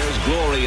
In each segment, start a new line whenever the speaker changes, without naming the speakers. story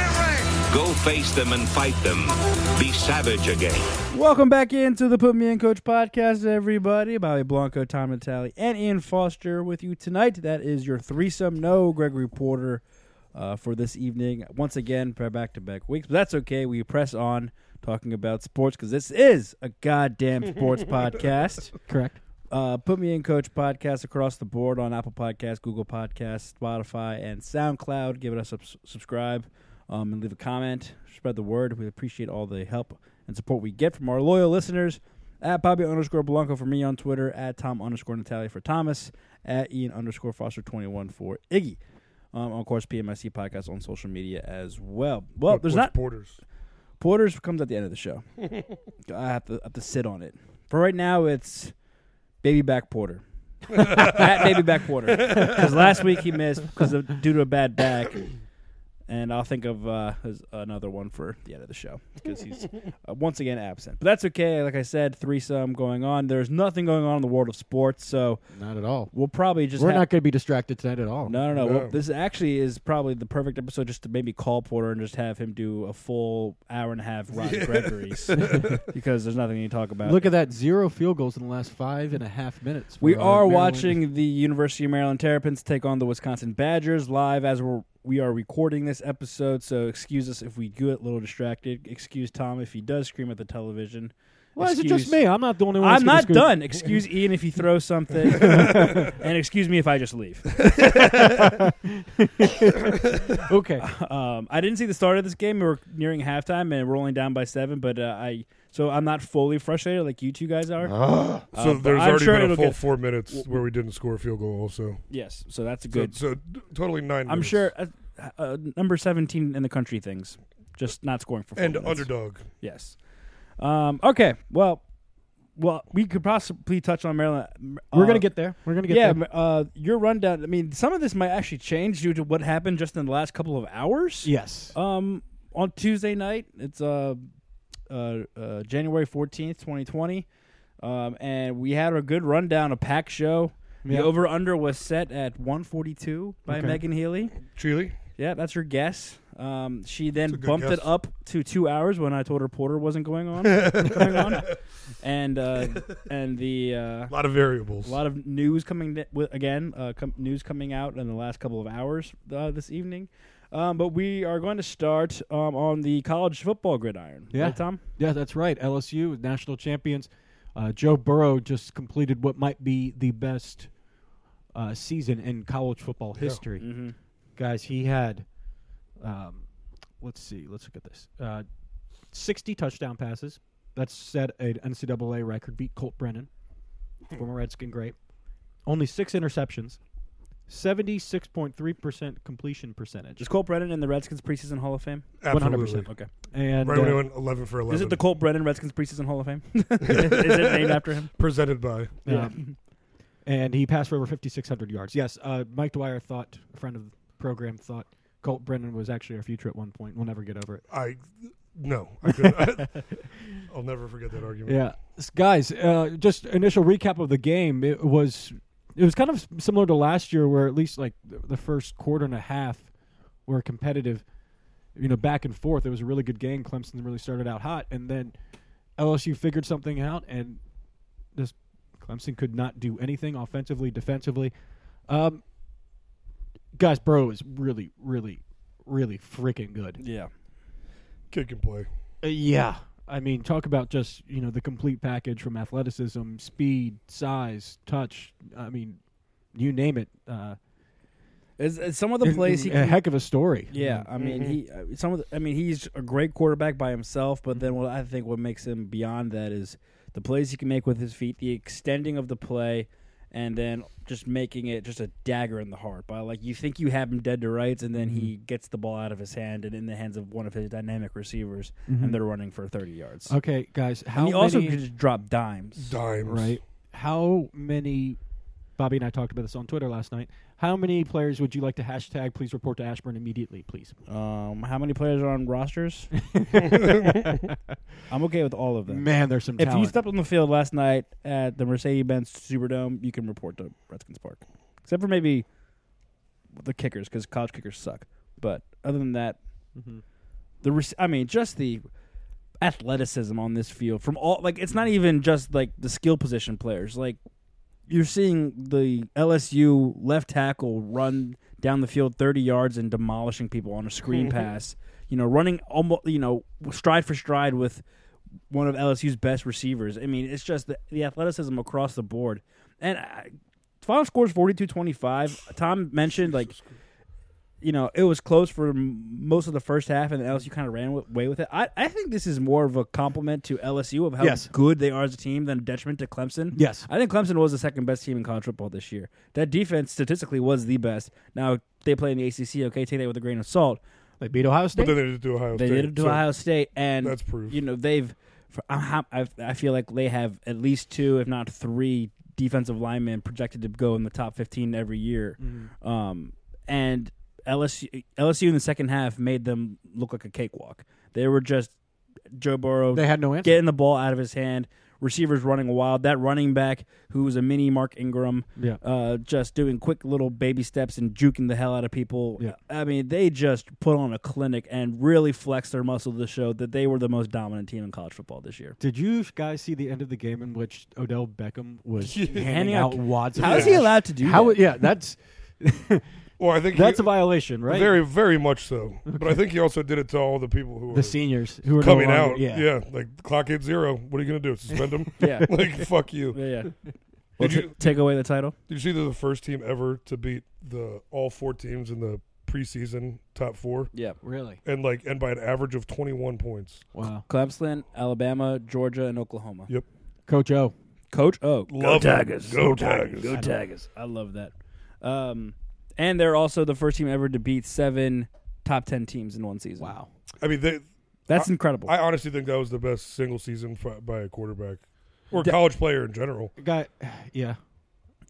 and rain.
Go face them and fight them. Be savage again.
Welcome back into the Put Me In Coach podcast, everybody. Bobby Blanco, Tom Natale, and Ian Foster with you tonight. That is your threesome. No Gregory Porter uh, for this evening. Once again, back to back weeks, but that's okay. We press on talking about sports because this is a goddamn sports podcast.
Correct.
Uh, Put Me In Coach podcast across the board on Apple Podcasts, Google Podcasts, Spotify, and SoundCloud. Give it a sub- subscribe um, and leave a comment. Spread the word. We appreciate all the help and support we get from our loyal listeners. At Bobby underscore Blanco for me on Twitter. At Tom underscore Natalia for Thomas. At Ian underscore Foster 21 for Iggy. Um, of course, PMIC podcast on social media as well. Well, there's not.
Porters.
Porters comes at the end of the show. I have to have to sit on it. For right now, it's baby back Porter. Matt baby back Porter because last week he missed because of due to a bad back. And I'll think of uh, as another one for the end of the show because he's uh, once again absent. But that's okay. Like I said, threesome going on. There's nothing going on in the world of sports, so
Not at all.
we'll probably just
We're
have-
not going to be distracted tonight at all.
no, no, no. Well,
No.
this actually is probably the perfect episode just to maybe call Porter and just have him do a full hour and a half Ron Gregory's because there's nothing to talk about.
Look at that. Zero field goals in the last five and a half minutes. for,
we
uh,
are
Maryland.
watching the University of Maryland Terrapins take on the Wisconsin Badgers live as we're we are recording this episode, so excuse us if we get a little distracted. Excuse Tom if he does scream at the television.
Why is it just
Excuse-
me? I'm not the only one. that's
I'm
gonna
not
screw-
done. Excuse Ian if he throws something, and excuse me if I just leave.
Okay.
Um, I didn't see the start of this game. We were nearing halftime and we're only down by seven, but uh, I so I'm not fully frustrated like you two guys are.
Uh-huh.
So
Uh, but
there's
I'm
already
sure
been
it'll
a full
get-
four minutes where we didn't score a field goal. Also,
Yes, so that's a
so,
good.
so t- totally nine.
I'm
minutes.
sure uh, uh, number 17 in the country things, just not scoring for. full
And
minutes.
underdog.
Yes. Um, okay. Well, well, we could possibly touch on Maryland.
We're
Uh,
going to get there. We're going to get
yeah,
there.
uh, your rundown. I mean, some of this might actually change due to what happened just in the last couple of hours.
Yes.
Um, on Tuesday night, it's uh, uh, uh January fourteenth, twenty twenty, um, and we had a good rundown, a pack show. The
Yeah.
over under was set at one forty two by
Okay.
Megan Healy.
Chile.
Yeah, that's her guess. Um, she then
That's a good
bumped it
guess.
up to two hours when I told her Porter wasn't going on, coming on, and uh, and the uh,
A lot of variables.
a lot of news coming th- wi- again. Uh, com- news coming out in the last couple of hours uh, this evening. Um, but we are going to start um, on the college football gridiron.
Yeah.
Right, Tom.
Yeah, that's right. LSU, national champions. Uh, Joe Burrow just completed what might be the best uh, season in college football history.
Mm-hmm.
Guys, he had, um, let's see, let's look at this uh, 60 touchdown passes. That set an NCAA record, beat Colt Brennan,
Hmm.
former Redskin great. Only six interceptions, 76.3% completion percentage.
Is Colt Brennan in the Redskins preseason Hall of Fame?
Absolutely.
Okay.
And
Right when
uh,
we went eleven for eleven.
Is it the Colt Brennan Redskins preseason Hall of Fame? is it named after him?
presented by?
Yeah.
Um, and he passed for over 5,600 yards. Yes, uh, Mike Dwyer thought, a friend of the program, thought Colt Brennan was actually our future at one point. We'll never get over it.
I no. I could, I, will never forget that argument.
Yeah, S- guys, uh, just initial recap of the game. It was it was kind of s- similar to last year, where at least like the the first quarter and a half were competitive. You know, back and forth. It was a really good game. Clemson really started out hot, and then LSU figured something out, and this Clemson could not do anything offensively, defensively. Um, guys, Burrow is really, really, really freaking good.
Yeah.
Kid can play.
Uh, yeah. I mean, talk about just, you know, the complete package from athleticism, speed, size, touch. I mean, you name it. Uh,
Is, is some of the plays he
a
can
heck of a story.
Yeah, I mean
Mm-hmm.
he uh, some of the, I mean he's a great quarterback by himself, but then what I think what makes him beyond that is the plays he can make with his feet, the extending of the play, and then just making it just a dagger in the heart by like you think you have him dead to rights and then he
Mm-hmm.
gets the ball out of his hand and in the hands of one of his dynamic receivers and they're running for 30 yards.
Mm-hmm. Okay, guys. How
and he also
many-
could just drop dimes.
Dimes.
right? How many? Bobby and I talked about this on Twitter last night. How many players would you like to hashtag? Please report to Ashburn immediately, please.
Um, how many players are on rosters? I'm okay with all of them.
Man, there's some.
if
talent.
you stepped on the field last night at the Mercedes-Benz Superdome, you can report to Redskins Park, except for maybe the kickers because college kickers suck. But other than that, the rec- I mean, just the athleticism on this field from all like it's not even just like the skill position players. Like you're seeing the LSU left tackle run down the field 30 yards and demolishing people on a screen pass. You know, running almost you know stride for stride with one of LSU's best receivers. I mean, it's just the, the athleticism across the board. And I, final score is 42-25. Tom mentioned like you know, it was close for m- most of the first half, and then LSU kind of ran wi- away with it. I, I think this is more of a compliment to LSU of how
Yes.
good they are as a team than a detriment to Clemson.
Yes.
I think Clemson was the second best team in college football this year. That defense statistically was the best. Now they play in the ACC. Okay, take that with a grain of salt.
they beat Ohio
But
State.
then they did do Ohio
They
State.
did it to
so
Ohio State, and
that's proof.
You know they've. For, I'm hap- I've- I feel like they have at least two, if not three, defensive linemen projected to go in the top 15 every year.
Mm-hmm.
Um, and LSU, LSU in the second half made them look like a cakewalk. They were just Joe Burrow
They had no answer.
getting the ball out of his hand. Receivers running wild. That running back who was a mini Mark Ingram,
Yeah.
uh, just doing quick little baby steps and juking the hell out of people.
Yeah.
I mean, they just put on a clinic and really flexed their muscle to show that they were the most dominant team in college football this year.
Did you guys see the end of the game in which Odell Beckham was handing
Handing
out
out-
wads? of
How is
cash?
he allowed to do
How?
that?
Yeah, that's
Well, I think
that's
he,
a violation, right?
very, very much so. But I think he also did it to all the people who
the
were
seniors who are
coming
no longer,
out.
Yeah.
like the clock hit zero. What are you going to do? Suspend them?
Yeah.
like fuck you.
Yeah, yeah.
Did
Well, t-
you-
take away the title.
Did you see they're the first team ever to beat the all four teams in the preseason top four?
Yeah.
Really?
And like and by an average of twenty one points.
Wow.
Clemson, Alabama, Georgia, and Oklahoma.
Yep.
Coach O.
Coach Oh,
Love 'em. Go Tigers.
Go Tigers. I love that. Um, and they're also the first team ever to beat seven top ten teams in one season.
Wow.
I mean they
That's incredible.
I honestly think that was the best single season fi- by a quarterback or college player in general.
Guy. Yeah.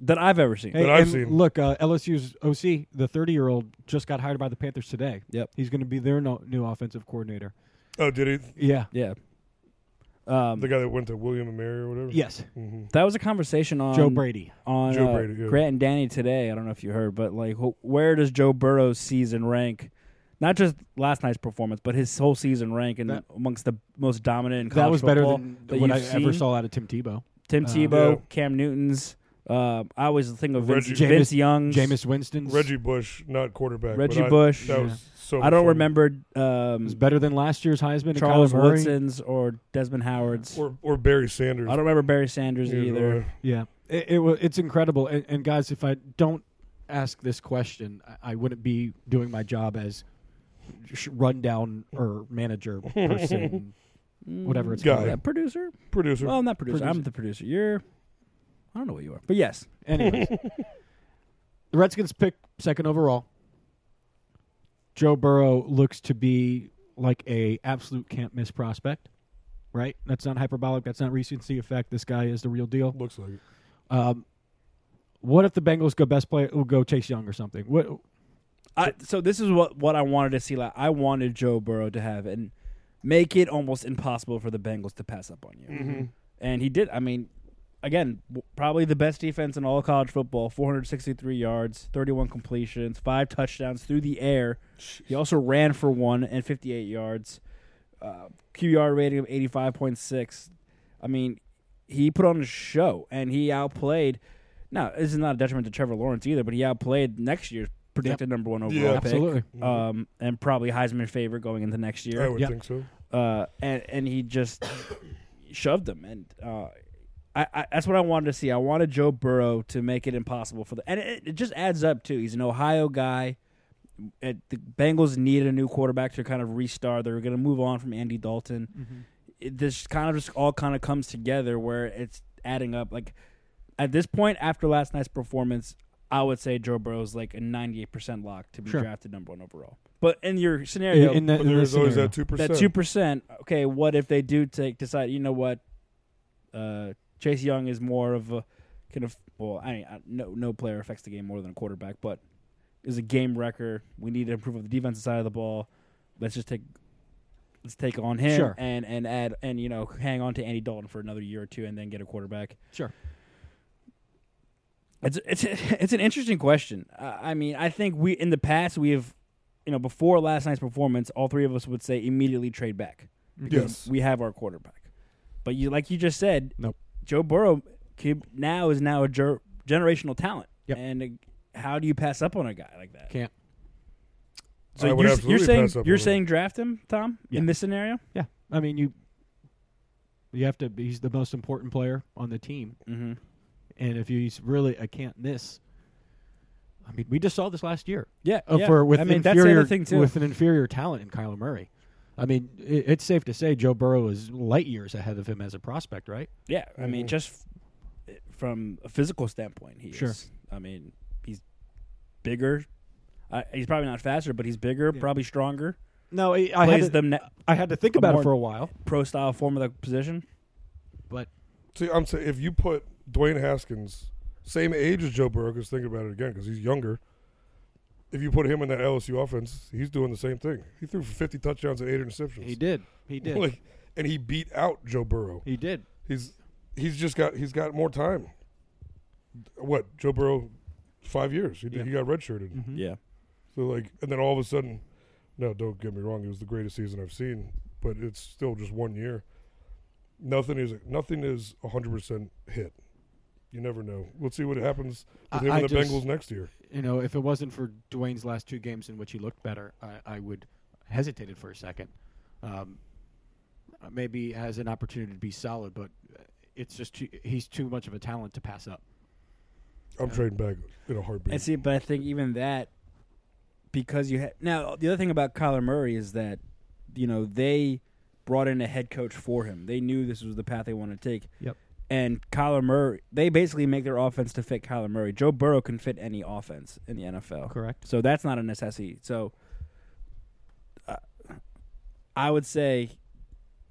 that I've ever seen.
Hey,
that I've
and
seen.
Look, uh, LSU's OC, the 30 year old, just got hired by the Panthers today.
Yep.
He's going to be their no- new offensive coordinator.
Oh, did he?
Yeah.
Yeah. Um,
The guy that went to William and Mary or whatever.
Yes.
Mm-hmm.
that was a conversation on
Joe Brady.
on
Joe
uh,
Brady, yeah.
Grant and Danny today. I don't know if you heard, but like, wh- where does Joe Burrow's season rank? Not just last night's performance, but his whole season rank and
That-
amongst the most dominant. In
That
college
was better
football
than
that
what I
you've seen.
ever saw out of Tim Tebow.
Tim
Uh,
Tebow,
Yeah.
Cam Newton's. Uh, I always think of Vince,
Reggie-
Jameis-
Vince Young's.
Jameis Winston
Reggie Bush, not quarterback. but
Reggie
I-
Bush.
That
Yeah.
was so.
I don't
much fun.
remember
was
um,
better than last year's Heisman.
Charles
and Kyler Murray.
Woodson's or Desmond Howard's.
Or or Barry Sanders. uh,
I don't remember Barry Sanders
Either
either.
way.
Yeah, it, it wa- it's incredible. And, and guys, if I don't ask this question, I, I wouldn't be doing my job as sh- rundown or manager person, whatever it's
Guy.
called.
Yeah, producer.
Producer.
Well, I'm not producer. I'm the producer. You're. I don't know what you are, but yes,
Anyways, the Redskins pick second overall. Joe Burrow looks to be like a absolute can't miss prospect. Right? That's not hyperbolic. That's not recency effect. This guy is the real deal.
Looks like it.
What if the Bengals go best player? Will go Chase Young or something? What?
I, so this is what what I wanted to see. Like I wanted Joe Burrow to have and make it almost impossible for the Bengals to pass up on you.
Mm-hmm.
And he did. I mean, again, w- probably the best defense in all of college football. 463 yards, 31 completions, five touchdowns through the air. He also ran for one and 58 yards. Uh, QBR rating of 85.6. I mean, he put on a show and he outplayed. Now, this is not a detriment to Trevor Lawrence either, but he outplayed next year's projected number one overall
Yeah.
pick,
Absolutely.
um, and probably Heisman favorite going into next
I
year.
would
Yeah.
think so.
Uh, and and he just shoved him, and uh, I, I that's what I wanted to see. I wanted Joe Burrow to make it impossible for the, and it, it just adds up too. He's an Ohio guy. It, the Bengals needed a new quarterback to kind of restart. They were going to move on from Andy Dalton.
Mm-hmm.
It, this kind of just all kind of comes together where it's adding up. Like at this point, after last night's performance, I would say Joe Burrow is like a 98% lock to be
Sure.
drafted number one overall. But in your
in,
scenario,
in that,
But
in that
there's always
scenario.
that two percent.
that two percent. Okay, what if they do take decide? You know what? Uh, Chase Young is more of a kind of well, I mean, I- no no player affects the game more than a quarterback, but is a game wrecker. We need to improve on the defensive side of the ball. Let's just take let's take on him
Sure.
and and add and you know hang on to Andy Dalton for another year or two and then get a quarterback.
Sure.
It's it's it's an interesting question. I I mean, I think we in the past we have, you know, before last night's performance, all three of us would say immediately trade back.
Yes.
we have our quarterback. But you, like you just said,
Nope.
Joe Burrow could, now is now a ger- generational talent,
Yep.
and uh, how do you pass up on a guy like that?
Can't.
So
I would
you're, you're
absolutely
saying
pass up
you're
on him.
saying draft him, Tom, in
Yeah.
this scenario?
Yeah, I mean you. You have to. be- He's the most important player on the team,
Mm-hmm.
and if he's really a can't miss. I mean, we just saw this last year.
Yeah,
Uh,
yeah.
for with
I mean that's the
inferior
other thing too.
with an inferior talent in Kyler Murray. I mean, it, it's safe to say Joe Burrow is light years ahead of him as a prospect, right?
yeah, I mean just f- from a physical standpoint, he
Sure.
is. I mean he's bigger. I, he's probably not faster, but he's bigger, probably stronger.
No, I, I
plays
had to,
them ne-
I had to think
a
about
more-
it for a while,
pro style form of the position.
but
See, I'm saying if you put Dwayne Haskins, same age as Joe Burrow, because think about it again, because he's younger. If you put him in that LSU offense, he's doing the same thing. He threw for 50 touchdowns and eight interceptions.
he did. He did.
Like, and he beat out Joe Burrow.
he did.
He's he's just got he's got more time. What Joe Burrow, five years. He, did- he got redshirted.
Mm-hmm.
Yeah,
So like, and then all of a sudden, no, don't get me wrong, it was the greatest season I've seen, but it's still just one year. Nothing is nothing is hundred percent hit. You never know. We'll see what happens with
I-
him
I
and the
just-
Bengals next year.
You know, if it wasn't for Dwayne's last two games in which he looked better, I, I would hesitated for a second. Um, uh, maybe has an opportunity to be solid, but it's just too, he's too much of a talent to pass up.
I'm trading back in a heartbeat.
I see, but I think even that because you had now the other thing about Kyler Murray is that you know they brought in a head coach for him. They knew this was the path they wanted to take.
Yep.
And Kyler Murray, they basically make their offense to fit Kyler Murray. Joe Burrow can fit any offense in the NFL.
Correct.
So that's not a necessity. So uh, I would say,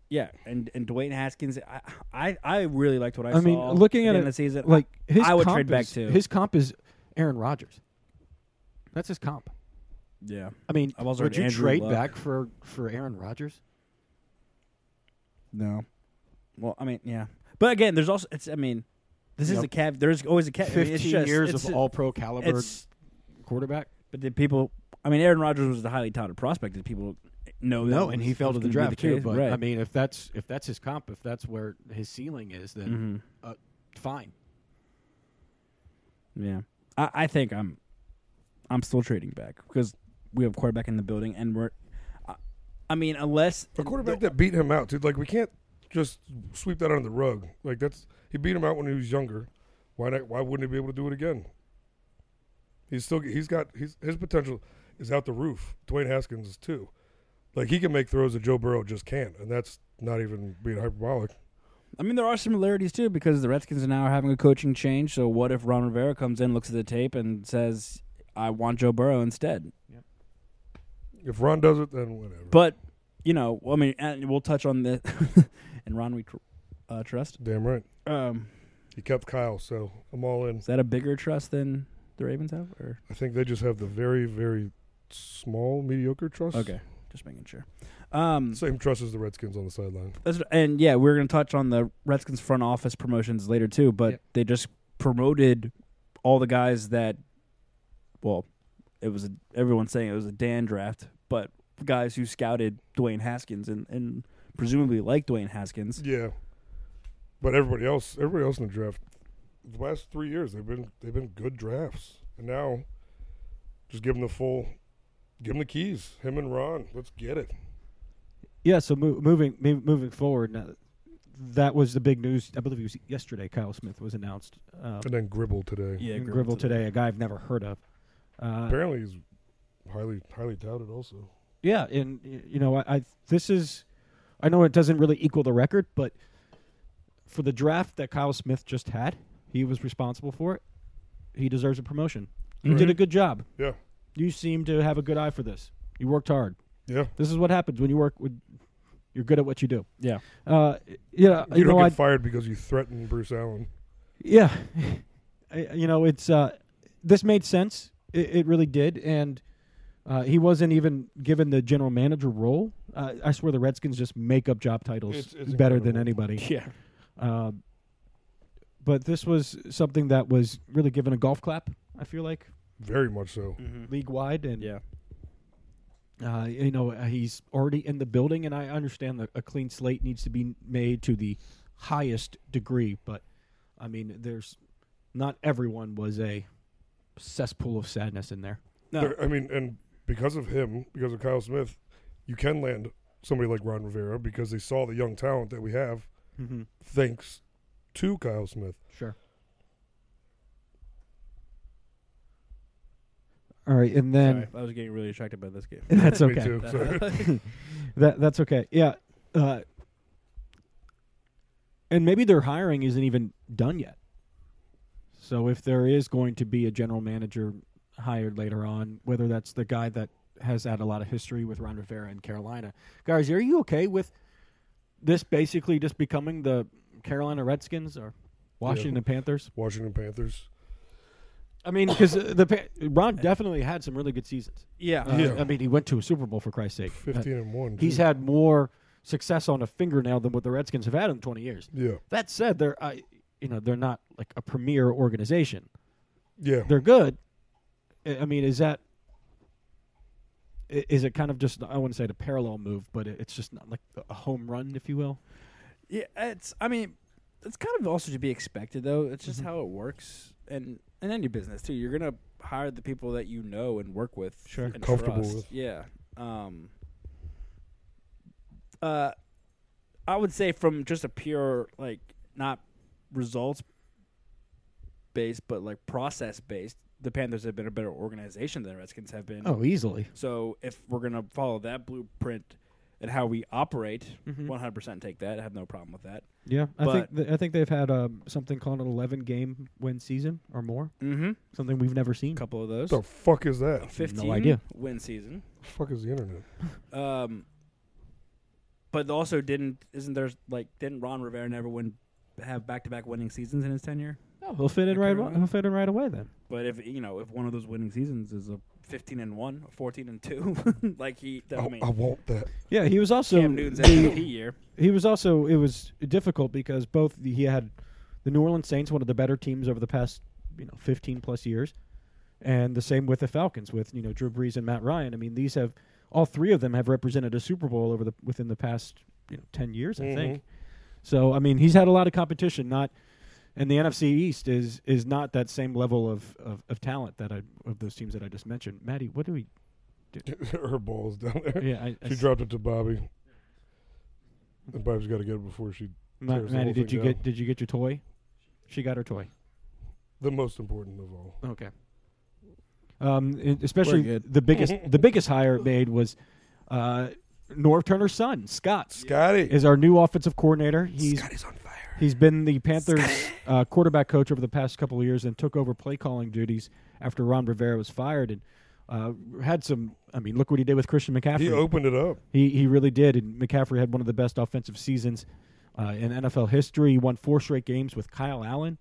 yeah. And and Dwayne Haskins, I I, I really liked what I,
I,
saw.
mean, looking at
the end
it,
of the season,
like his
I would
comp
trade back
is-
too.
His comp is Aaron Rodgers. That's his comp.
yeah.
I mean,
I've also
would
heard
you
Andrew
trade
Luck.
back for for Aaron Rodgers?
No. Well, I mean, yeah, but again, there's also it's. I mean, this is
Yep.
a cav. There's always a cav. I mean,
Fifteen
it's just-
years
it's-
of all pro caliber
It's,
quarterback.
but did people? I mean, Aaron Rodgers was a highly touted prospect. Did people know? that
No,
was-
and he fell
was
to the
gonna be
draft too.
case?
But
right.
I mean, if that's if that's his comp, if that's where his ceiling is, then
Mhm.
uh, fine.
yeah, I, I think I'm, I'm still trading back because we have quarterback in the building, and we're. I, I mean, unless
a quarterback that beat him out, dude. Like we can't just sweep that under the rug. Like that's he beat him out when he was younger. Why not? Why wouldn't he be able to do it again? He's still he's got he's, his potential is out the roof. Dwayne Haskins is too. Like he can make throws that Joe Burrow just can't, and that's not even being hyperbolic.
I mean, there are similarities too because the Redskins are now having a coaching change. So what if Ron Rivera comes in, looks at the tape, and says, "I want Joe Burrow instead"?
If Ron does it, then whatever.
But you know, well, I mean, and we'll touch on the and Ron we tr- uh, trust.
Damn right,
Um,
he kept Kyle, so I'm all in.
is that a bigger trust than the Ravens have? Or
I think they just have the very very small mediocre trust.
just making sure. Um,
Same trust as the Redskins on the sideline.
that's- and yeah, we're gonna touch on the Redskins front office promotions later too, but
Yeah.
they just promoted all the guys that, well, it was a, everyone's saying it was a Dan draft, but guys who scouted Dwayne Haskins and and presumably like Dwayne Haskins.
Yeah, but everybody else, everybody else in the draft, the last three years they've been they've been good drafts, and now just give them the full, give them the keys. Him and Ron, let's get it.
Yeah. So mo- moving mo- moving forward, now, that was the big news. I believe it was yesterday. Kyle Smith was announced. Uh,
And then Gribble today.
Yeah,
in Gribble today, a guy I've never heard of. Uh,
Apparently he's highly highly touted. Also,
yeah, and y- you know, I, I this is, I know it doesn't really equal the record, but for the draft that Kyle Smith just had, He was responsible for it. He deserves a promotion. You did a good job.
Yeah.
You seem to have a good eye for this. You worked hard.
Yeah.
This is what happens when you work with. You're good at what you do.
Yeah.
Uh, yeah,
You, don't
know,
get
I,
fired because you threatened Bruce Allen.
yeah, I, you know, it's uh, this made sense. It, it really did, and uh, he wasn't even given the general manager role. Uh, I swear, the Redskins just make up job titles
It's- it's
better than
incredible.
anybody.
Yeah.
Uh, but this was something that was really given a golf clap. I feel like
Very much so.
league wide, and
Yeah.
uh, you know, uh, he's already in the building, and I understand that a clean slate needs to be made to the highest degree. But I mean, there's not everyone was a cesspool of sadness in there.
No.
There- I mean, and because of him, because of Kyle Smith, you can land somebody like Ron Rivera because they saw the young talent that we have
Mm-hmm.
thanks to Kyle Smith.
Sure. All right, and then
Sorry, I was getting really attracted by this game.
that's
Me
okay.
too. So,
That that's okay. Yeah. Uh, and maybe their hiring isn't even done yet. So if there is going to be a general manager hired later on, whether that's the guy that has had a lot of history with Ron Rivera in Carolina, guys, are you okay with this basically just becoming the Carolina Redskins or Washington Panthers?
Washington Panthers.
I mean, because the pa- Ron definitely had some really good seasons.
yeah.
Uh,
Yeah.
I mean, he went to a Super Bowl for Christ's sake. Uh,
15 and 1.
He's
Mm-hmm.
too.
had more success on a fingernail than what the Redskins have had in 20 years.
Yeah.
That said, they're I, you know they're not like a premier organization.
Yeah.
They're good. I I mean, is that i- is it kind of just I wouldn't say the parallel move, but it- it's just not like a home run, if you will.
Yeah, it's. I mean, it's kind of also to be expected, though. It's just how it works, and in any business too, you're gonna hire the people that you know and work with,
Sure.
and
Comfortable
trust.
with.
Yeah. Um. Uh, I would say from just a pure like not results based, but like process based, the Panthers have been a better organization than the Redskins have been.
easily.
So if we're gonna follow that blueprint and how we operate, one hundred percent take that. I have no problem with that.
Yeah, I
But-
think th- I think they've had um, something called an 11 game win season or more,
Mm-hmm.
something we've never seen.
couple of those.
What the fuck is that?
15
idea.
win season.
The fuck is the internet?
Um, but also didn't isn't there like didn't Ron Rivera never win have back to back winning seasons in his tenure?
Oh, he'll fit in
Okay,
right.
right.
aw- He'll fit in right away then.
But if you know if one of those winning seasons is a 15 and one, a 14 and two, like he, I
I,
mean,
I want that.
Yeah, he was also
Cam Newton's MVP year.
he was also it was difficult because both he had the New Orleans Saints, one of the better teams over the past you know fifteen plus years, and the same with the Falcons with you know Drew Brees and Matt Ryan. I mean, these have all three of them have represented a Super Bowl over the within the past you know ten years, I
Mm-hmm.
think. So I mean, he's had a lot of competition. Not and the NFC East is is not that same level of of, of talent that I of those teams that I just mentioned. Maddie, what do we?
Her ball's down there.
Yeah, I, I
She dropped it to Bobby. And Bobby's got to get it before she.
Ma-
tears the
Maddie,
whole
did you
thing down.
get did you get your toy? She got her toy.
The most important of all.
Okay. Um, and especially
good.
the biggest the biggest hire it made was uh, Norv Turner's son Scott
Scotty.
is our new offensive coordinator. He's
Scotty's on fire.
he's been the Panthers uh, quarterback coach over the past couple of years and took over play calling duties after Ron Rivera was fired and uh, had some. I mean, look what he did with Christian McCaffrey.
He opened it up.
He he really did. And McCaffrey had one of the best offensive seasons uh, in NFL history. He won four straight games with Kyle Allen,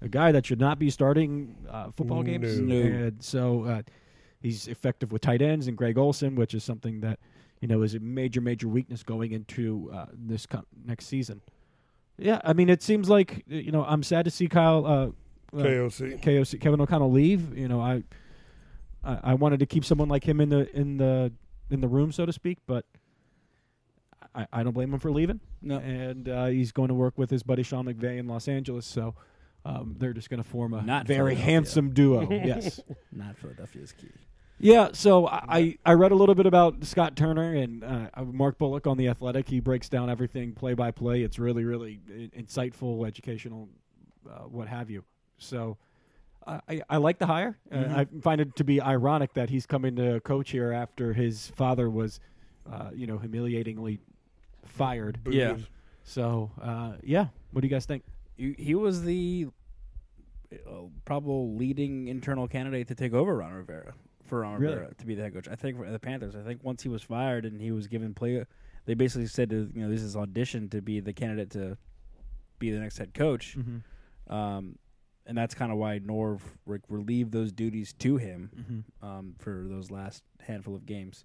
a guy that should not be starting uh, football games.
No.
No.
And so uh, he's effective with tight ends and Greg Olson, which is something that you know is a major major weakness going into uh, this com- next season. Yeah, I mean, it seems like you know I'm sad to see Kyle uh, uh,
KOC.
KOC Kevin O'Connell leave. You know, I, I I wanted to keep someone like him in the in the in the room, so to speak, but I, I don't blame him for leaving.
No.
And uh, he's going to work with his buddy Sean McVay in Los Angeles, so um, they're just going to form a
Not
very
Philadelphia.
handsome duo. yes.
Not Philadelphia's key.
Yeah, so I, I I read a little bit about Scott Turner and uh, Mark Bullock on The Athletic. He breaks down everything play by play. It's really, really in- insightful, educational, uh, what have you. So I- I, I like the hire. Uh, I find it to be ironic that he's coming to coach here after his father was, uh, you know, humiliatingly fired.
Yeah.
So, uh, yeah, what do you guys think?
You, he was the uh, probable leading internal candidate to take over Ron Rivera for Ron
Really?
Rivera to be the head coach. I think for the Panthers. I think once he was fired and he was given play, they basically said to you know this is audition to be the candidate to be the next head coach,
Mhm.
um, and that's kind of why Norv like, relieved those duties to him
Mhm.
um, for those last handful of games.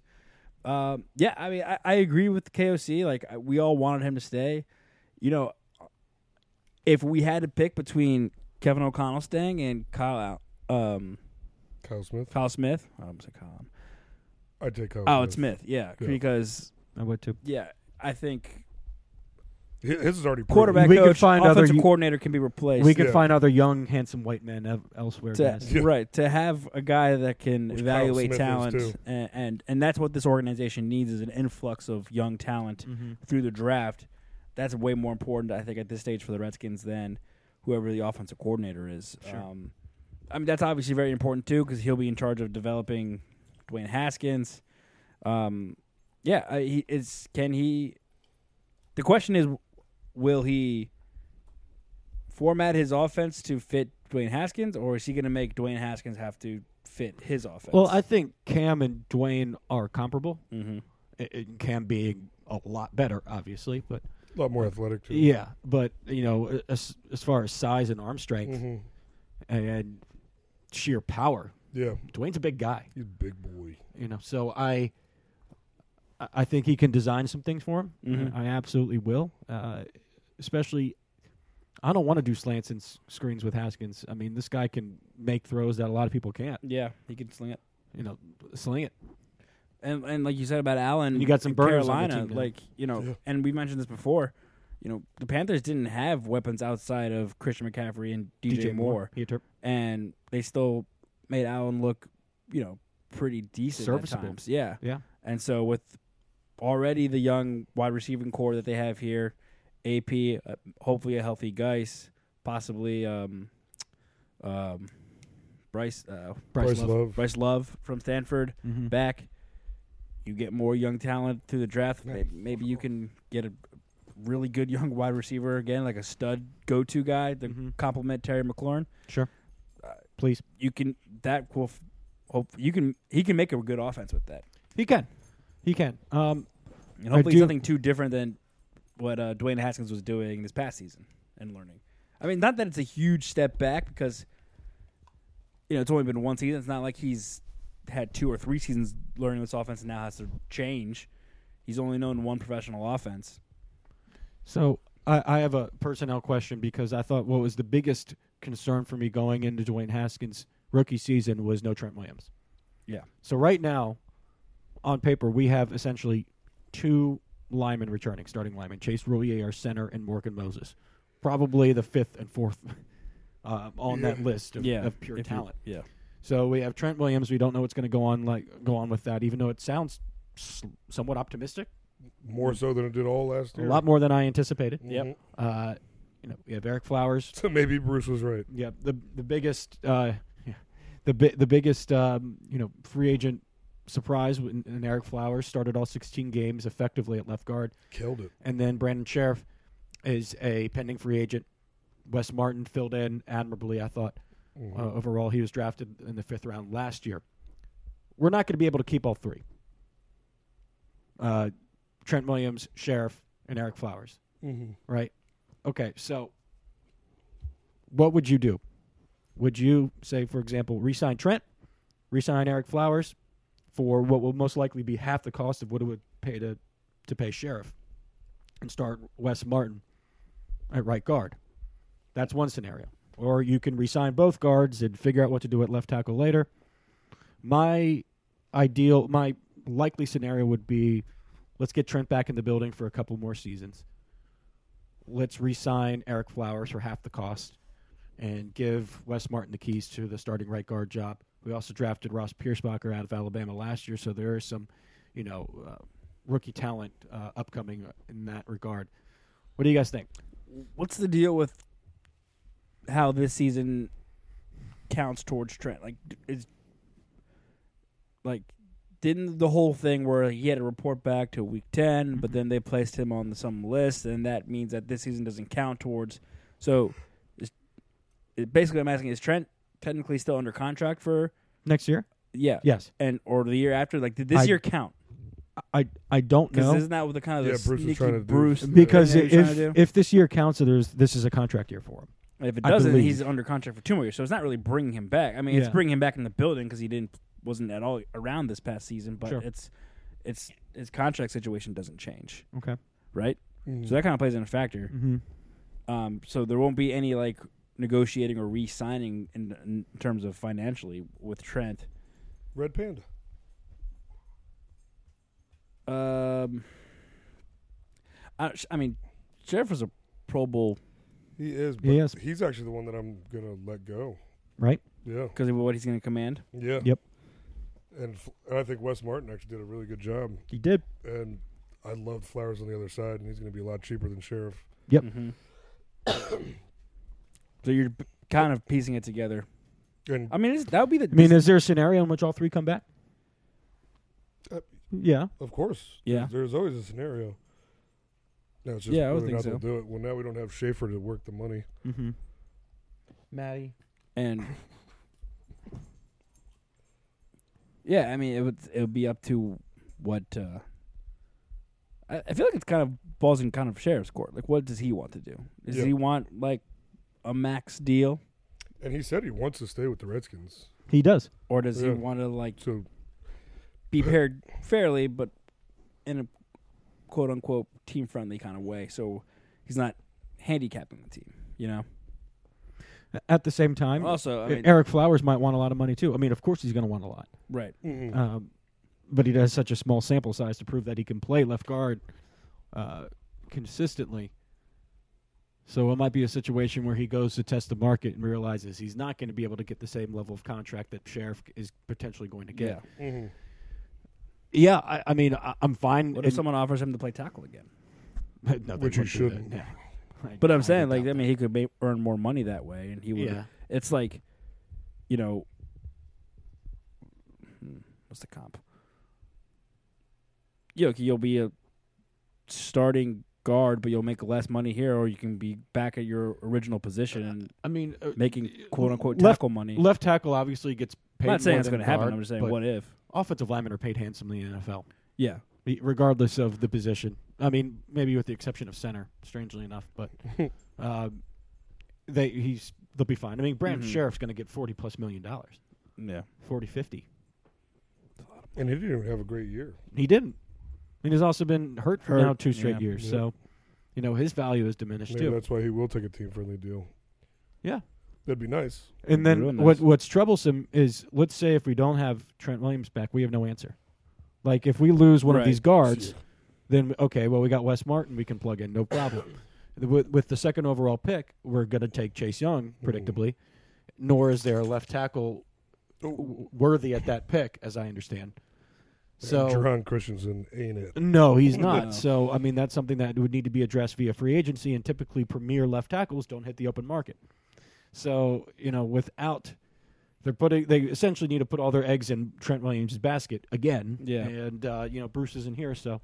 Um, yeah, I mean, I, I agree with KOC. Like, I, we all wanted him to stay. You know, if we had to pick between Kevin O'Connell staying and Kyle, Al- um,
Kyle Smith.
Kyle Smith, I almost said Kyle.
I take Kyle.
Oh, it's Smith. Yeah,
Yeah.
because
I would too.
yeah, I think
His his is already proven.
quarterback
We could
coach,
find other
offensive
u-
coordinator can be replaced.
We could
Yeah.
find other young, handsome white men ev- elsewhere.
to,
yes.
Yeah.
right to have a guy that can
Which Kyle Smith
evaluate
is,
talent
too.
and, and and that's what this organization needs is an influx of young talent through the draft that's way more important i think at this stage for the redskins than whoever the offensive coordinator is um, i mean that's obviously very important too because he'll be in charge of developing dwayne haskins um, yeah I, he is can he the question is will he format his offense to fit Dwayne Haskins, or is he going to make Dwayne Haskins have to fit his offense?
Well, I think Cam and Dwayne are comparable.
mm-hmm.
It, it- Cam being a lot better, obviously, but
a lot more athletic too.
yeah, but you know, as as far as size and arm strength
hmm
and sheer power,
Yeah,
Dwayne's a big guy.
he's a big boy.
you know so i I- i think he can design some things for him
Mhm.
i absolutely will uh, especially i don't want to do slants and s- screens with haskins i mean this guy can make throws that a lot of people can't
yeah, he can sling it.
you know sling it
And and like you said about Allen,
You got some
in
burners on the
Carolina,
team now.
like you know,
Yeah.
and we mentioned this before. You know, the Panthers didn't have weapons outside of Christian McCaffrey and DJ, Moore,
he a ter-
and they still made Allen look, you know, pretty decent. at
Serviceable.
times. yeah.
yeah
And so with already the young wide receiving core that they have here, AP, uh, hopefully a healthy Geis, possibly um, um, Bryce uh,
Bryce
Bryce
Love.
Love.
Bryce Love from Stanford
Mhm.
back. You get more young talent through the draft.
Yeah.
Maybe, maybe you can get a really good young wide receiver again, like a stud go-to guy to
Mhm.
complement Terry McLaurin.
sure Uh, please
You can that will f- hope you can he can make a good offense with that.
he can he can um,
And
I
hopefully
do-
something too different than what uh, Dwayne Haskins was doing this past season and learning. I mean, not that it's a huge step back because you know it's only been one season. It's not like he's had two or three seasons learning this offense and now has to change. He's only known one professional offense.
So I, I have a personnel question because I thought what was the biggest concern for me going into Dwayne Haskins' rookie season was no Trent Williams.
Yeah.
So right now, on paper, we have essentially two linemen returning, starting linemen: Chase Roulier, our center, and Morgan Moses, probably the fifth and fourth uh, on that list of, of pure talent.
Yeah,
So we have Trent Williams. We don't know what's going to go on like go on with that, even though it sounds s- somewhat optimistic,
More so than it did all last year.
a lot more than I anticipated.
Yep.
Uh, you know, we have Eric Flowers.
So maybe Bruce was right.
Yeah, the the biggest uh, yeah, the bi- the biggest um, you know free agent surprise when when Eric Flowers started all 16 games effectively at left guard,
Killed it.
and then Brandon Sheriff is a pending free agent. Wes Martin filled in admirably, I thought. Uh, overall, he was drafted in the fifth round last year. We're not going to be able to keep all three. Uh, Trent Williams, Sheriff, and Eric Flowers
Mm-hmm.
right? Okay, so what would you do? Would you say, for example, resign Trent, resign Eric Flowers for what will most likely be half the cost of what it would pay to to pay Sheriff, and start Wes Martin at right guard? That's one scenario. Or you can resign both guards and figure out what to do at left tackle later. My ideal, my likely scenario would be, let's get Trent back in the building for a couple more seasons let's re-sign Eric Flowers for half the cost and give Wes Martin the keys to the starting right guard job. We also drafted Ross Piersbacher out of Alabama last year, so there is some, you know, uh, rookie talent uh, upcoming in that regard. What do you guys think?
What's the deal with how this season counts towards Trent? Like, d- is like didn't the whole thing where he had to report back to week 10
Mm-hmm.
but then they placed him on some list, and that means that this season doesn't count towards. So, is, it- basically, I'm asking: Is Trent technically still under contract for?
next year.
Yeah.
Yes.
And or the year after? Like, did this
I-
year count?
I I don't
Because
know
isn't that what the kind of
Yeah,
the
Bruce was
sneaky
trying to do-
Bruce
because
thing that he was
if
trying to do?
if this year counts, there's this is a contract year for him.
If it
I
doesn't,
believe.
he's under contract for two more years, so it's not really bringing him back. I mean, it's
Yeah.
bringing him back in the building because he didn't wasn't at all around this past season. But
Sure.
it's it's his contract situation doesn't change,
Okay.
right? So that kind of plays in a factor.
Mm-hmm.
Um, so there won't be any like negotiating or re-signing in, in terms of financially with Trent.
Red Panda.
Um, I, I mean, Sheriff was a Pro Bowl
He is. But
He is.
He's actually the one that I'm gonna let go.
Right.
Yeah.
because of what he's going to command.
Yeah.
Yep.
And, f- and I think Wes Martin actually did a really good job.
He did.
And I love Flowers on the other side, and he's going to be a lot cheaper than Sheriff.
Mm-hmm. so you're b- kind of piecing it together.
And
I mean, it's, that would be the.
I mean, is there a scenario in which all three come back?
Uh,
yeah.
of course,
yeah,
there's always a scenario. No, it's just
Yeah, I would
whether
think
or not
so.
they'll do it. Well, now we don't have Schaefer to work the money.
Mm-hmm. Maddie.
and yeah, I mean, it would it would be up to what. Uh, I, I feel like it's kind of balls in kind of sheriff's court. Like, what does he want to do? Does
Yeah.
he want like a max deal,
And he said he wants to stay with the Redskins.
He does.
or does he
Yeah.
want to like
So
be paired fairly, but in a quote unquote team friendly kind of way? So he's not handicapping the team, you know.
At the same time, E,
Also, I mean,
Eric Flowers might want a lot of money too. I mean, of course he's going to want a lot,
right?
mm-mm.
um, but he has such a small sample size to prove that he can play left guard uh, consistently. So it might be a situation where he goes to test the market and realizes he's not going to be able to get the same level of contract that Sheriff is potentially going to get.
Mhm.
Yeah, I, I mean, I, I'm fine.
Mm-hmm. What
in-
if someone offers him to play tackle again?
no, they
Which
wouldn't do
you
that.
shouldn't.
Yeah. I-
But
I
I'm saying,
would
like,
doubt
I mean, he could ma- earn more money that way, and he
that.
would.
yeah,
It's like, you know, hmm, what's the comp? You know, you'll be a starting guard, but you'll make less money here, or you can be back at your original position and
I mean, uh,
making quote unquote
left-
tackle money.
left tackle obviously gets paid.
I'm not saying
more
that's
than
going to happen.
guard,
I'm just saying,
but
what if?
offensive linemen are paid handsomely in the NFL,
Yeah,
e- regardless of the position. I mean, maybe with the exception of center, strangely enough, but uh, they he's they'll be fine. I mean, Brandon
Mm-hmm.
Mhm.
Sheriff's going to get forty plus million dollars,
yeah.
40, 50.
And he didn't even have a great year.
He didn't. I mean, he's also been hurt for
Hurt,
now two straight
yeah.
years,
Yeah.
so you know his value is diminished
Maybe
too.
that's why he will take a team friendly deal.
Yeah.
That'd be nice.
And
Ruin
then
this.
what what's troublesome is let's say if we don't have Trent Williams back, we have no answer. Like if we lose one
Right.
of these guards, then okay, well we got Wes Martin we can plug in, no problem. with, with the second overall pick, we're going to take Chase Young predictably. Nor is there a left tackle w- worthy at that pick, as I understand. So
Jerron Christensen ain't it.
no, he's not.
No.
So I mean, that's something that would need to be addressed via free agency, and typically premier left tackles don't hit the open market. So you know, without they're putting, they essentially need to put all their eggs in Trent Williams' basket again.
Yeah.
and uh, you know, Bruce isn't here, so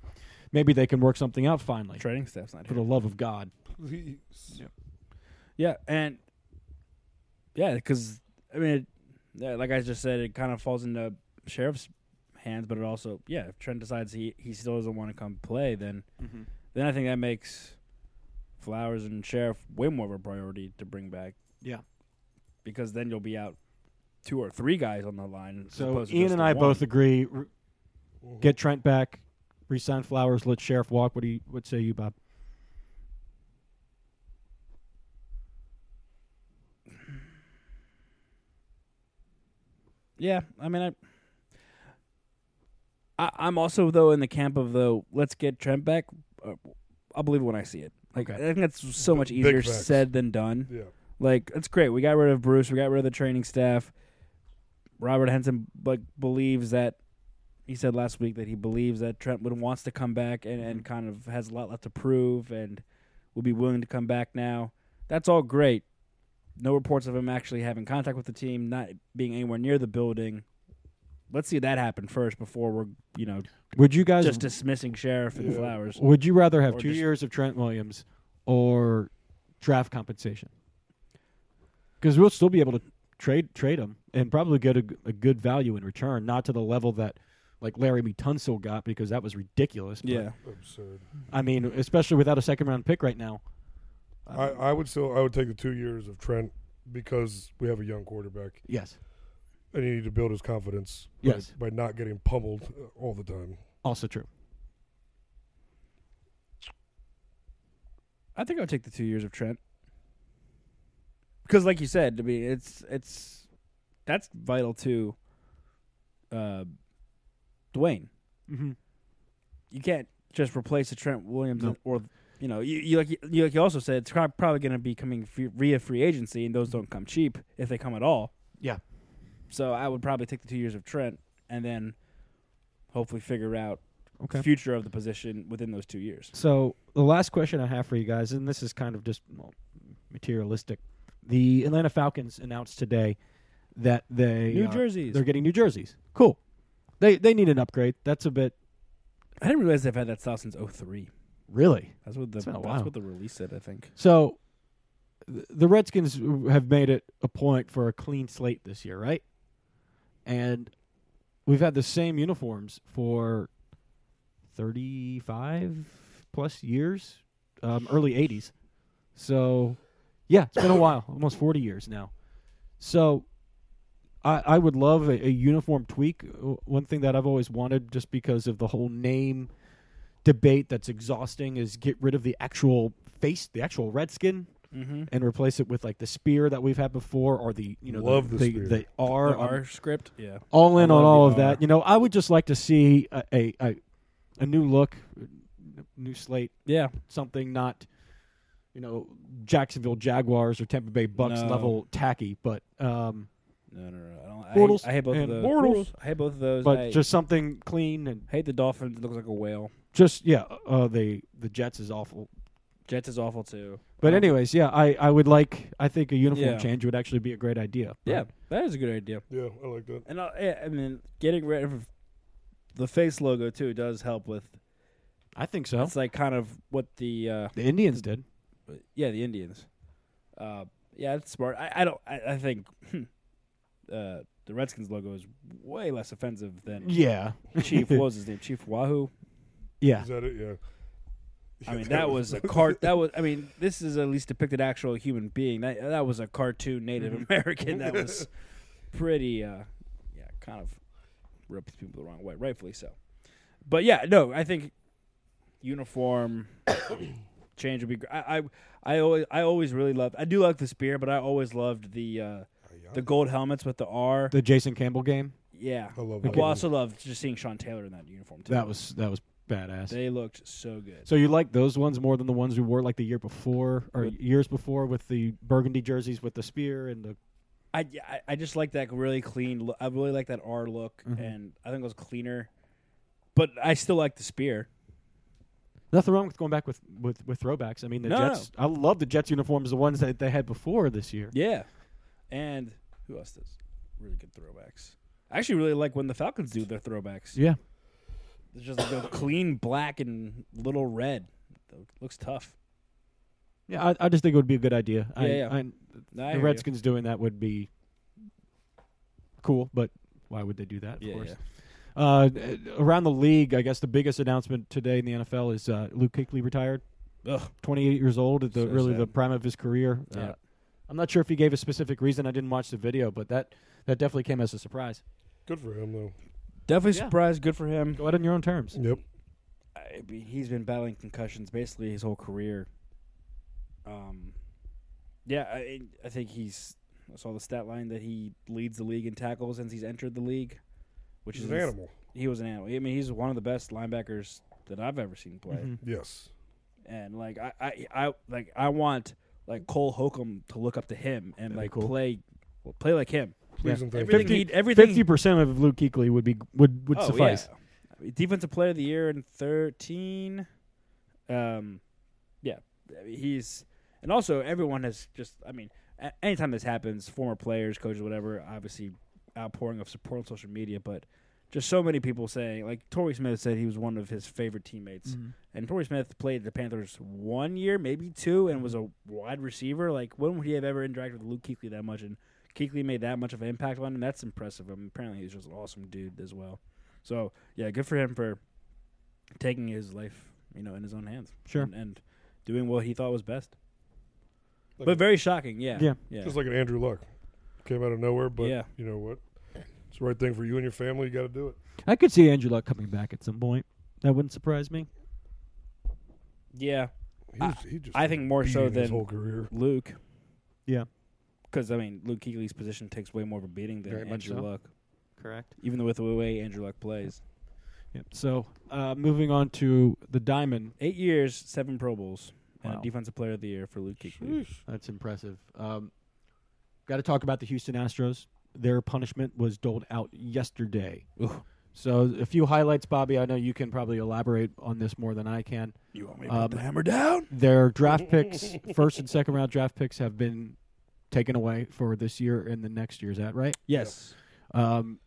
maybe they can work something out finally.
Trading staff's not
For
here.
the love of God,
He-
Yeah, and yeah, because I mean, it, yeah, like I just said, it kind of falls into sheriff's hands, but it also, yeah, if Trent decides he he still doesn't want to come play, then
Mm-hmm.
then I think that makes Flowers and Sheriff way more of a priority to bring back.
Yeah.
because then you'll be out two or three guys on the line. as
so
opposed to
Ian
just
and
the
I
one.
both agree. r- Get Trent back, resign Flowers, let Sheriff walk. What do you? What say you, Bob?
Yeah, I mean, I, I I'm also though in the camp of though let's get Trent back. Uh, I'll believe it when I see it. Like
Okay.
I think that's so much
big
easier
facts.
said than done.
yeah.
Like it's great. We got rid of Bruce. We got rid of the training staff. Robert Henson like believes that he said last week that he believes that Trent would wants to come back and, and kind of has a lot left to prove and will be willing to come back now. That's all great. No reports of him actually having contact with the team, not being anywhere near the building. Let's see that happen first before we're you know
Would you guys
just dismissing Sheriff and Flowers.
Would you rather have
Or
two
just-
years of Trent Williams or draft compensation? because we'll still be able to trade trade him and probably get a, a good value in return, not to the level that like Larry Tunsil got because that was ridiculous. but,
Yeah.
Absurd.
I mean, especially without a second round pick right now.
I, I would still I would take the two years of Trent because we have a young quarterback
Yes.
and you need to build his confidence. by-
Yes.
By, not getting pummeled uh, all the time.
Also true.
I think I would take the two years of Trent because, like you said, I mean, it's it's that's vital to uh, Dwayne.
Mm-hmm.
You can't just replace a Trent Williams
No.
or you know you, you like you like you also said it's prob- probably going to be coming free, via free agency, and those don't come cheap if they come at all.
Yeah.
So I would probably take the two years of Trent and then hopefully figure out
Okay.
the future of the position within those two years.
So the last question I have for you guys, and this is kind of just well, materialistic. The Atlanta Falcons announced today that they
New
uh,
jerseys.
They're getting new jerseys. Cool. They they need an upgrade. That's a bit
I didn't realize they've had that style since 03.
really.
That's what the
It's been a
that's
while.
what the release said, I think.
So th- the Redskins have made it a point for a clean slate this year, right? And we've had the same uniforms for 35 plus years, um, early 80s. So, yeah, it's been a while, almost 40 years now. So I, I would love a, a uniform tweak. O- One thing that I've always wanted, just because of the whole name debate that's exhausting, is get rid of the actual face, the actual redskin,
Mm-hmm.
and replace it with like the spear that we've had before, or the you know
Love
the,
the
the,
spear.
the R. I'm
our script, yeah.
all in
I
on
love
all
the
of that.
R.
You know, I would just like to see a a, a, a new look, new slate,
Yeah.
something not. You know, Jacksonville Jaguars or Tampa Bay Bucks
No.
level tacky, but um,
No, no, no. I, don't, I,
Bortles
hate, I hate both of
and
those.
Bortles.
I hate both of those.
but
I
just something clean and
hate the Dolphins. It looks like a whale.
just yeah uh the the jets is awful
Jets is awful too.
but
Um,
anyways yeah i i would like i think a uniform
Yeah.
change would actually be a great idea But
Yeah, that is a good idea.
Yeah, I like that.
And I, yeah, I mean, getting rid of the face logo too does help with.
i think so
It's like kind of what the uh,
the indians did
yeah the Indians. Uh, yeah, that's smart. I, I don't. I, I think hmm, uh, the Redskins logo is way less offensive than
yeah
Chief. What was his name? Chief Wahoo.
yeah
Is that it? Yeah.
I mean, that was a cart. That was. I mean, this is at least depicted actual human being. That that was a cartoon Native
Mm-hmm.
American. That was pretty. Uh, yeah, kind of rubbed people the wrong way, rightfully so. But yeah, no, I think uniform change would be. Gr- I, I I always I always really loved. I do like the spear, but I always loved the uh, the gold helmets with the R.
the jason campbell game
Yeah,
I love
Well, I
that.
also loved just seeing Sean Taylor in that uniform too.
that was that was badass
they looked so good.
so you like those ones more than the ones we wore like the year before or
With-
years before with the burgundy jerseys with the spear and the
I, I, I just like that really clean. Look. I really like that R look,
Mm-hmm.
and I think it was cleaner. But I still like the spear.
nothing wrong with going back with with, with throwbacks i mean the
No, no.
jets i love the jets uniforms the ones that they had before this year
Yeah, and who else does really good throwbacks? I actually really like when the Falcons do their throwbacks.
yeah
It's just like a clean black and little red. It looks tough.
Yeah, I, I just think it would be a good idea. I,
Yeah, yeah.
I,
No, I hear
the
you.
Redskins doing that would be cool, but why would they do that? Of
Yeah,
course. Uh, around the league, I guess the biggest announcement today in the NFL is uh, Luke Kuechly retired,
Ugh.
28 years old, at the
So
really the
sad.
prime of his career. Uh,
Yeah.
I'm not sure if he gave a specific reason. I didn't watch the video, but that that definitely came as a surprise.
good for him though.
Definitely
Yeah.
surprised. Good for him.
Go out on your own terms.
Yep.
I mean, he's been battling concussions basically his whole career. Um, yeah, I, I think he's. I saw the stat line that he leads the league in tackles since he's entered the league, which
He's
is
an animal.
He was an animal. I mean, he's one of the best linebackers that I've ever seen play.
Mm-hmm. Yes.
And like I, I, I like I want like Cole Holcomb to look up to him and like play, well, play like him.
Please and thank
Everything
you.
he, everything
Fifty percent of Luke Kuechly would be would would
Oh,
suffice.
yeah. I mean, Defensive player of the year in 13. Um, yeah, I mean, he's and also everyone has just. I mean, a- anytime this happens, former players, coaches, whatever, obviously outpouring of support on social media, but just so many people saying like Torrey Smith said he was one of his favorite teammates, and Torrey Smith played the Panthers one year, maybe two, and was a wide receiver. Like when would he have ever interacted with Luke Kuechly that much? And Kuechly made that much of an impact on him. That's impressive. I mean, apparently he's just an awesome dude as well. So yeah, good for him for taking his life, you know, in his own hands.
Sure.
and, and doing what he thought was best.
Like
but very shocking, yeah.
Yeah.
yeah.
Just like an Andrew Luck. Came out of nowhere, but
Yeah.
you know what? It's the right thing for you and your family. You got to do it.
I could see Andrew Luck coming back at some point. That wouldn't surprise me.
yeah,
He, was- he just
I think more
beat
so
his
than-
whole career.
Luke.
Yeah.
Because I mean, Luke Keeley's position takes way more of a beating than
Very much
Andrew
so.
Luck,
Correct.
even though with the way Andrew Luck plays.
Yep. So uh, moving on to the diamond.
Eight years, seven Pro Bowls, and
Wow.
a Defensive Player of the Year for Luke Keeley.
Sheesh.
That's impressive. Um, Got to talk about the Houston Astros. Their punishment was doled out yesterday. So a few highlights, Bobby. I know you can probably elaborate on this more than I can.
You want me
to put Um, the
hammer down?
Their draft picks, first and second round draft picks, have been taken away for this year and the next year. Is that right?
Yes.
Um,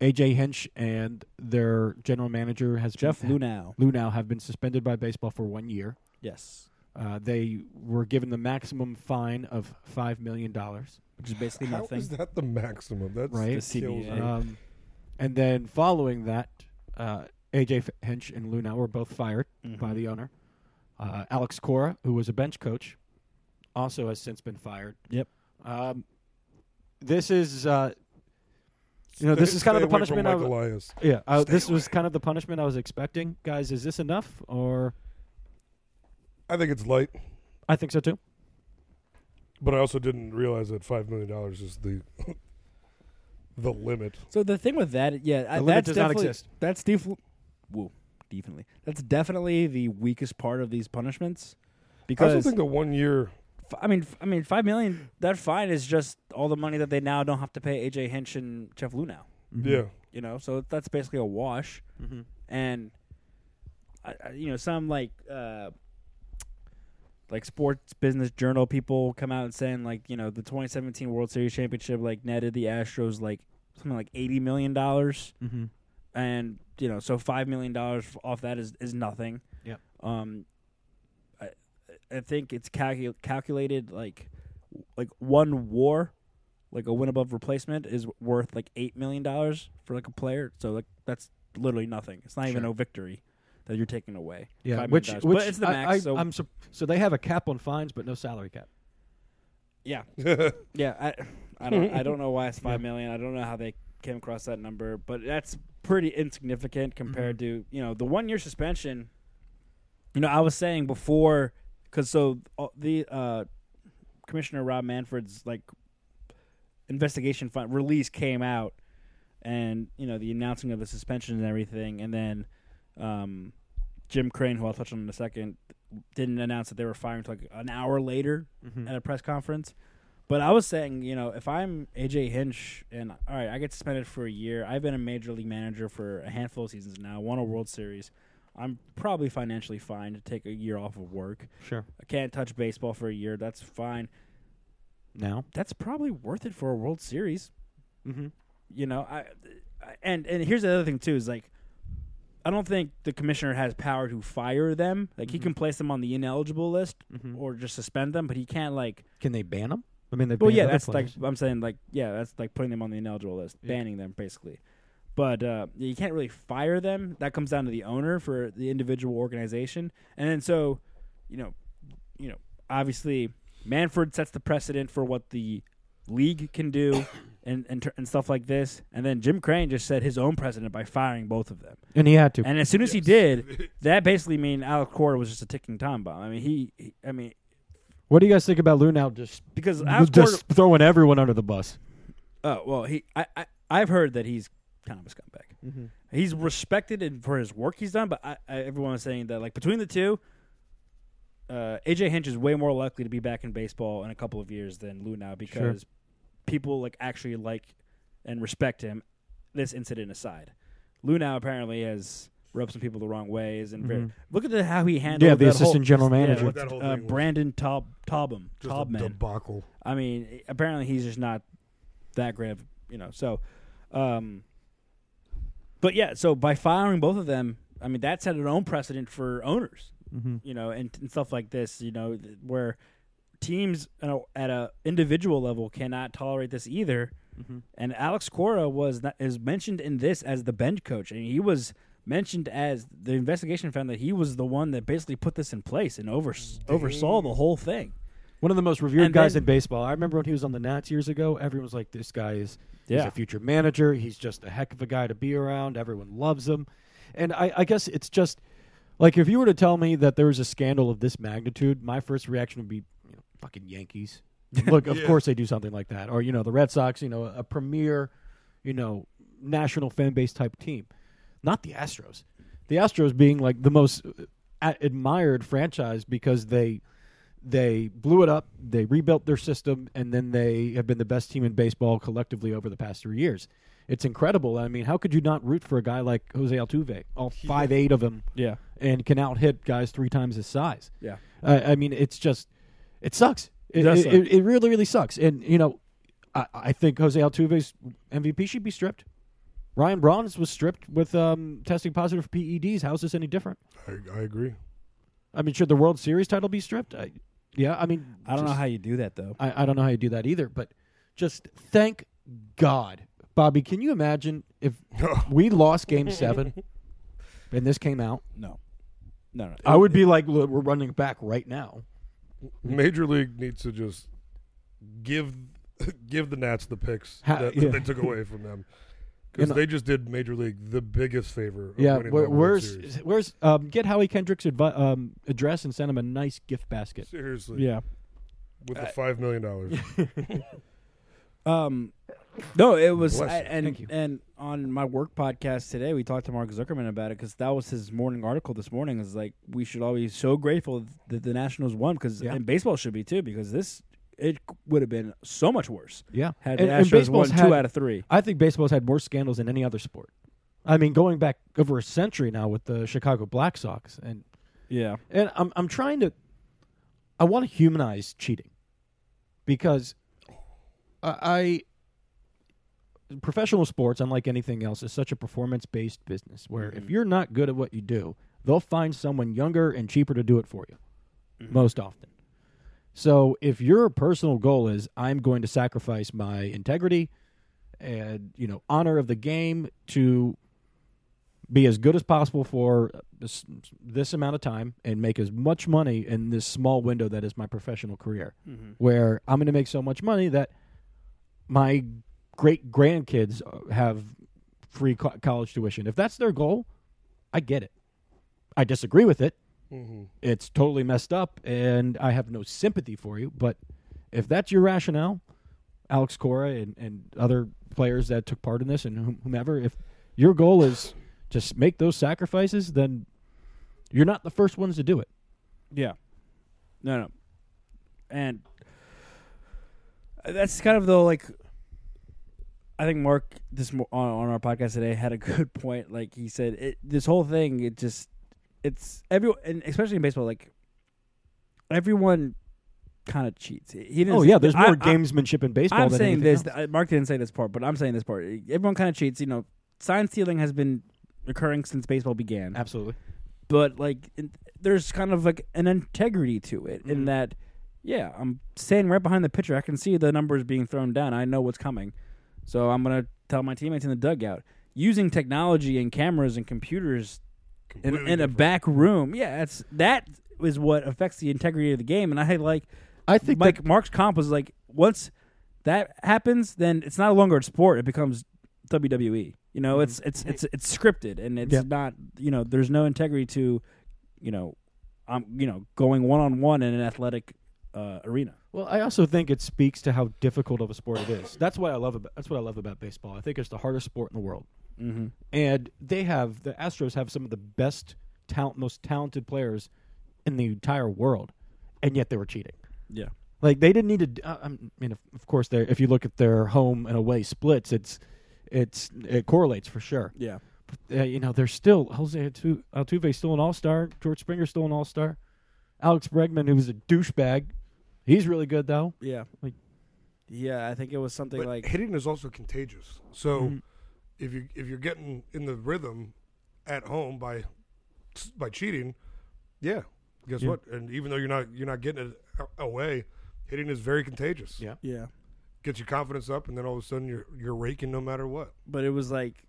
AJ Hinch and their general manager has
Jeff
been,
Lunau.
Lunau have been suspended by baseball for one year.
Yes.
Uh, they were given the maximum fine of five million dollars.
Which is basically
How
nothing.
is that the maximum? That's
Right.
The
kills
CBA.
me.
Um, and then following that, uh, AJ F- Hinch and Lunau were both fired
Mm-hmm.
by the owner. Uh, Alex Cora, who was a bench coach, also has since been fired.
Yep.
Um, this is, uh, you know, this
Stay-
is kind of
stay
the
away from
punishment. I,
Michael Elias.
yeah, I,
Stay
this was kind of the punishment I was expecting. Guys, is this enough? Or
I think it's light,
I think so too.
but I also didn't realize that five million dollars is the the limit.
So the thing with that, yeah, I,
limit
that's
does not
definitely-
exist.
That's def- woo, definitely. That's definitely the weakest part of these punishments.
I also
Because
think the one year
F- I mean, f- I mean, five million. That fine is just all the money that they now don't have to pay AJ Hinch and Jeff Lou now.
Yeah,
You know, so that's basically a wash.
Mhm.
And I, I, you know, some like uh, like sports business journal people come out and saying like, you know, the 2017 World Series championship like netted the Astros like something like 80 million dollars,
Mm-hmm.
and you know, so five million dollars off that is is nothing.
Yep.
Um, I I think it's calcu- calculated like like one war, like a win above replacement is worth like eight million dollars for like a player. So like that's literally nothing. It's not even
Sure.
a victory that you're taking away.
Yeah,
Five million
which,
dollars.
which
but it's the
I-
max.
I,
so
am so they have a cap on fines, but no salary cap.
yeah, yeah. I I don't I don't know why it's five million. I don't know how they came across that number, but that's pretty insignificant compared to you know the one year suspension. You know, I was saying before, because so uh, the uh, Commissioner Rob Manfred's like investigation fin- release came out, and you know the announcing of the suspension and everything, and then um, Jim Crane, who I'll touch on in a second, didn't announce that they were firing until like an hour later at a press conference. But I was saying, you know, if I'm AJ Hinch and all right, I get suspended for a year. I've been a major league manager for a handful of seasons now. Won a World Series. I'm probably financially fine to take a year off of work.
Sure.
I can't touch baseball for a year. That's fine.
Now.
That's probably worth it for a World Series
Mm-hmm.
you know I, I and and here's the other thing too is like i don't think the commissioner has power to fire them like he can place them on the ineligible list or just suspend them but he can't like
Can they ban them? I mean, they.
well
ban
yeah
other
that's
players.
like i'm saying like yeah that's like putting them on the ineligible list
Yeah.
banning them basically but uh, you can't really fire them that comes down to the owner for the individual organization and then so you know you know obviously manford sets the precedent for what the league can do and and, tr- and stuff like this and then jim crane just set his own precedent by firing both of them
and he had to.
and as soon as he did that basically mean alec Cora was just a ticking time bomb i mean he, he i mean
What do you guys think about Lunau just
because
just
alec Cora-
throwing everyone under the bus?
Oh well, he I, I I've heard that he's kind of a scumbag.
Mm-hmm.
He's respected in, for his work he's done, but I, I, everyone was saying that like between the two, uh, AJ Hinch is way more likely to be back in baseball in a couple of years than Lou now because people like actually like and respect him. This incident aside, Lou now apparently has rubbed some people the wrong ways and very- look at the, how he handled
Mm-hmm. Yeah, the
that
assistant
whole-
general
yeah,
manager.
with,
That whole
uh,
thing was
Brandon Taub Taubman
just a
Taubman.
debacle.
I mean, apparently he's just not that great of, you know. So, um, But yeah, so by firing both of them, I mean that set its own precedent for owners, you know, and, and stuff like this, you know, th- where teams you know, at a individual level cannot tolerate this either. And Alex Cora was not, is mentioned in this as the bench coach, and he was mentioned as the investigation found that he was the one that basically put this in place and overs- oversaw the whole thing.
One of the most revered
And
guys
then-
in baseball. I remember when he was on the Nats years ago. Everyone was like, "This guy is he's
Yeah.
a future manager. He's just a heck of a guy to be around. Everyone loves him." And I, I guess it's just like if you were to tell me that there was a scandal of this magnitude, my first reaction would be, you know, "Fucking Yankees." Look, of course they do something like that, or you know, the Red Sox. You know, a premier, you know, national fan base type team, not the Astros. The Astros being like the most uh, a- admired franchise because they they blew it up, they rebuilt their system, and then they have been the best team in baseball collectively over the past three years. It's incredible. I mean, how could you not root for a guy like Jose Altuve, all five eight of him,
Yeah.
and can out hit guys three times his size?
Yeah.
I, I mean, it's just, it sucks. It,
does
it,
suck.
it, it really, really sucks. And you know, I, I think Jose Altuve's MVP should be stripped. Ryan Braun was stripped with um, testing positive for PEDs. How is this any different?
I, I agree.
I mean, should the World Series title be stripped? I, yeah, I mean,
I don't know
just-
how you do that though.
I, I don't know how you do that either, but just thank God. Bobby, can you imagine if we lost game seven and this came out?
No, no, no.
I would be like, "Look, we're running back right now.
Major League needs to just give give the Nats the picks
Ha-
that,
yeah.
that they took away from them because
uh,
And-
they just did Major League the biggest favor. Of
Yeah,
winning
where,
that World
where's
Series.
where's um, get Howie Kendrick's advi- um, address and send him a nice gift basket.
seriously?
yeah.
with the five million dollars.
Um, no, it was,
Bless
I,
you.
and and on my work podcast today, we talked to Mark Zuckerman about it because that was his morning article this morning. Is like we should all be so grateful that the Nationals won because
Yeah.
and baseball should be too because this it would have been so much worse.
Yeah,
had
And-
the
and
Astros won
baseball's
two
had-
out of three.
I think baseball's had more scandals than any other sport. I mean, going back over a century now with the Chicago Black Sox, and
Yeah,
and I'm I'm trying to I want to humanize cheating because I, I professional sports unlike anything else is such a performance based business where if you're not good at what you do they'll find someone younger and cheaper to do it for you most often so if your personal goal is I'm going to sacrifice my integrity and you know honor of the game to be as good as possible for this, this amount of time and make as much money in this small window that is my professional career, where I'm going to make so much money that my great grandkids uh, have free co- college tuition. If that's their goal, I get it. I disagree with it. It's totally messed up, and I have no sympathy for you. But if that's your rationale, Alex Cora and, and other players that took part in this and whom- whomever, if your goal is just make those sacrifices, then you're not the first ones to do it.
yeah, no, no, and uh, that's kind of the like I think Mark this mo- on, on our podcast today had a good point. Like he said, it, this whole thing, it just, it's every and especially in baseball, like everyone kind of cheats. He didn't.
Oh
say-
yeah, there's
I-
more
I-
gamesmanship in baseball.
I'm
than
saying
anything
this.
else.
uh, Mark didn't say this part, but I'm saying this part. Everyone kind of cheats. You know, sign stealing has been occurring since baseball began
Absolutely.
but like in- there's kind of like an integrity to it
Mm-hmm.
in that yeah i'm standing right behind the pitcher i can see the numbers being thrown down i know what's coming so i'm going to tell my teammates in the dugout using technology and cameras and computers in,
Completely
in a
different.
back room yeah that's that is what affects the integrity of the game and i like
I think
Mike
that-
Mark's comp was like once that happens, then it's not longer a sport; it becomes WWE. You know, it's it's it's it's scripted, and it's
Yeah.
not you know there's no integrity to you know I'm you know going one on one in an athletic uh, arena.
Well, I also think it speaks to how difficult of a sport it is. That's why I love about, that's what I love about baseball. I think it's the hardest sport in the world.
Mm-hmm.
And they have the Astros have some of the best talent, most talented players in the entire world, and yet they were cheating.
Yeah,
Like they didn't need to. d- uh, I I mean, of, of course, they if you look at their home and away splits, it's it's it correlates for sure.
yeah,
Uh, you know, they're still Jose Altu- Altuve still an All Star, George Springer still an All Star, Alex Bregman who was a douchebag, he's really good though.
yeah,
Like-
yeah. I think it was something
But
like
Mm-hmm.
hitting is also contagious. So
if you if you're getting in the rhythm at home by by cheating, yeah, guess
Yeah.
what? And even though you're not you're not getting it a- away, hitting is very contagious.
Yeah.
Yeah.
gets your confidence up, and then all of a sudden you're you're raking no matter what.
But it was like,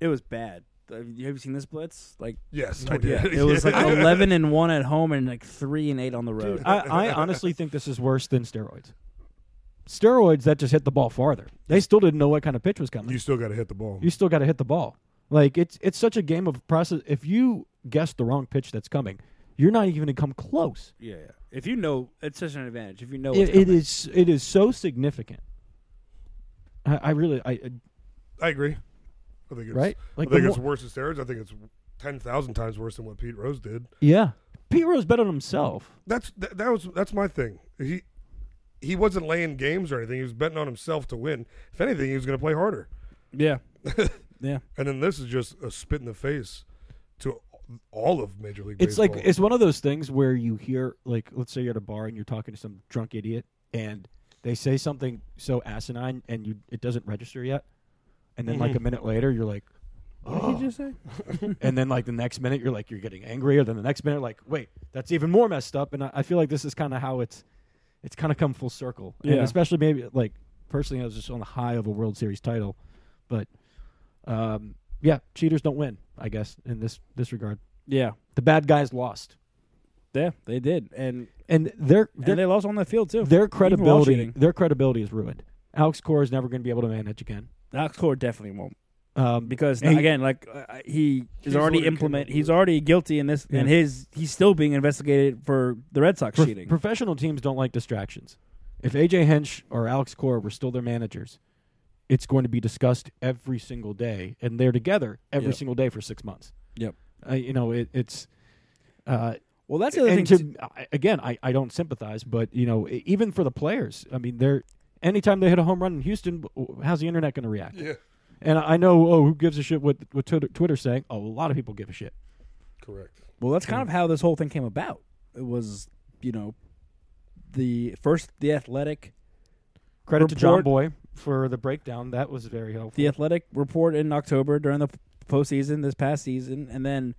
it was bad. Have you have you seen this blitz? Like,
Yes, I did.
it was like eleven and one at home and like three and eight on the road.
I, I honestly think this is worse than steroids. Steroids that just hit the ball farther. They still didn't know what kind of pitch was coming.
You still got to hit the ball.
you still got to hit the ball. Like it's it's such a game of process. If you guess the wrong pitch that's coming, you're not even going to come close.
yeah, yeah. If you know, it's such an advantage. If you know,
It,
what's
it
coming.
is it is so significant. I, I really I
I agree. I think it's
Right? Like,
I think
the
it's
more-
worse than steroids. I think it's ten thousand times worse than what Pete Rose did.
yeah. Pete Rose bet on himself.
That's that, that was that's my thing. He he wasn't laying games or anything. He was betting on himself to win. If anything, he was going to play harder.
Yeah, yeah.
And then this is just a spit in the face to all of Major League.
It's
Baseball.
like it's one of those things where you hear like let's say you're at a bar and you're talking to some drunk idiot and they say something so asinine and you it doesn't register yet. And then
Mm-hmm.
like a minute later you're like
What did you just say?
and then like the next minute you're like you're getting angry or then the next minute like wait that's even more messed up and i, I feel like this is kind of how it's it's kind of come full circle and
Yeah.
especially maybe like personally i was just on the high of a world series title but um yeah cheaters don't win i guess in this this regard
Yeah,
the bad guys lost
yeah. They did, and
and their
and
their,
they lost on the field too.
their credibility
cheating.
their credibility is ruined alex core is never going to be able to manage again
Alex Cora definitely won't
um
because
Hey.
again, like uh, uh, he is
the one who
already
came
implement.
up with
He's
it.
already guilty in this, and
Yeah.
his he's still being investigated for the Red Sox
Pro-
cheating.
Professional teams don't like distractions. If AJ Hinch or Alex Cora were still their managers, it's going to be discussed every single day, and they're together every
Yep.
single day for six months.
Yep.
Uh, you know, it, it's. Uh,
well, that's the other thing.
and to,
too.
I- again, I, I don't sympathize, but you know, e- even for the players, I mean, they're anytime they hit a home run in Houston, w- how's the internet going to react?
yeah,
And I I know, oh, who gives a shit what what Twitter, Twitter's saying? Oh, a lot of people give a shit.
correct.
Well, that's kind of how this whole thing came about. It was, you know, the first the athletic
Credit to John
Report-
Boy for the breakdown. That was very helpful.
the athletic report in October during the postseason this past season, and then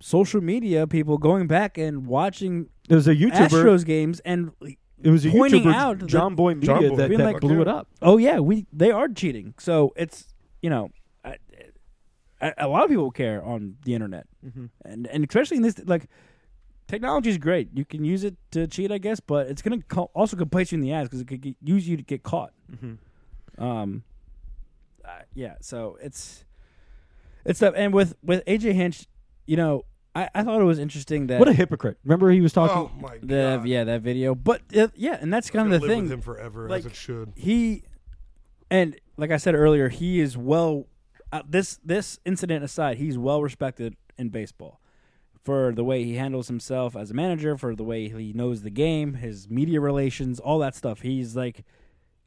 social media people going back and watching
There was a YouTuber.
Astros games and
It was a
pointing
YouTuber,
out
John
that-
Boy Media,
John Boy.
that,
Being
that
like,
blew it up.
oh yeah, we they are cheating. So it's you know, I, I, a lot of people care on the internet,
Mm-hmm.
and and especially in this like. Technology is great. You can use it to cheat, I guess, but it's going to co- also could bite you in the ass because it could get, use you to get caught.
Mm-hmm.
Um, uh, yeah. So it's it's stuff. And with with AJ Hinch, you know, I, I thought it was interesting that
What a hypocrite! Remember, he was talking.
Oh my god!
the, yeah that video, but uh, yeah, and that's kind
Gonna
of
live
the thing
with him forever
Like-
as it should.
he and like I said earlier, he is well. Uh, this this incident aside, he's well respected in baseball for the way he handles himself as a manager, for the way he knows the game, his media relations, all that stuff. He's like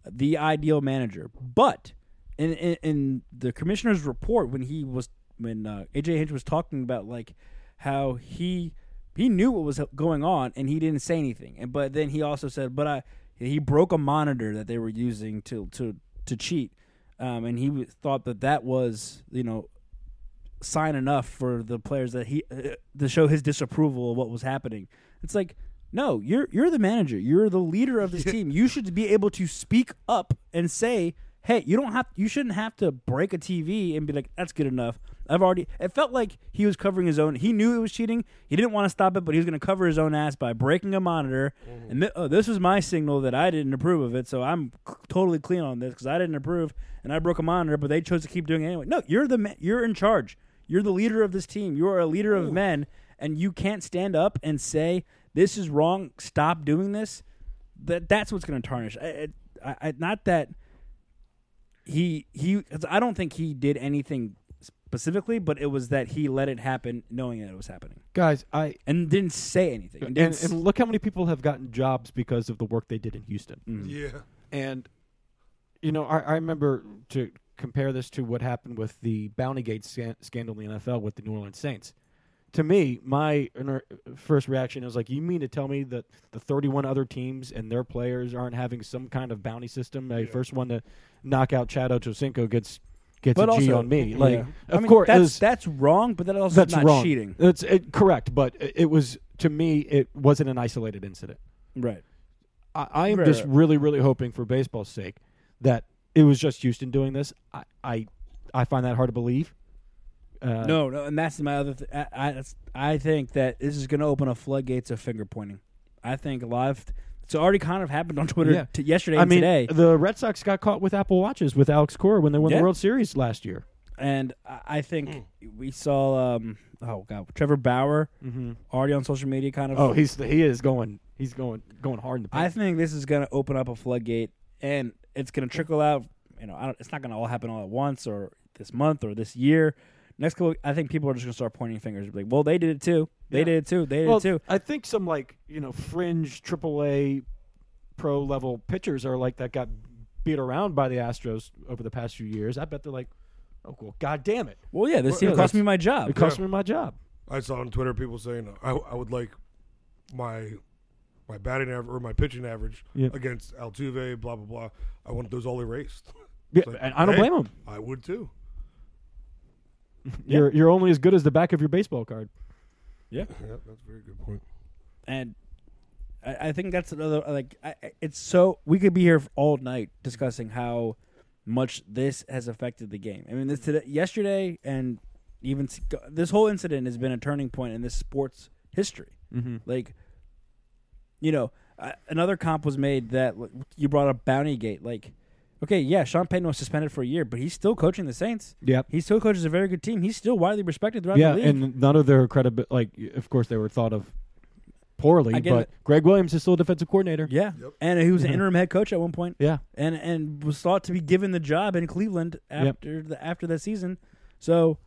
the ideal manager. But in in, in the commissioner's report, when he was when uh, AJ Hinch was talking about like how he he knew what was going on and he didn't say anything, and but then he also said, but I he broke a monitor that they were using to to to cheat, um, and he w- thought that that was you know sign enough for the players that he uh, to show his disapproval of what was happening. It's like, no, you're you're the manager, you're the leader of this team. You should be able to speak up and say, "Hey, you don't have, you shouldn't have to break a TV and be like, that's good enough." I've already. It felt like he was covering his own. He knew it was cheating. He didn't want to stop it, but he was going to cover his own ass by breaking a monitor. And th- oh, this was my signal that I didn't approve of it, so I'm c- totally clean on this because I didn't approve and I broke a monitor, but they chose to keep doing it anyway. No, you're the ma- you're in charge. You're the leader of this team. You are a leader of men, and you can't stand up and say this is wrong. Stop doing this. That that's what's going to tarnish. I, I, I, not that he he. 'cause I don't think he did anything specifically, but it was that he let it happen, knowing that it was happening,
Guys, I
and didn't say anything.
and,
didn't
and look how many people have gotten jobs because of the work they did in Houston.
Yeah,
And you know, I, I remember to compare this to what happened with the Bounty Gate scan- scandal in the NFL with the New Orleans Saints. To me, my inner- first reaction was like, "You mean to tell me that the 31 other teams and their players aren't having some kind of bounty system? The first one to knock out Chad Ochocinco gets gets
But
a G
also-
on me.
yeah.
Like,
I
of
mean,
course,
that's
that's,
that's wrong, but that also
that's
is not
wrong.
cheating,
It's it, correct, but it, it was to me. It wasn't an isolated incident.
right?
I, I am
Right,
just
right.
really, really hoping for baseball's sake that it was just Houston doing this. I, I, I find that hard to believe. Uh,
no, no, and that's my other. Th- I, I that's- I think that this is going to open a floodgates of finger pointing. I think a lot of it's already kind of happened on Twitter
Yeah.
t- yesterday
I
and
mean, uh,
today,
the Red Sox got caught with Apple Watches with Alex Cora when they won
Yeah.
the World Series last year.
and I I think we saw. um Oh God, Trevor Bauer already on social media, kind of.
Mm-hmm. Oh, he's he is going. He's going going hard in the
I
paint.
think this is going to open up a floodgate, and it's going to trickle out. You know, I don't, it's not going to all happen all at once, or this month, or this year. Next couple, I think people are just going to start pointing fingers, like, "Well, they did it too. They
Yeah.
did it too. They did
well,
it too."
I think some like you know fringe AAA pro level pitchers are like that got beat around by the Astros over the past few years. I bet they're like, oh well, god damn it,
Well, yeah, this
Well,
team
yeah,
cost
that's-
me my job.
it cost me my job.
I saw on Twitter people saying I, I would like my my batting average or my pitching average
Yeah.
against Altuve, blah blah blah. I want those all erased.
Yeah,
It's like,
and I don't
hey,
blame him.
I would too.
You're you're only as good as the back of your baseball card.
Yeah, that's a very good point.
and I, I think that's another like I, I- it's so we could be here all night discussing how much this has affected the game. I mean, this today, yesterday, and even s- go- this whole incident has been a turning point in this sports history.
Mm-hmm.
Like, you know, I, another comp was made that like, you brought up Bounty Gate. Like, okay, yeah, Sean Payton was suspended for a year, but he's still coaching the Saints.
Yep.
He still coaches a very good team. He's still widely respected throughout
Yeah,
the league.
and none of their credibility. Like, of course, they were thought of
I
poorly,
get
but
it.
Greg Williams is still defensive coordinator.
yeah, and he was an interim head coach at one point.
yeah.
and and was thought to be given the job in Cleveland
Yep.
after the after that season. So,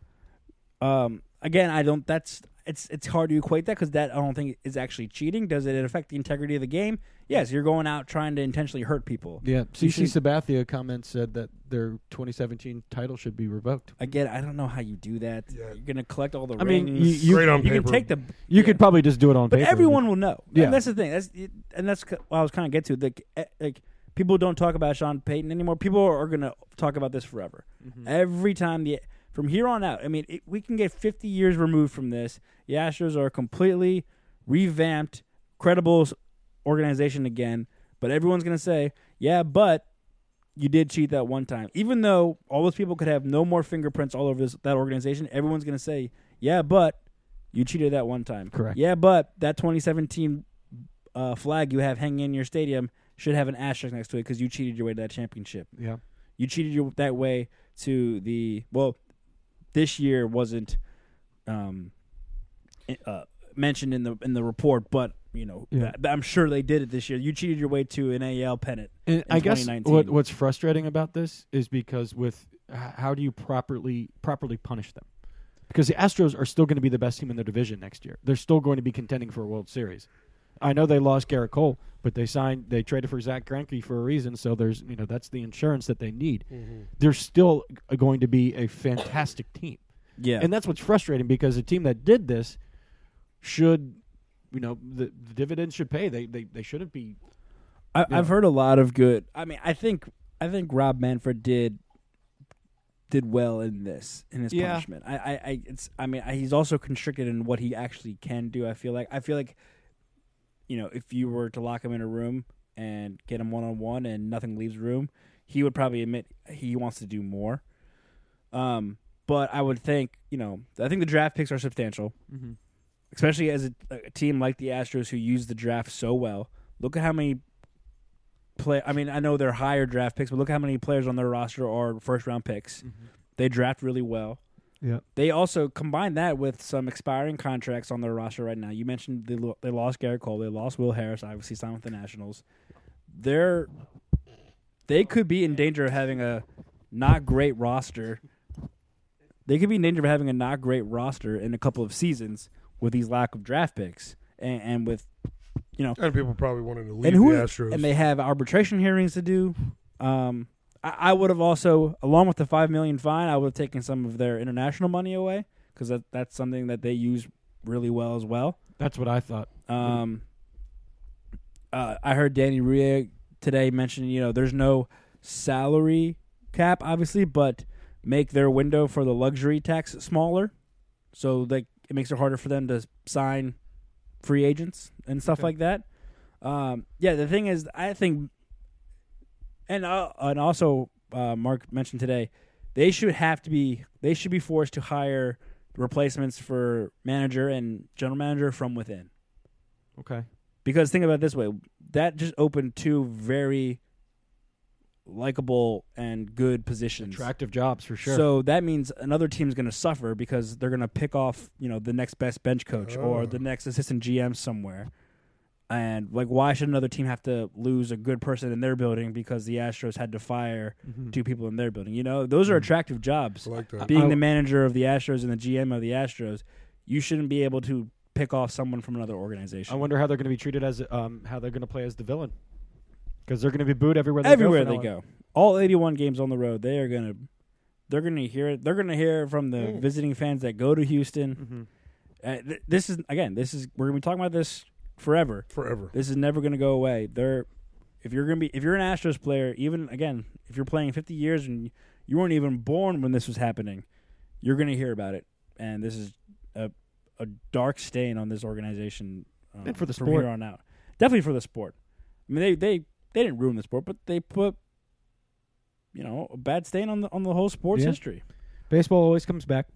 um, again, I don't. That's it's it's hard to equate that because that I don't think is actually cheating. Does it affect the integrity of the game? Yes, you're going out trying to intentionally hurt people.
Yeah,
You
CC Sabathia comments said that their 2017 title should be revoked.
Again, I don't know how you do that.
Yeah.
You're gonna collect all the
I mean,
rings.
you-
Great on
you can
paper.
take the
You
yeah.
could probably just do it on
but
paper.
everyone will know. Yeah,
Yeah.
that's the thing. That's and that's what I was kind of get to. Like, eh, like people don't talk about Sean Payton anymore. People are going to talk about this forever.
Mm-hmm.
Every time the from here on out. I mean, it, we can get fifty years removed from this. The Astros are a completely revamped, credible s- organization again. But everyone's going to say, yeah, but. You did cheat that one time, even though all those people could have no more fingerprints all over this, that organization. Everyone's going to say, "Yeah, but you cheated that one time."
Correct.
Yeah, but that 2017 uh, flag you have hanging in your stadium should have an asterisk next to it because you cheated your way to that championship.
Yeah.
You cheated your that way to the well. This year wasn't um, uh, mentioned in the in the report, but you know
Yeah.
I- I'm sure they did it this year. You cheated your way to an AL pennant.
And
in
I guess
2019.
what what's frustrating about this is because with h- how do you properly properly punish them? Because the Astros are still going to be the best team in their division next year. They're still going to be contending for a World Series. I know they lost Garrett Cole, but they signed they traded for Zach Greinke for a reason. So there's you know that's the insurance that they need. They're still going to be a fantastic team.
Yeah,
And that's what's frustrating because a team that did this should, you know, the, the dividends should pay. They, they they shouldn't be.
I, I've heard a lot of good. I mean, I think I think Rob Manfred did did well in this in his
Yeah.
punishment. I, I, I it's I mean I, he's also constricted in what he actually can do. I feel like I feel like you know if you were to lock him in a room and get him one on one and nothing leaves room, he would probably admit he wants to do more. Um, but I would think you know I think the draft picks are substantial especially as a, a team like the Astros who use the draft so well. Look at how many play. I mean, I know they're higher draft picks, but look how many players on their roster are first round picks. They draft really well.
Yeah.
They also combine that with some expiring contracts on their roster right now. You mentioned they lo- they lost Garrett Cole, they lost Will Harris, obviously signed with the Nationals. They're they could be in danger of having a not great roster. They could be in danger of having a not great roster in a couple of seasons with these lack of draft picks and, and with you know
And people probably wanted to leave
and who
the Astros.
and they have arbitration hearings to do. Um, I, I would have also, along with the five million fine, I would have taken some of their international money away because that, that's something that they use really well as well.
That's what I thought.
Um, uh, I heard Danny Ria today mention, you know, there's no salary cap, obviously, but make their window for the luxury tax smaller, so that it makes it harder for them to sign free agents and stuff like that. Um, yeah, the thing is, I think, and uh, and also uh, Mark mentioned today, they should have to be they should be forced to hire replacements for manager and general manager from within.
Okay.
Because think about it this way, that just opened two very likable and good positions.
Attractive jobs for sure.
So that means another team's going to suffer because they're going to pick off, you know, the next best bench coach or
Oh.
the next assistant GM somewhere. And like, why should another team have to lose a good person in their building because the Astros had to fire two people in their building? You know, those are attractive jobs.
Mm-hmm. Mm. I like that.
Being
I-
the manager of the Astros and the GM of the Astros, you shouldn't be able to pick off someone from another organization.
I wonder how they're going to be treated as um how they're going to play as the villain because they're going to be booed everywhere. They
everywhere
go
they
from now on.
go. All 81 games on the road, they are gonna, they're gonna hear it. They're gonna hear it from the visiting fans that go to
Mm-hmm.
Houston. Uh, th- this is again, this is we're gonna be talking about this forever.
forever.
This is never gonna go away. They're, if you're gonna be, if you're an Astros player, even again, if you're playing 50 years and you weren't even born when this was happening, you're gonna hear about it. And this is a a dark stain on this organization. Um,
And for the
from
sport.
here on out, definitely for the sport. I mean, they they they didn't ruin the sport, but they put you know a bad stain on the on the whole sports
Yeah.
history.
Baseball always comes back,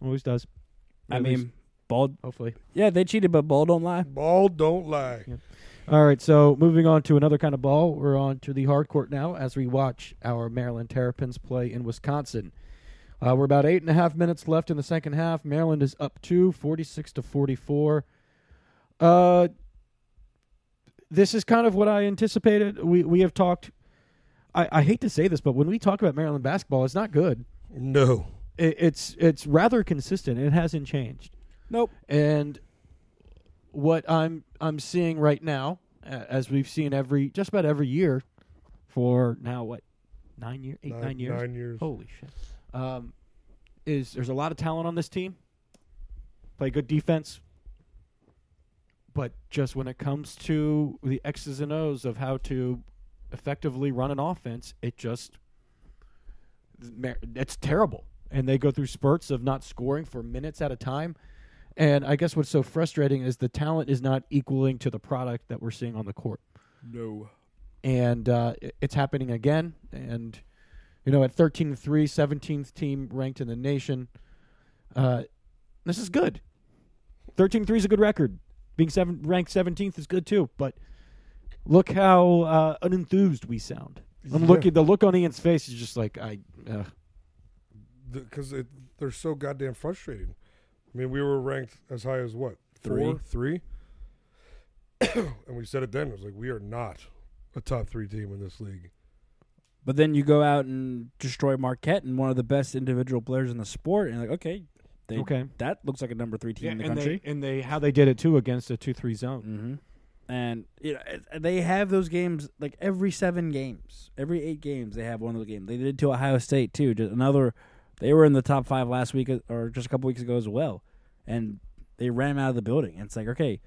always does.
I
At
mean,
least,
bald.
hopefully.
Yeah, they cheated, but ball don't lie.
Ball don't lie.
All right, so moving on to another kind of ball. We're on to the hard court now as we watch our Maryland Terrapins play in Wisconsin. Uh, we're about eight and a half minutes left in the second half. Maryland is up two, 46 to 44. Uh, this is kind of what I anticipated. We we have talked. I, I hate to say this, but when we talk about Maryland basketball, it's not good.
No.
It, it's it's rather consistent. It hasn't changed.
Nope.
And what I'm I'm seeing right now, a- as we've seen every just about every year for now what nine year eight nine,
Nine-
years
nine years.
holy shit um, is there's a lot of talent on this team play good defense but just when it comes to the X's and O's of how to effectively run an offense it just it's terrible and they go through spurts of not scoring for minutes at a time and I guess what's so frustrating is the talent is not equaling to the product that we're seeing on the court. No. And uh, i- it's happening again. And, you know, at 13 3, 17th team ranked in the nation, uh, this is good. 13 3 is a good record. Being seven, ranked 17th is good too. But look how uh, unenthused we sound. I'm looking, the look on Ian's face is just like, I, uh,
Because it they're so goddamn frustrating. I mean, we were ranked as high as what?
Three.
Four? Three? and we said it then. It was like, we are not a top three team in this league.
But then you go out and destroy Marquette and one of the best individual players in the sport, and you're like, okay, they,
Okay.
that looks like a number three team in the
and,
country. Mm-hmm.
they, and they, how they did it too against a 2 3 zone.
and you know it- they have those games like every seven games, every eight games they have one of those games. They did to Ohio State too. Just another, they were in the top five last week uh, or just a couple weeks ago as well, and they ran 'em out of the building. And it's like okay,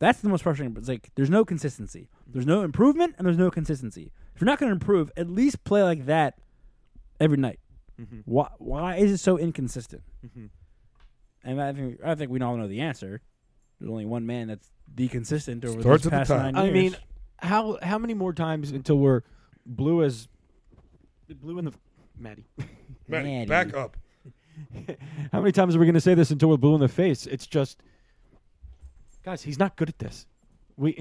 that's the most frustrating. But it's like there's no consistency, there's no improvement, and there's no consistency. If you're not going to improve, at least play like that every night. Why why is it so inconsistent? And I think I think we all know the answer. There's only one man that's the consistent over
Starts
the
at the
past
top.
nine years.
I mean, how how many more times until we're blue as blue in the Maddie?
Matt,
Maddie.
back up.
How many times are we going to say this until we're blue in the face? It's just, guys, he's not good at this. We,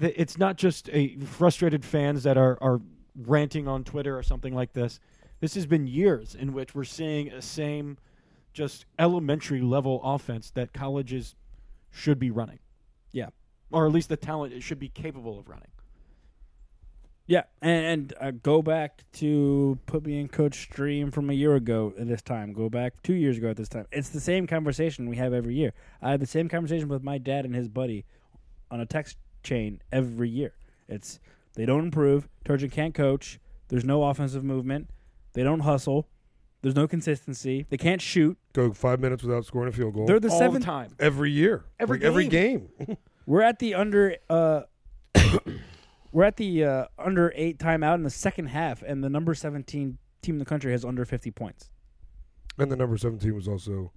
th- it's not just a frustrated fans that are are ranting on Twitter or something like this. This has been years in which we're seeing a same, just elementary level offense that colleges should be running,
yeah,
or at least the talent it should be capable of running.
yeah, and, and uh, go back to put me in coach stream from a year ago at this time. Go back two years ago at this time. It's the same conversation we have every year. I have the same conversation with my dad and his buddy on a text chain every year. It's they don't improve. Turgeon can't coach. There's no offensive movement. They don't hustle. There's no consistency. They can't shoot.
Go five minutes without scoring a field goal.
They're the
All
seventh
the time.
every year.
Every
Like, Every game.
We're at the under. Uh, we're at the uh, under eight timeout in the second half, and the number seventeen team in the country has under 50 points.
And the number seventeen was also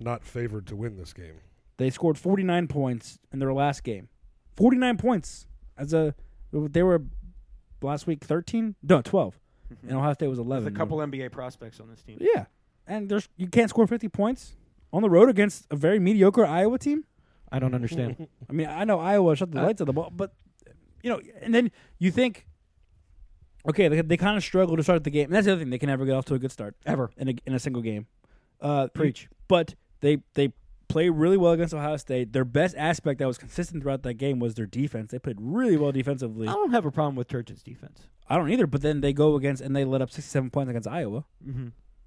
not favored to win this game.
They scored 49 points in their last game. 49 points as a they were last week 13, no 12, and Ohio State was 11.
Mm-hmm. There's a
Mm-hmm.
couple NBA prospects on this team.
Yeah, and there's you can't score 50 points on the road against a very mediocre Iowa team.
I don't understand.
I mean, I know Iowa shut the lights on the ball, but you know, and then you think, okay, they, they kind of struggle to start the game. And that's the other thing; they can never get off to a good start
Ever.
in a, in a single game. Uh,
Preach.
But they they play really well against Ohio State. Their best aspect that was consistent throughout that game was their defense. They played really well defensively.
I don't have a problem with Turgeon's defense.
I don't either. But then they go against and they let up sixty-seven points against Iowa,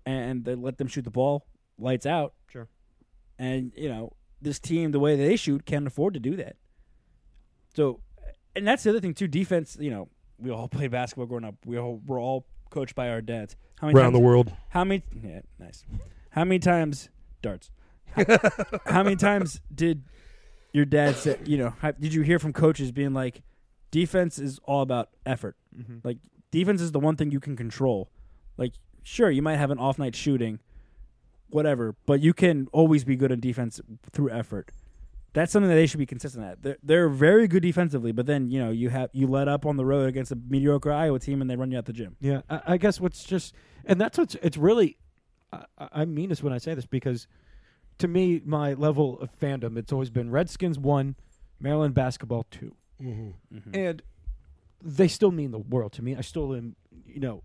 and they let them shoot the ball lights out.
Sure.
And you know this team, the way they shoot, can't afford to do that. So, and that's the other thing too. Defense, you know, we all played basketball growing up. We all we're all coached by our dads. How many
Around
times-
the world,
how many? Yeah, nice. How many times darts? How, how many times did your dad say? You know, how, did you hear from coaches being like, "Defense is all about effort. Like, defense is the one thing you can control. Like, sure, you might have an off night shooting, whatever, but you can always be good in defense through effort." That's something that they should be consistent at. They're, they're very good defensively, but then you know you have you let up on the road against a mediocre Iowa team and they run you out the gym.
Yeah, I, I guess what's just, and that's what's it's really. I, I I mean this when I say this because, to me, my level of fandom it's always been Redskins one, Maryland basketball 2 and they still mean the world to me. I still am, you know,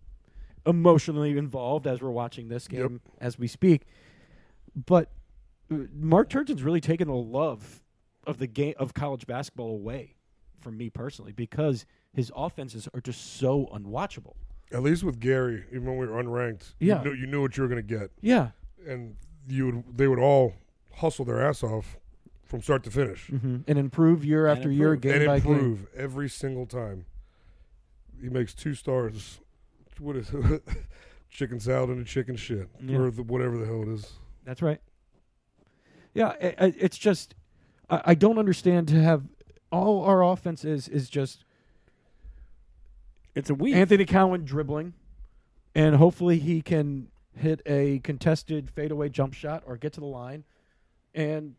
emotionally involved as we're watching this game as we speak. But uh, Mark Turgeon's really taken the love of the game of college basketball away from me personally because his offenses are just so unwatchable.
at least with Gary, even when we were unranked,
Yeah.
you, knew, you knew what you were going to get,
Yeah.
and you would they would all hustle their ass off from start to finish
and improve year after year, Mm-hmm. game
and
by game.
improve every single time. He makes two stars. What is chicken salad and a chicken shit,
Yeah.
or the, whatever the hell it is.
That's right. Yeah, i i it's just I, I don't understand to have all our offense is is just
It's a week.
Anthony Cowan dribbling, and hopefully he can hit a contested fadeaway jump shot or get to the line, and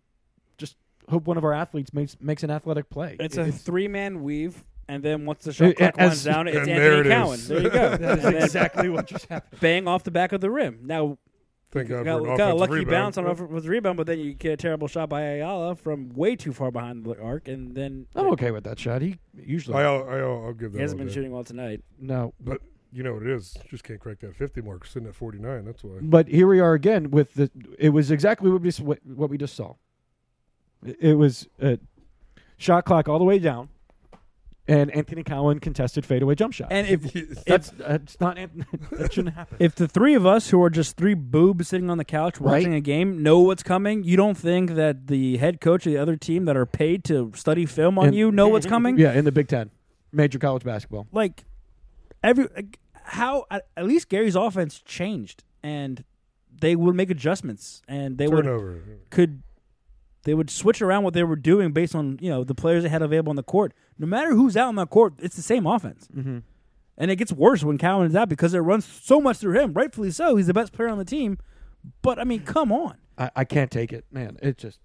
just hope one of our athletes makes makes an athletic play.
It's a three man weave, and then once the shot clock
As-
winds down, it's
And
Anthony
there it
Cowan.
is.
There you go.
that is
And then
exactly what just happened.
Bang off the back of the rim. Now
Thank God
got,
for an
got a
offensive
lucky
rebound.
bounce on off- with the rebound, but then you get a terrible shot by Ayala from way too far behind the arc, and then
I'm okay with that shot. He usually
I, I'll, I'll, I'll give that.
he hasn't
all
been
day.
shooting well tonight.
no,
But you know what it is. Just can't crack that 50 mark. Sitting at 49. That's why.
but here we are again with the. It was exactly what we just, what, what we just saw. It- It was a shot clock all the way down, and Anthony Cowan contested fadeaway jump shot.
And if
that's that's not Anthony- that shouldn't happen.
if the three of us who are just three boobs sitting on the couch watching
Right.
a game know what's coming, you don't think that the head coach of the other team that are paid to study film on
And-
you know what's coming?
yeah, in the Big Ten, major college basketball.
like every like, how at, at least Gary's offense changed and they would make adjustments and they would
Turnover.
could they would switch around what they were doing based on you know the players they had available on the court. No matter who's out on the court, it's the same offense. Mm-hmm. And it gets worse when Cowan is out because it runs so much through him. Rightfully so, he's the best player on the team. But I mean, come on.
I, I can't take it, man. It just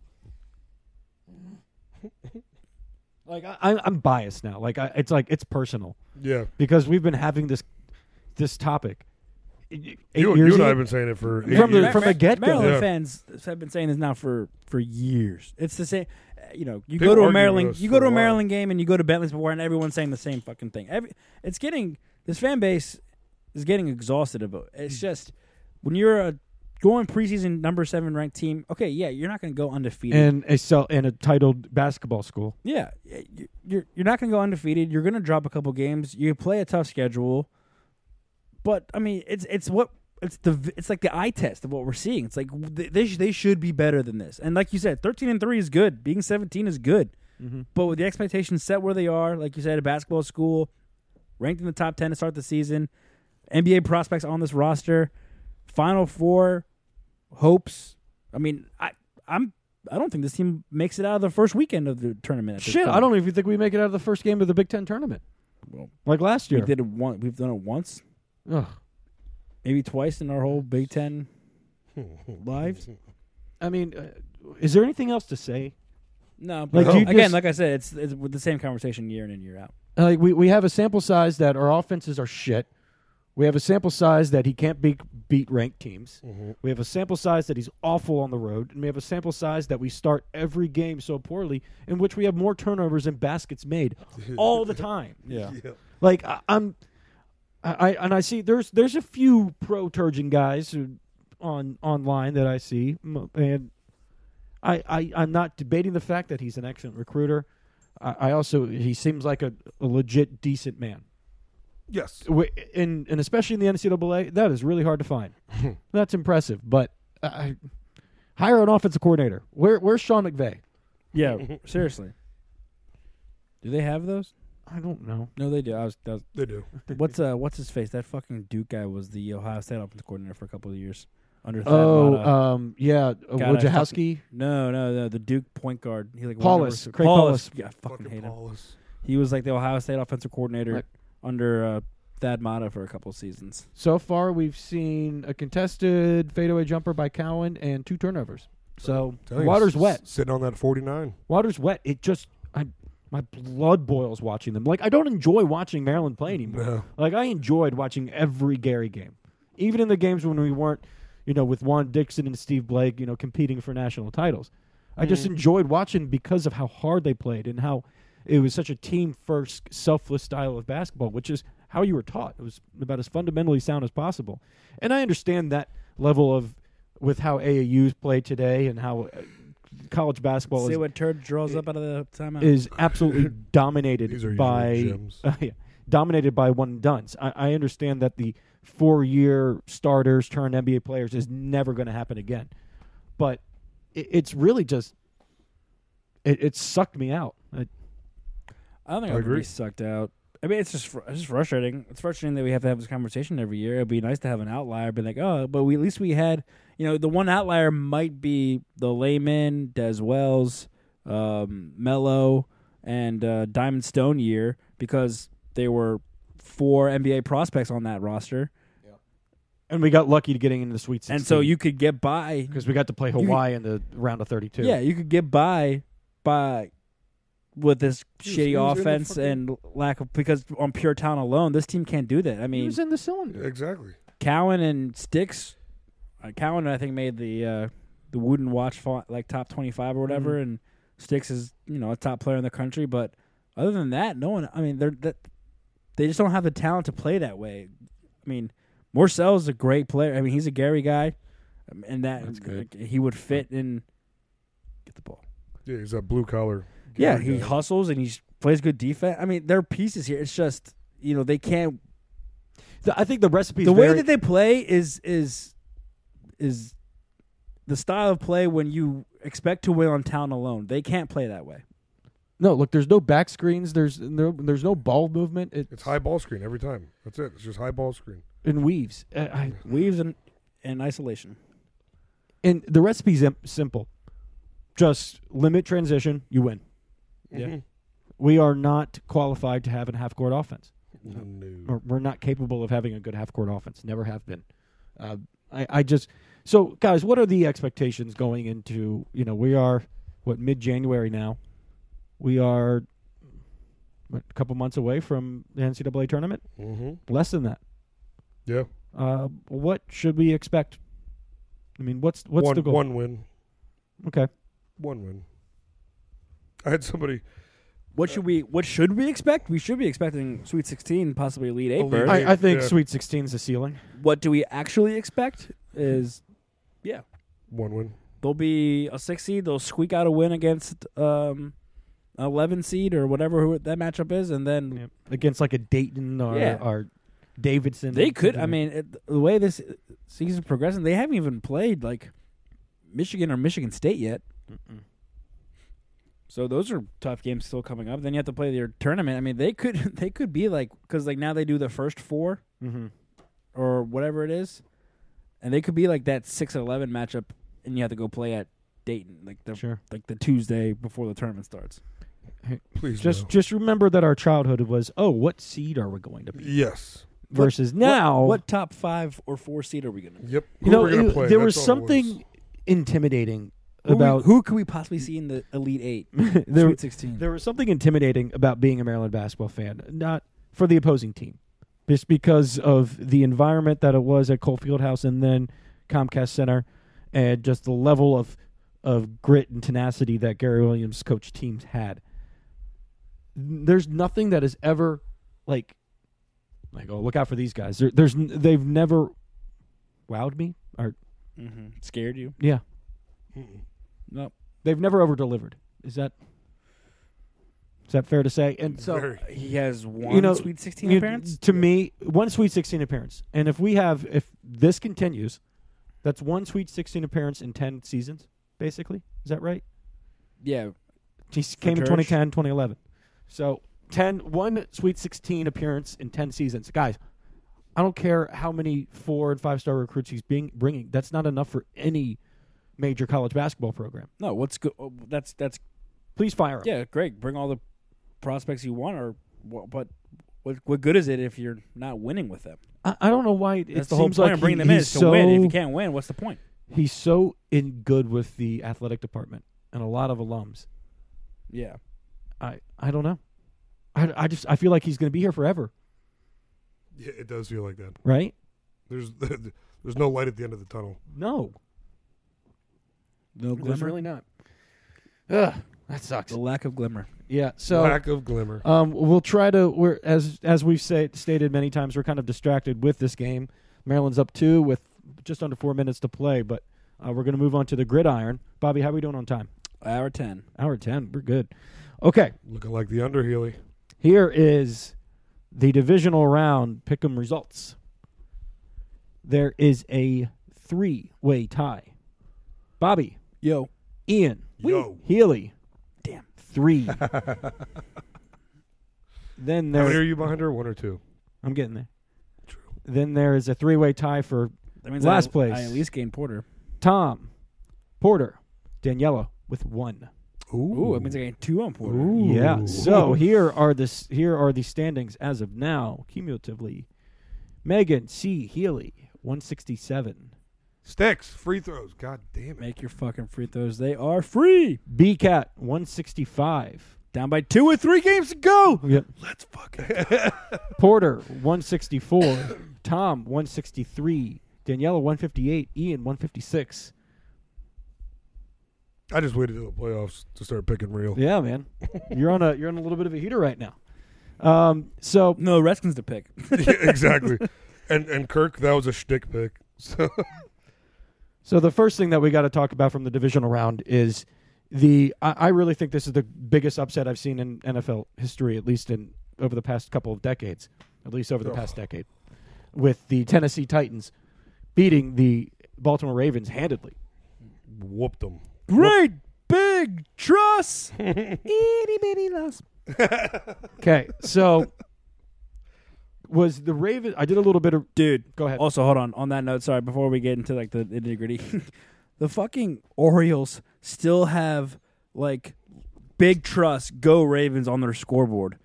like I, I- I'm biased now. Like I, it's like it's personal
Yeah.
because we've been having this this topic. e, Eight
You,
years
you and I
ago?
have been saying it for eight
From the-
years.
from the get-go.
Maryland
Yeah.
fans have been saying this now for for years. It's the same. uh, You know, you
People
go to a
argued
Maryland,
with us
you go
for
to
a
a
while.
Maryland game, and you go to Bentley's before, and everyone's saying the same fucking thing. Every, it's getting this fan base is getting exhausted of it.
Mm.
It's just when you're a going preseason number seven ranked team. Okay, yeah, you're not going to go undefeated.
and a cell and a titled basketball school.
Yeah, y- y- you're you're not going to go undefeated. You're going to drop a couple games. You play a tough schedule, but I mean, it's it's what it's the v- it's like the eye test of what we're seeing. It's like w- they they, sh- they should be better than this. And like you said, thirteen and three is good. Being seventeen is good,
Mm-hmm.
but with the expectations set where they are, like you said, a basketball school ranked in the top ten to start the season, NBA prospects on this roster, Final Four hopes. I mean, I I'm. I don't think this team makes it out of the first weekend of the tournament. At this
Shit,
point.
I don't even think we make it out of the first game of the Big Ten tournament. like last
We
year.
did it one. We've done it once.
Ugh.
maybe twice in our whole Big Ten lives.
I mean, uh, is there anything else to say?
No,
Like,
but oh,
do you
again,
just-
like I said, it's it's with the same conversation year in and year out.
Like we, we have a sample size that our offenses are shit. We have a sample size that he can't be, beat ranked teams. We have a sample size that he's awful on the road, and we have a sample size that we start every game so poorly, in which we have more turnovers and baskets made all the time.
Yeah.
Like I, I'm, I, I and I see there's there's a few pro Turgeon guys who, on online that I see, m- and I, I I'm not debating the fact that he's an excellent recruiter. I, I also he seems like a, a legit decent man.
Yes.
Wi- and and especially in the NCAA, that is really hard to find.
Hmm.
That's impressive, but I, hire an offensive coordinator. Where where's Sean McVay?
Yeah, seriously. Do they have those?
I don't know.
No, they do. I was, that was
They do.
what's uh what's his face? That fucking Duke guy was the Ohio State offensive coordinator for a couple of years under. Thad
Oh,
Matta.
um, yeah, uh,
God, I
Wojciechowski.
no, no, no, the Duke point guard. He like
Paulus,
won the-
Craig Paulus.
Yeah, I fucking,
Fucking
hate him.
Paulus.
He was like the Ohio State offensive coordinator
Right.
under uh, Thad Matta for a couple of seasons.
So far, we've seen a contested fadeaway jumper by Cowan and two turnovers. So
Telling you,
water's
s-
wet.
Sitting on that 49.
Water's wet. It just I my blood boils watching them. Like I don't enjoy watching Maryland play anymore.
No.
Like I enjoyed watching every Gary game, even in the games when we weren't, you know, with Juan Dixon and Steve Blake, you know, competing for national titles. I just enjoyed watching because of how hard they played and how it was such a team first, selfless style of basketball, which is how you were taught. It was about as fundamentally sound as possible, and I understand that level of with how AAU's play today and how uh, college basketball
See
is
what Turd draws up out of the timeout.
is absolutely dominated
These are usually
by
gems.
uh, yeah, dominated by one and duns. I, I understand that the four year starters turn NBA players is never going to happen again, but it, it's really just it, it sucked me out. I,
I don't think
I
I'll be
agree.
sucked out. I mean, it's just fr- it's just frustrating. It's frustrating that we have to have this conversation every year. It'd be nice to have an outlier, be like, oh, but we at least we had, you know, the one outlier might be the layman, Des Wells, um, Mello, and uh, Diamond Stone year because they were four NBA prospects on that roster,
and we got lucky to getting into the Sweet Sixteen,
and so you could get by.
because we got to play
could-
Hawaii in the round of thirty two.
Yeah, you could get by by with this
He was-
shitty
he was in the
offense
fucking-
and lack of because on pure talent alone, this team can't do that. I
he
mean,
was in the cylinder.
Exactly.
Cowan and Sticks. Uh, Cowan, I think, made the uh, the Wooden Watch fa- like top twenty five or whatever, and Sticks is you know a top player in the country. But other than that, no one. I mean, they're that they just don't have the talent to play that way. I mean, Morcell is a great player. I mean, he's a Gary guy, um, and that
good.
he would fit in. Get the ball.
Yeah, he's that blue collar.
Yeah,
guy.
he hustles and he s- plays good defense. I mean, there are pieces here. It's just you know they can't
The- I think the recipe.
the way
very,
that they play is is is the style of play when you expect to win on talent alone. They can't play that way.
no look. There's no back screens. There's no. There's no ball movement. It,
It's high ball screen every time. That's it. It's just high ball screen.
in weaves. I, I,
Weaves in, in isolation.
and the recipe's im- simple. Just limit transition, you win.
Mhm.
We are not qualified to have a half court offense.
No.
We're, we're not capable of having a good half court offense. Never have been. Uh, I, I just so guys, what are the expectations going into? You know, we are what mid January now. We are what, a couple months away from the NCAA tournament.
Mm-hmm.
Less than that.
Yeah.
Uh, what should we expect? I mean, what's what's
one,
the goal?
One win.
Okay.
One win. I had somebody.
What should we what should we expect? We should be expecting Sweet 16, possibly Elite 8
Elite
Bird.
Eight.
I, I think
Yeah.
Sweet 16 is the ceiling.
What do we actually expect is
One win.
they'll be a 6 seed, they'll squeak out a win against um an 11 seed or whatever who that matchup is and then
Against like a Dayton or,
Yeah.
or Davidson.
They could. I mean, it, the way this season's progressing, they haven't even played like Michigan or Michigan State yet. So those are tough games still coming up. Then you have to play their tournament. I mean, they could they could be like because like now they do the first four
Mm-hmm.
or whatever it is, and they could be like that six eleven matchup, and you have to go play at Dayton like the
Sure.
like the Tuesday before the tournament starts.
Please.
Just
no.
just remember that our childhood was, oh, what seed are we going to be?
Yes.
versus
What-
now.
What top five or four seed are we going to?
Yep.
you know,
we're gonna
it-
play,
there was
that's all it
something intimidating
Who,
about
who could we possibly see in the Elite Eight,
there,
Sweet Sixteen?
there was something intimidating about being a Maryland basketball fan, not for the opposing team, just because of the environment that it was at Cole Fieldhouse and then Comcast Center, and just the level of of grit and tenacity that Gary Williams' coach teams had. There's nothing that is ever like like oh look out for these guys. There, there's n- they've never wowed me or
Scared you?
yeah
No.
they've never over delivered. Is that is that fair to say? And
So
Very.
he has one
you know,
Sweet Sixteen
you-
appearance.
To me, one Sweet 16 appearance. And if we have, if this continues, that's one Sweet 16 appearance in 10 seasons, basically. Is that right?
Yeah,
He s- came in
Tersh.
2010, 2011. So 10, one Sweet 16 appearance in 10 seasons. Guys, I don't care how many four and five star recruits he's being bringing. That's not enough for any major college basketball program.
no. What's good? oh, That's that's
Please fire him.
yeah. Great. Bring all the prospects you want, or wha- but what what good is it if you're not winning with them?
I, I don't know why it,
That's
it
the whole
seems
point
like
of
he-
bringing them in
he's
is to
so
win. If you can't win, what's the point?
he's so in good with the athletic department and a lot of alums.
Yeah.
I I don't know. I, I just I feel like he's going to be here forever,
Was. Yeah, it does feel like that.
right?
There's there's no light at the end of the tunnel.
No,
No
there's really not. Ugh, that sucks.
The lack of glimmer.
Yeah. So
Lack of glimmer.
Um, we'll try to. We're as as we've say, stated many times. We're kind of distracted with this game. Maryland's up two with just under four minutes to play, but uh, we're going to move on to the gridiron. Bobby, how are we doing on time?
Hour ten.
Hour ten. We're good. Okay.
Looking like the underhealy.
Here is the divisional round pick'em results. There is a three-way tie. Bobby,
Yo.
Ian,
Yo.
Healy,
Damn.
three. then
How many are
there,
you behind her? One or two?
I'm getting there. Then there is a three-way tie for
That means
Last
I,
place.
I at least gained Porter.
Tom, Porter, Daniela with one.
Ooh, that means I gained two on Porter.
Yeah. So here are the s- here are the standings as of now, cumulatively. Megan C. Healy, one sixty-seven.
Sticks, free throws. God damn it.
Make your fucking free throws. They are free.
B. Cat, one sixty-five.
Down by two with three games to go.
Yep.
Let's fucking.
Porter, one sixty-four. Tom, one sixty-three. Daniela, one fifty-eight. Ian, one fifty-six.
I just waited till the playoffs to start picking real.
Yeah, man, you're on a you're on a little bit of a heater right now. Um. So
No, Redskins to pick.
Yeah, exactly. And and Kirk, that was a shtick pick. So
So the first thing that we got to talk about from the divisional round is the. I, I really think this is the biggest upset I've seen in NFL history, at least in over the past couple of decades, at least over the past decade, with the Tennessee Titans beating the Baltimore Ravens handedly.
whooped them.
Great big trust.
Okay, so was the Raven? I did a little bit of
Dude.
Go ahead.
Also, hold on. On that note, sorry, before we get into like the nitty gritty, the fucking Orioles still have like big trust go Ravens on their scoreboard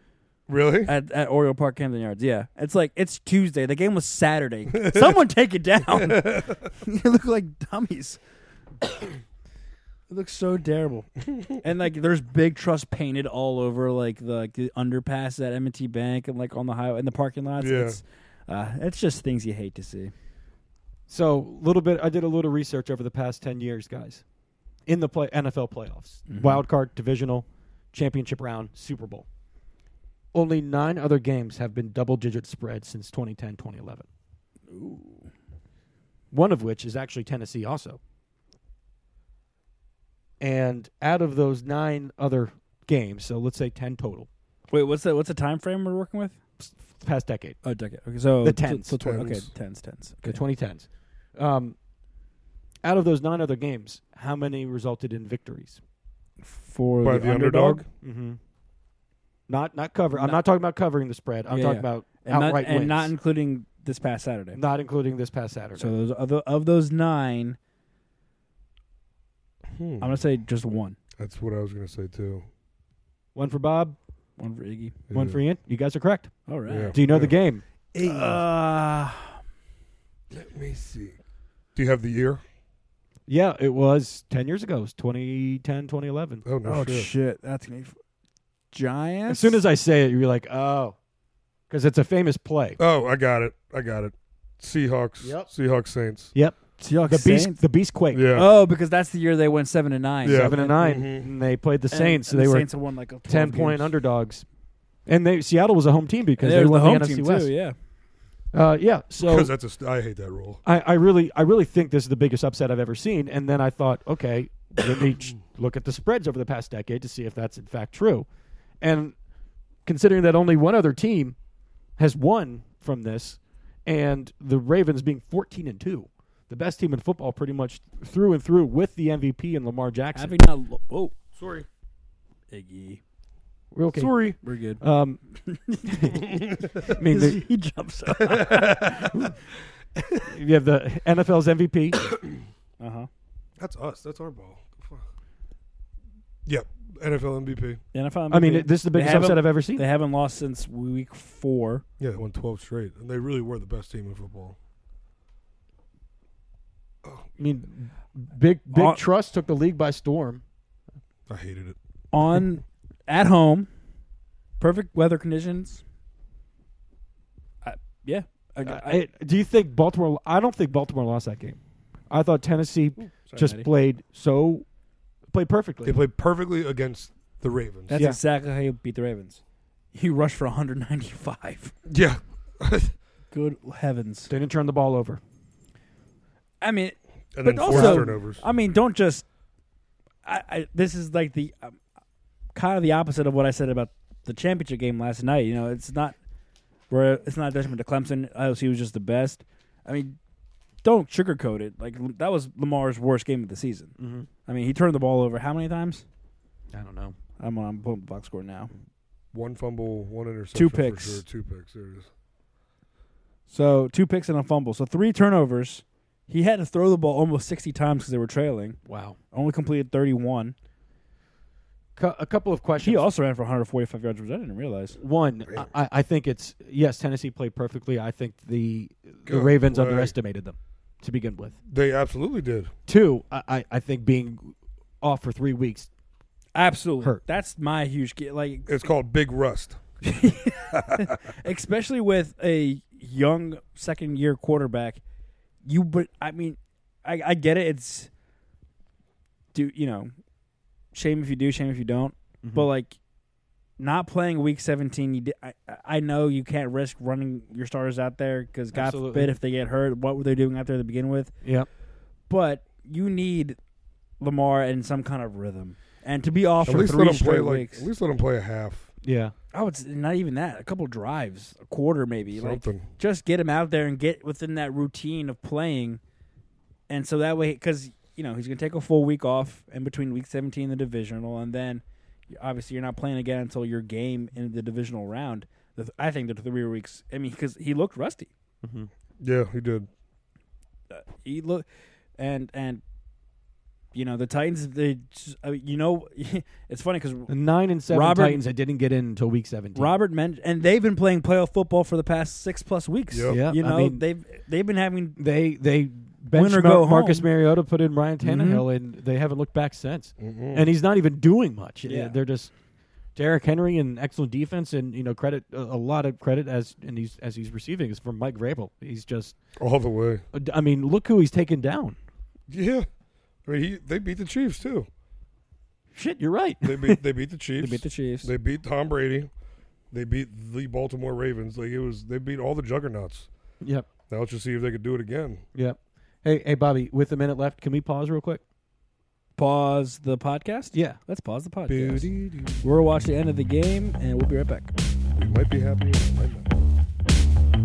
Really?
at, at Oriole Park Camden Yards. Yeah. It's like it's Tuesday. The game was Saturday. Someone take it down. you look like dummies. it looks so terrible. and like there's big trust painted all over like the, like, the underpass at M&T Bank and like on the highway in the parking lots.
Yeah.
It's uh, it's just things you hate to see.
so little bit. I did a little research over the past ten years, guys, in the play NFL playoffs, wild card, divisional, championship round, Super Bowl. Only nine other games have been double digit spread since 2010, 2011. One of which is actually Tennessee, also. And out of those nine other games, so let's say 10 total,
Wait, what's the what's the time frame we're working with?
past decade,
Oh, decade. Okay, so
The
till-
tens.
till twen-
Tens.
Okay, tens, tens.
the
Okay.
2010s, um, out of those nine other games, how many resulted in victories?
For
By
the,
the underdog.
Mm-hmm. Not not cover. I'm
Not-
not talking about covering the spread. I'm
Yeah,
talking
yeah.
about
and not,
outright
and not
wins.
including this past Saturday.
not including this past Saturday.
So those of, the, of those nine,
Hmm.
I'm gonna say just one.
That's what I was gonna say too.
one for Bob,
One for Iggy.
one
Yeah.
for Ian. You guys are correct.
All right.
Yeah.
Do you know the game?
Uh,
Let me see. Do you have the year?
Yeah, it was 10 years ago. It was 2010, 2011.
Oh no,
oh
shit.
shit, that's gonna be f- Giants.
As soon as I say it, you're like, oh, because it's a famous play.
Oh, I got it. I got it. Seahawks.
Yep.
Seahawks Saints.
Yep.
Seahawks,
The
Saints?
Beast, the Beast Quake.
Yeah.
Oh, because that's the year they went seven and nine.
Yeah.
Seven and 9
Mhm.
And they played the
Mm-hmm. And-
Saints, so
and
they
the
were
Saints have won like a
10 point underdogs. And they Seattle was a home team because
because they
they,
were
won
the home
NFC
team
West.
too. Yeah,
Uh, yeah. So
Because that's a st- I hate that rule.
I, I really I really think this is the biggest upset I've ever seen. And then I thought, okay, let me ch- look at the spreads over the past decade to see if that's in fact true. And considering that only one other team has won from this, and the Ravens being fourteen and two, the best team in football pretty much through and through with the MVP and Lamar Jackson.
having not. lo- Whoa,
Sorry.
Iggy,
We're okay.
Sorry.
we're good.
Um, I mean, the,
he jumps up.
you have the NFL's MVP,
Uh huh.
That's us. That's our ball. Fuck. Yep. NFL MVP.
The NFL.
I mean,
MVP.
it- this is the
They
biggest
haven't-
upset I've ever seen.
They haven't lost since week four.
Yeah, they won 12 straight, and they really were the best team in football.
I mean, big big
Uh,
trust took the league by storm.
I hated it.
on at home, perfect weather conditions. I, yeah, I,
Uh,
I,
it- do you think Baltimore? I don't think Baltimore lost that game. I thought Tennessee just
Maddie.
played so played perfectly.
They played perfectly against the Ravens.
that's
yeah.
exactly how you beat the Ravens. He rushed for 195.
yeah. and
Good heavens!
They didn't turn the ball over.
I mean,
then
But
four
also-
turnovers.
I mean, don't just. I, I this is like the um, kind of the opposite of what I said about the championship game last night. You know, it's not where it's not a detriment to Clemson. IOC was just the best. I mean, don't sugarcoat it. Like that was Lamar's worst game of the season. I mean, he turned the ball over how many times?
I don't know.
I'm on pulling the box score now.
One fumble, one interception.
Two
for
picks.
sure. Two picks. There it is.
So two picks and a fumble. So three turnovers. He had to throw the ball almost 60 times because they were trailing.
Wow.
Only completed 31.
Cou- a couple of questions.
He also ran for 145 yards, which I didn't realize.
One, I, I think it's yes. Tennessee played perfectly. I think the the
Good
Ravens
play.
underestimated them to begin with.
They absolutely did.
Two, I, I, I think being off for three weeks.
Absolutely.
Hurt.
That's my huge ge- like
It's called Big Rust.
especially with a young second year quarterback. You but I mean I, I get it. It's do you know shame if you do, shame if you don't.
Mm-hmm.
But like not playing week 17 you di- I, I know you can't risk running your starters out there because god
Absolutely.
forbid if they get hurt what were they doing out there to begin with
Yep.
but you need lamar in some kind of rhythm and to be off
At
for
least
three
let them play
straight
like.
weeks
At least let them play a half.
Yeah.
oh it's not even that a couple drives a quarter maybe like
Something.
just get him out there and get within that routine of playing. And so that way, because, you know, he's going to take a full week off in between week 17 and the divisional. And then obviously you're not playing again until your game in the divisional round. The th- I think the three weeks, I mean, because he looked rusty.
Yeah, he did.
Uh, he look and, and, you know the Titans. They, just- I mean, you know, it's funny because
Nine and seven
Robert-
Titans that didn't get in until week seventeen.
Robert mentioned, and they've been playing playoff football for the past six plus weeks.
Yep.
Yeah,
you
I
know
mean-
they've they've been having
they they benched
or
Mar-
go
Marcus
home.
Mariota, put in Ryan Tannehill, and they haven't looked back since. And he's not even doing much.
Yeah.
They're just Derrick Henry and excellent defense, and you know credit a, a lot of credit as and he's as he's receiving is from Mike Vrabel. He's just
All the way.
I mean look who he's taken down.
Yeah. I mean, he, they beat the Chiefs too.
Shit, you're right.
They beat they beat the Chiefs.
they beat the Chiefs.
They beat Tom Brady. They beat the Baltimore Ravens. Like it was, they beat all the juggernauts.
yep,
Now let's just see if they could do it again.
yep. Hey, hey, Bobby. With a minute left, can we pause real quick?
pause the podcast.
Yeah.
Let's pause the podcast.
Boo-doo-doo.
We're gonna watch the end of the game, and we'll be right back.
We might be happy. We might not.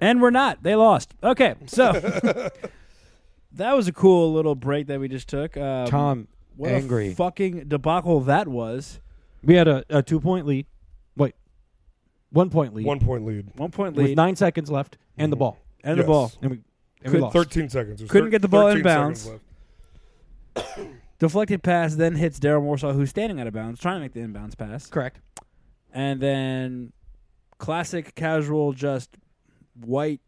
And we're not. They lost. Okay, so that was a cool little break that we just took. Um,
Tom,
what a
angry.
fucking debacle that was.
we had a, a two point lead. Wait, one point lead
One point lead.
One point
with
lead
nine seconds left and the ball.
and the
Mm-hmm. Yes.
ball.
And we And we
Could-
lost.
13 seconds. There's
Couldn't
thir-
get the ball in
13 seconds
bounds.
left.
Deflected pass then hits Daryl Morsaw, who's standing out of bounds, trying to make the inbounds pass.
Correct.
And then classic casual, just white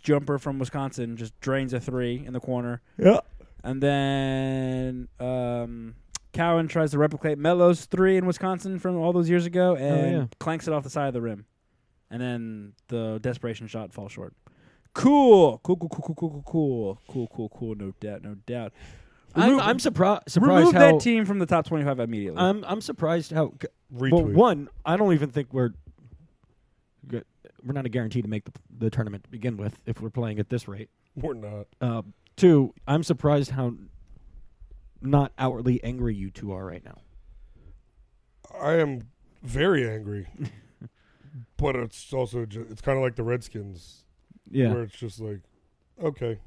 jumper from Wisconsin just drains a three in the corner.
Yeah.
And then um, Cowan tries to replicate Melo's three in Wisconsin from all those years ago and
Oh, yeah.
clanks it off the side of the rim. And then the desperation shot falls short. Cool. Cool, cool, cool, cool, cool, cool, cool. Cool, cool, cool. No doubt, no doubt.
I'm,
Remove-
I'm surpri- surprised
Remove
how
that team from the top 25 immediately.
I'm I'm surprised how
Retweet.
well one I don't even think we're good- we're not a guarantee to make the, the tournament to begin with if we're playing at this rate.
We're not.
Uh, two, I'm surprised how not outwardly angry you two are right now.
I am very angry. but it's also ju- it's kind of like the Redskins where it's just like okay.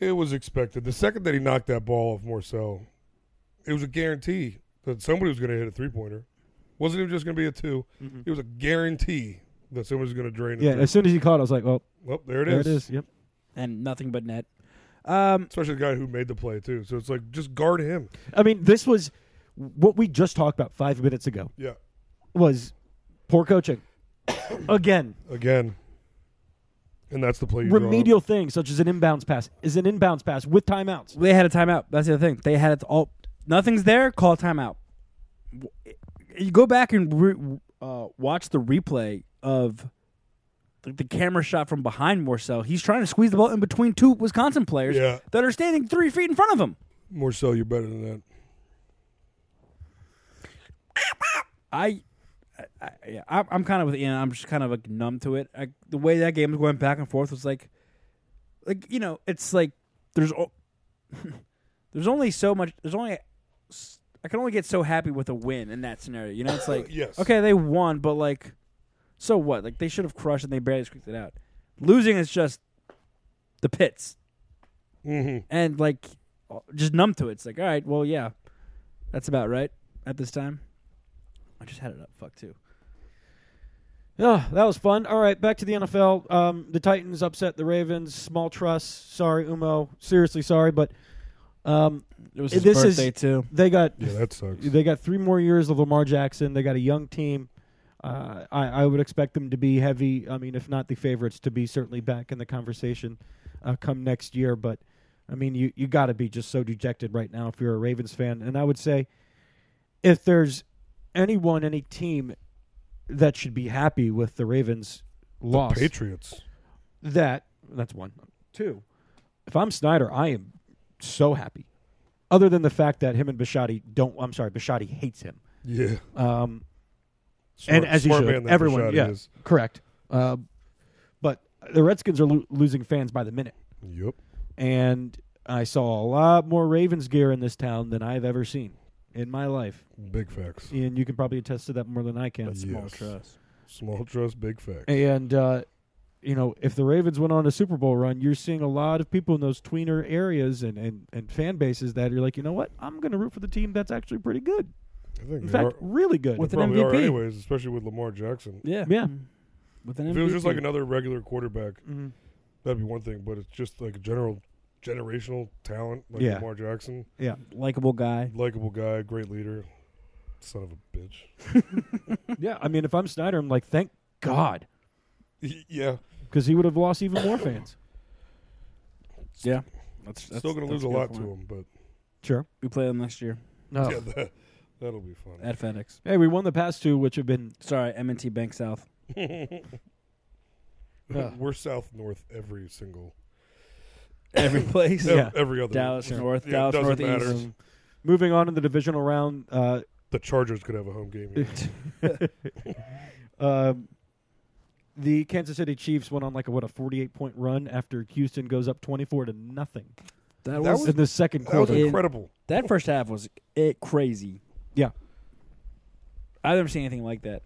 It was expected. The second that he knocked that ball off Morcel, it was a guarantee that somebody was going to hit a three-pointer. Wasn't even just going to be a 2 It was a guarantee that somebody was going to drain it.
Mm-hmm. yeah. As soon as he caught, it, I was like, well,
Well, there it
there
is.
it is. Yep.
and nothing but net. Um,
Especially the guy who made the play too. So it's like just guard him.
I mean, this was what we just talked about five minutes ago.
Yeah.
Was poor coaching again.
Again. And that's the play you draw up.
Remedial things such as an inbounds pass is an inbounds pass with timeouts.
they had a timeout. That's the other thing. They had it all. Nothing's there. Call a timeout. W- You go back and re- uh, watch the replay of the, the camera shot from behind Morcel. He's trying to squeeze the ball in between two Wisconsin players
Yeah.
that are standing three feet in front of him.
More so, you're better than that.
I, I, I yeah, I'm, I'm kind of with Ian. I'm just kind of like numb to it. I, the way that game was going back and forth was like, like you know, it's like there's, o- there's only so much. There's only, s- I can only get so happy with a win in that scenario. You know, it's like
Yes.
okay, they won, but like, so what? Like they should have crushed and they barely squeaked it out. Losing is just the pits
Mm-hmm.
and like just numb to it. It's like, all right, well, yeah, that's about right at this time. I just had it up. Fuck too.
Yeah, that was fun. All right, back to the NFL. Um, the Titans upset the Ravens. Small trust. Sorry, Umo. Seriously, sorry, but um,
It was
his This is- birthday,
too.
they got
Yeah, that sucks.
they got three more years of Lamar Jackson. They got a young team. Uh, I, I would expect them to be heavy. I mean, if not the favorites, to be certainly back in the conversation uh, come next year. But I mean, you you got to be just so dejected right now if you're a Ravens fan. And I would say, if there's anyone, any team that should be happy with the Ravens loss,
Patriots.
that that's one. Two. If I'm Snyder, I am so happy. Other than the fact that him and Bashadi don't, I'm sorry, Bashadi hates him.
Yeah.
Um,
Uh, Smart,
and as
smart
you should,
man that
everyone,
Rashad
yeah,
is.
correct. Uh, but the Redskins are lo- losing fans by the minute,
Yep.
and I saw a lot more Ravens gear in this town than I've ever seen in my life.
Big facts.
And you can probably attest to that more than I can.
Uh, Yes. Small trust, big facts.
And uh, you know, if the Ravens went on a Super Bowl run, you're seeing a lot of people in those tweener areas and, and, and fan bases that you're like, you know what, I'm going to root for the team that's actually pretty good.
I think
In
they
fact,
are,
really good.
With
they
an
probably are
MVP.
anyways, especially with Lamar Jackson.
Yeah.
Yeah.
Mm. With an
If it was just like another regular quarterback,
Mhm.
that'd be one thing. But it's just like a general generational talent, like
Yeah.
Lamar Jackson,
yeah,
likable guy.
likable guy, great leader, son of a bitch.
yeah. I mean, if I'm Snyder, I'm like, thank God,
yeah,
because he would have lost even more fans.
Yeah. That's,
still gonna lose a lot to him, but
Sure.
We play them next year
No.
yeah, that, that'll be fun.
at FedEx.
Hey, we won the past two, which have been
Sorry, M&T Bank South.
Yeah.
We're south north every single
Every place.
ev-
Yeah.
every other
Dallas
yeah,
North,
it
Dallas
doesn't
Northeast.
matter.
moving on in the divisional round. Uh,
The Chargers could have a home game. Here.
um, the Kansas City Chiefs went on like a what a forty-eight point run after Houston goes up twenty-four to nothing
That
That
was,
was-
in the second
That was
quarter.
It-
incredible.
that first half was it crazy.
Yeah.
I've never seen anything like that.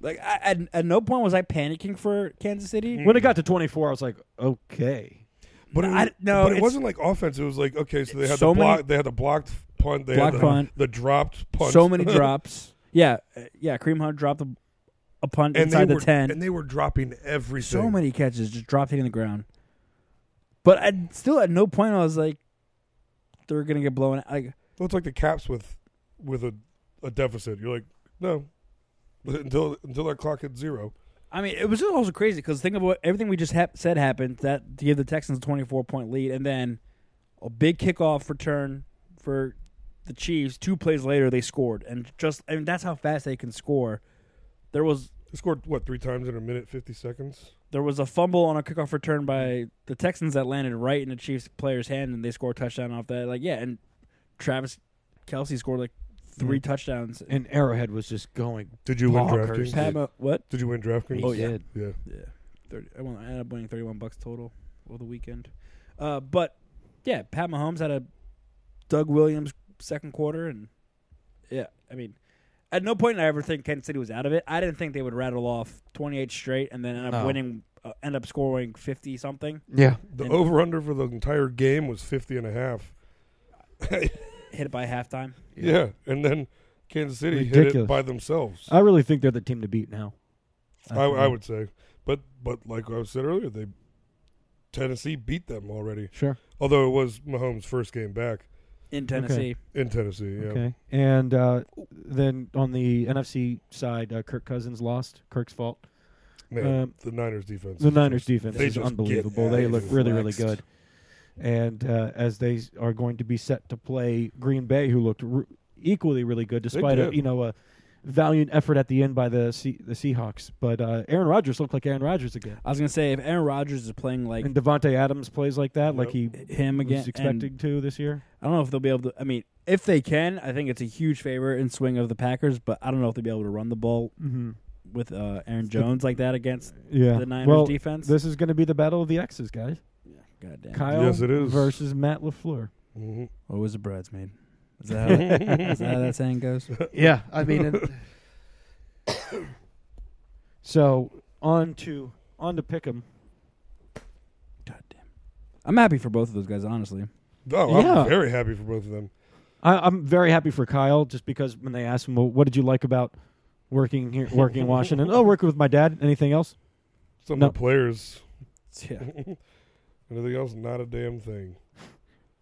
Like I, at, at no point was I panicking for Kansas City.
Mm.
When it got to twenty-four, I was like, okay,
But it,
I-
was,
no,
but
it's-
it wasn't like offense. It was like okay, so they had
So
the block,
many-
they had the blocked punt, they
Blocked
had the,
punt.
the dropped punt.
So many drops. Yeah, uh, yeah. Kareem Hunt dropped the a punt
and
inside
they
the
were,
ten.
and they were dropping everything.
so many catches, just dropped hitting the ground. But I still, at no point, I was like, they're gonna get blown. Out. Like,
Well, it's like the Caps with with a, a deficit. You're like, no, But until until that clock hits zero.
I mean, it was just also crazy because think of what everything we just hap said happened that to give the Texans a twenty-four point lead, and then a big kickoff return for the Chiefs. Two plays later, they scored, and just I mean, that's how fast they can score. There was
They scored what three times in a minute fifty seconds.
there was a fumble on a kickoff return by the Texans that landed right in the Chiefs player's hand, and they scored a touchdown off that. Like, yeah, and Travis Kelsey scored like 3 touchdowns.
Mm-hmm. And Arrowhead was just going.
Did you win
Bonkers,
DraftKings?
dude.
Pat Mo- what?
Did you win DraftKings?
Oh, yeah.
yeah.
Yeah, thirty. I, won, I ended up winning thirty-one bucks total over the weekend. Uh, but yeah, Pat Mahomes had a Doug Williams second quarter, and yeah, I mean, at no point did I ever think Kansas City was out of it. I didn't think they would rattle off twenty-eight straight and then end up
No.
winning, uh, end up scoring fifty something.
Yeah.
The
And-
over under for the entire game was 50 and a half. yeah.
Hit it by halftime.
And then Kansas City hit it
Ridiculous.
by themselves.
I really think they're the team to beat now.
I, I would say. But but like I said earlier, they Tennessee beat them already.
Sure.
Although it was Mahomes' first game back
in Tennessee.
in Tennessee. Yeah.
Okay. And uh, then on the NFC side, uh, Kirk Cousins lost. Kirk's fault.
Man,
Um,
the Niners defense.
The
is
Niners
just-
defense
they
is
just get
unbelievable. They look
outflexed.
really, really good. And uh, as they s- are going to be set to play Green Bay, who looked r equally really good, despite a,
did.
you know a valiant effort at the end by the Se- the Seahawks. But uh, Aaron Rodgers looked like Aaron Rodgers again,
I was gonna say if Aaron Rodgers is playing like
and Devontae Adams plays like that, like he
him again,
was
and
expecting to this year.
I don't know if they'll be able to. I mean, if they can, I think it's a huge favor in swing of the Packers. But I don't know if they'll be able to run the ball
Mm-hmm.
with uh, Aaron Jones like that against
Yeah,
the Niners
well,
defense.
This is going to be the battle of the X's, guys.
Goddamn,
Kyle
Yes, it is.
versus Matt Lafleur.
Mhm.
what was a bridesmaid? Is that, how, is that how that saying goes?
Yeah, I mean, so on to on to pick 'em.
Goddamn, I'm happy for both of those guys. Honestly,
Oh, I'm
Yeah.
very happy for both of them.
I, I'm very happy for Kyle, just because when they asked him, well, "What did you like about working here, working in Washington?" oh, working with my dad. Anything else?
Some
No.
of the players.
yeah.
Anything else? Not a damn thing.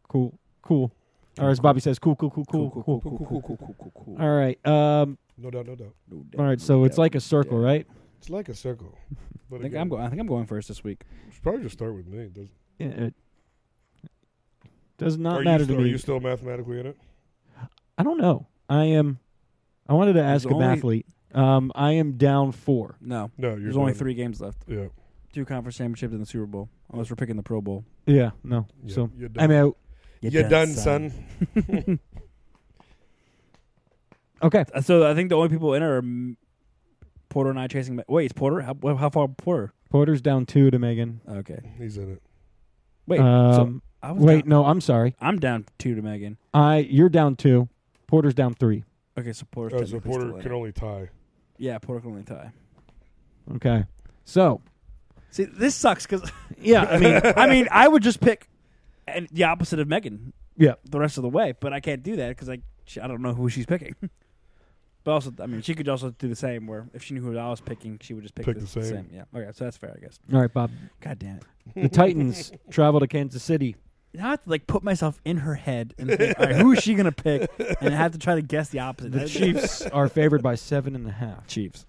Cool, cool. Or as Bobby says, cool, cool, cool, cool, cool.
Cool, cool, cool, cool, cool, cool, cool.
All right, um,
No doubt, no doubt.
No doubt,
all right.
no
So it's
doubt.
like a circle,
Yeah.
right?
It's like a circle. But
I think
again,
I'm going. I think I'm going first this week.
should probably just start with me. Does,
Yeah, It does not
are
matter
you still,
to
Are
me.
you still mathematically in it?
I don't know. I am. I wanted to ask
There's
an
only-
athlete. Um, I am down four.
No,
No, you're
there's only
done.
three games left:
Yeah,
two conference championships and the Super Bowl. Unless we're picking the Pro Bowl.
Yeah, no.
yeah,
so
you're done.
I'm out.
you're, done, son.
Okay.
Uh, So I think the only people in are mm, Porter and I chasing. Ma- Wait, it's Porter. How, wh- how far Porter?
Porter's down two to Megan.
Okay.
He's in it.
Wait. so
um,
I was
wait,
down-
no, I'm sorry.
I'm down two to Megan.
I you're down two. Porter's down three.
Okay, so Porter's
As a
technically
Oh, Porter
still in
Uh, can
it.
only tie.
Yeah, Porter can only tie.
Okay. So
See, this sucks because
yeah, I mean
I mean I would just pick and the opposite of Megan.
Yeah.
The rest of the way, but I can't do that because I she, I don't know who she's picking. But also, I mean, she could also do the same. Where if she knew who I was picking, she would just pick,
Pick the same.
Yeah. Okay, so that's fair, I guess.
all right, Bob.
God damn it!
The Titans travel to Kansas City.
Now I have to like put myself in her head and think, all right, who is she gonna pick? And I have to try to guess the opposite.
The
That-
Chiefs are favored by seven and a half.
Chiefs.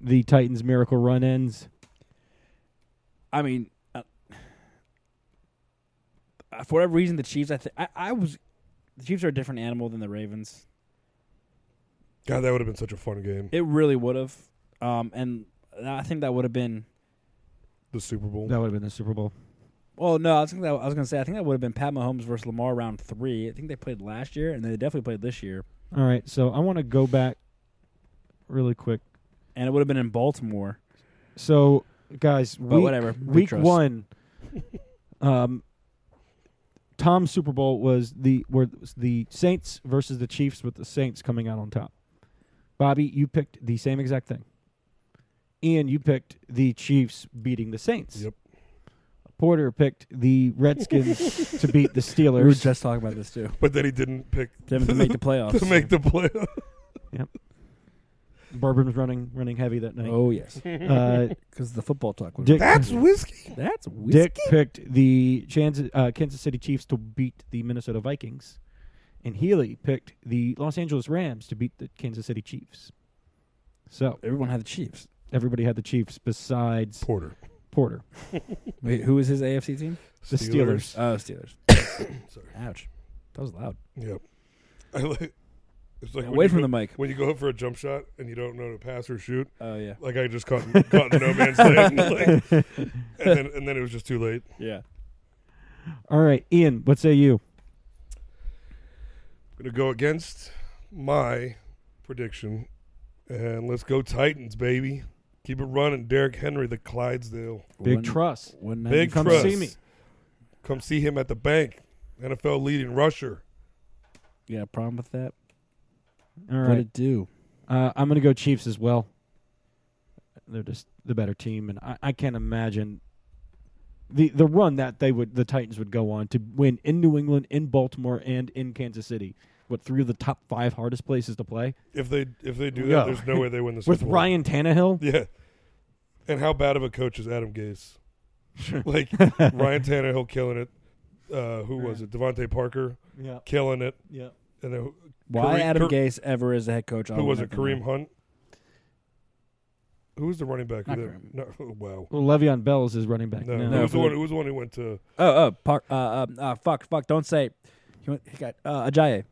The Titans miracle run ends.
I mean, uh, uh, for whatever reason, the Chiefs. I, th- I I was the Chiefs are a different animal than the Ravens.
God, that would have been such a fun game.
It really would have, um, and I think that would have been.
The Super Bowl.
That would have been the Super Bowl.
Well, no, I was, thinking that, I was gonna say I think that would have been Pat Mahomes versus Lamar round three. I think they played last year, and they definitely played this year,
All right, so I want to go back really quick.
and it would have been in Baltimore.
So guys,
But
week-
whatever, we
week
trust.
one, um, Tom's Super Bowl was the were the Saints versus the Chiefs with the Saints coming out on top. Bobby, you picked the same exact thing. Ian, you picked the Chiefs beating the Saints.
Yep.
Porter picked the Redskins to beat the Steelers.
We were just talking about this too.
But then he didn't pick
Them to make the playoffs.
to make the playoff.
Bourbon was running running heavy that night.
Oh yes,
Uh,
because the football talk. Was
Dick,
That's whiskey.
That's whiskey.
Dick picked the Chans- uh, Kansas City Chiefs to beat the Minnesota Vikings, and Healy picked the Los Angeles Rams to beat the Kansas City Chiefs. So
Everyone had the Chiefs.
everybody had the Chiefs besides
Porter.
Porter,
Wait, who was his AFC team?
the Steelers.
Oh, Steelers. Ouch, that was loud.
Yep. I like, it's like when
Away
you
from
go-
the mic.
When you go up for a jump shot and you don't know to pass or shoot,
Oh yeah,
like I just caught, caught in no man's land. like, and, then, and then it was just too late.
yeah.
All right, Ian, what say you?
going to go against my prediction. And let's go Titans, baby. Keep it running. Derrick Henry, the Clydesdale.
Big
One-
trust.
One
Big
ninety-
Come
trust.
see me.
Come see him at the bank. NFL leading rusher.
You got a problem with that?
All
What
right,
it do?
uh, I'm going to go Chiefs as well. They're just the better team, and I, I can't imagine the the run that they would the Titans would go on to win in New England, in Baltimore, and in Kansas City. What three of the top five hardest places to play
If they if they do that,
Yeah.
there's no way they win the Super
with
Bowl.
Ryan Tannehill?
Yeah. And how bad of a coach is Adam Gase? like Ryan Tannehill killing it. Uh, who was it? Devontae Parker
Yeah,
killing it.
yeah.
And then
Why
Kareem-
Adam
Kar-
Gase ever is the head coach? I
who
will
was it?
never
Kareem
know.
Hunt. Who was the running back?
Not
there?
Kareem.
No, oh, wow.
Well, Le'Veon Bell is his running back.
No,
now.
Who, was the
No.
one, who was the one who went to?
Oh, oh, par- uh, uh, uh, fuck, fuck! Don't say. it. He, went, he got uh, Ajayi.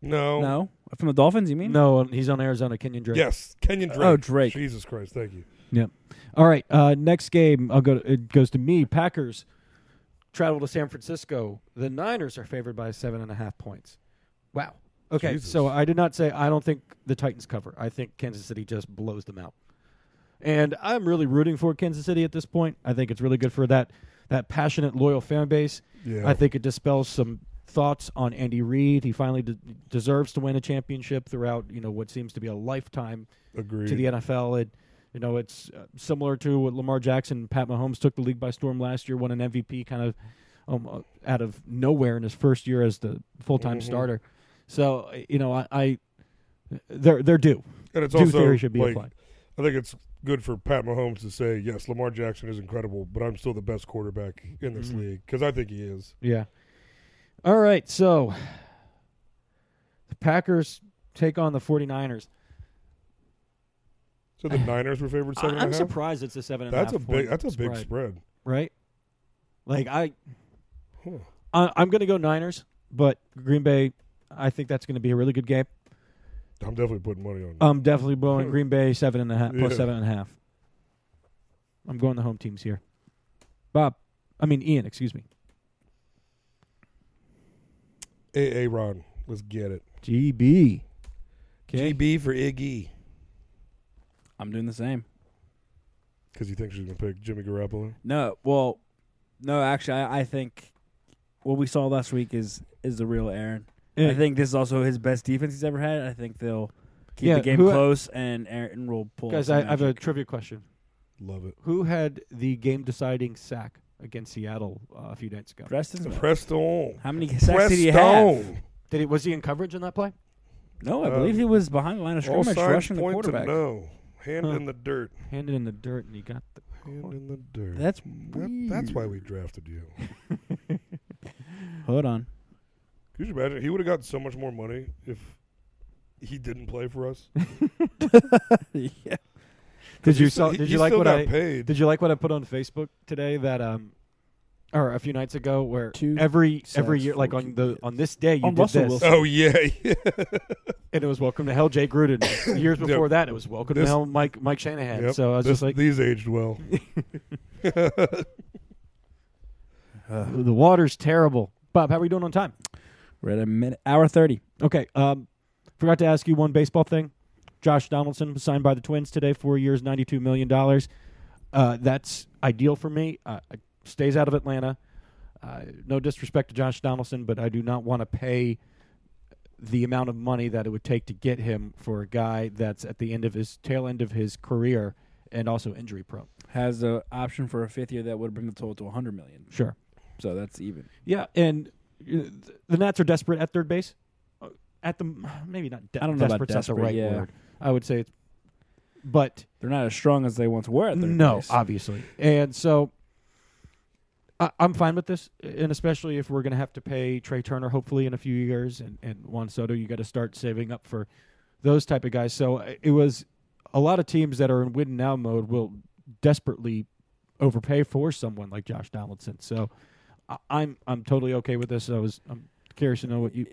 No,
No, from the Dolphins. You mean?
No, he's on Arizona. Kenyon Drake.
Yes, Kenyon Drake.
Oh, Drake.
Jesus Christ! Thank you.
Yep. All right. Uh, next game, I'll go. it goes to me. Packers travel to San Francisco. The Niners are favored by seven and a half points. Wow. Okay.
Jesus.
So I did not say I don't think the Titans cover. I think Kansas City just blows them out. And I'm really rooting for Kansas City at this point. I think it's really good for that that passionate, loyal fan base.
Yeah.
I think it dispels some thoughts on Andy Reid. He finally de- deserves to win a championship throughout, you know, what seems to be a lifetime
Agreed.
to the NFL. It, you know, it's uh, similar to what Lamar Jackson, and Pat Mahomes took the league by storm last year, won an MVP kind of um, uh, out of nowhere in his first year as the full time starter. So uh, you know, I, I they're they're due.
and it's
due
also
theory should be
like,
applied.
I think it's good for Pat Mahomes to say, "Yes, Lamar Jackson is incredible, but I'm still the best quarterback in
Mm-hmm.
this league. 'Cause league because I think he is."
Yeah. All right, so the Packers take on the 49ers.
So the Niners were favored seven.
I'm
and a half?
surprised it's a seven and a half.
That's a big.
point
That's a big
spread.
spread.
right? Like I,
Huh.
I I'm going to go Niners, but Green Bay. I think that's going to be a really good game.
I'm definitely putting money on.
I'm definitely blowing Green Bay seven and a half plus
Hmm. Yeah.
seven and a half. I'm going the home teams here. Bob, I mean Ian, excuse me.
AA Ron, let's get it.
GB. Okay.
GB for Iggy
I'm doing the same.
because you think she's gonna pick Jimmy Garoppolo.
No, well, no. Actually, I, I think what we saw last week is is the real Aaron. I think this is also his best defense he's ever had. I think they'll keep
Yeah,
the game
who-
close, and Aaron will pull.
guys,
some
I, I have a
magic.
trivia question.
Love it.
Who had the game deciding sack against Seattle uh, a few nights ago?
Preston.
Preston.
How many sacks did he have?
Preston.
Did he was he in coverage in that play?
No, I
Uh,
believe he was behind the line of
All
scrimmage
signs
rushing the
point to
quarterback.
no. Hand
Huh.
in the dirt.
Handed in the dirt and he got the
Hand in the dirt.
That's
That- that's why we drafted you.
Hold on.
Could you imagine? He would have gotten so much more money if he didn't play for us.
yeah.
Did you
He still-
saw,
he-
did
he
you like
still
what
got
I
paid?
Did you like what I put on Facebook today? That um, or a few nights ago, where
Two
every every
sacks,
year, like
14
on the on this day, you
On
did
Russell
this,
Wilson.
oh yeah, yeah.
and it was Welcome to Hell, Jay Gruden. Years
Yeah.
before that, it was Welcome
This-
to Hell, Mike Mike Shanahan.
Yep.
So I was
This-
just like, the,
these aged well.
water's terrible. Bob, how are we doing on time?
We're at a minute hour thirty.
Okay, um, forgot to ask you one baseball thing. Josh Donaldson was signed by the Twins today, four years, ninety-two million dollars. Uh, that's ideal for me. Uh, I- stays out of Atlanta. Uh, no disrespect to Josh Donaldson, but I do not want to pay the amount of money that it would take to get him for a guy that's at the end of his tail end of his career and also injury prone.
Has the option for a fifth year that would bring the total to hundred million.
Sure.
So that's even.
Yeah, and uh, th- the Nats are desperate at third base. Uh, At the maybe not. De-
I don't know about
desperate's not
desperate,
the right
yeah.
word. I would say it's but
They're not as strong as they once were. At their
no,
place.
obviously. And so I, I'm fine with this, and especially if we're going to have to pay Trey Turner hopefully in a few years, and, and Juan Soto, you got to start saving up for those type of guys. So it was a lot of teams that are in win now mode will desperately overpay for someone like Josh Donaldson. So I, I'm I'm totally okay with this. I was I'm curious to know what you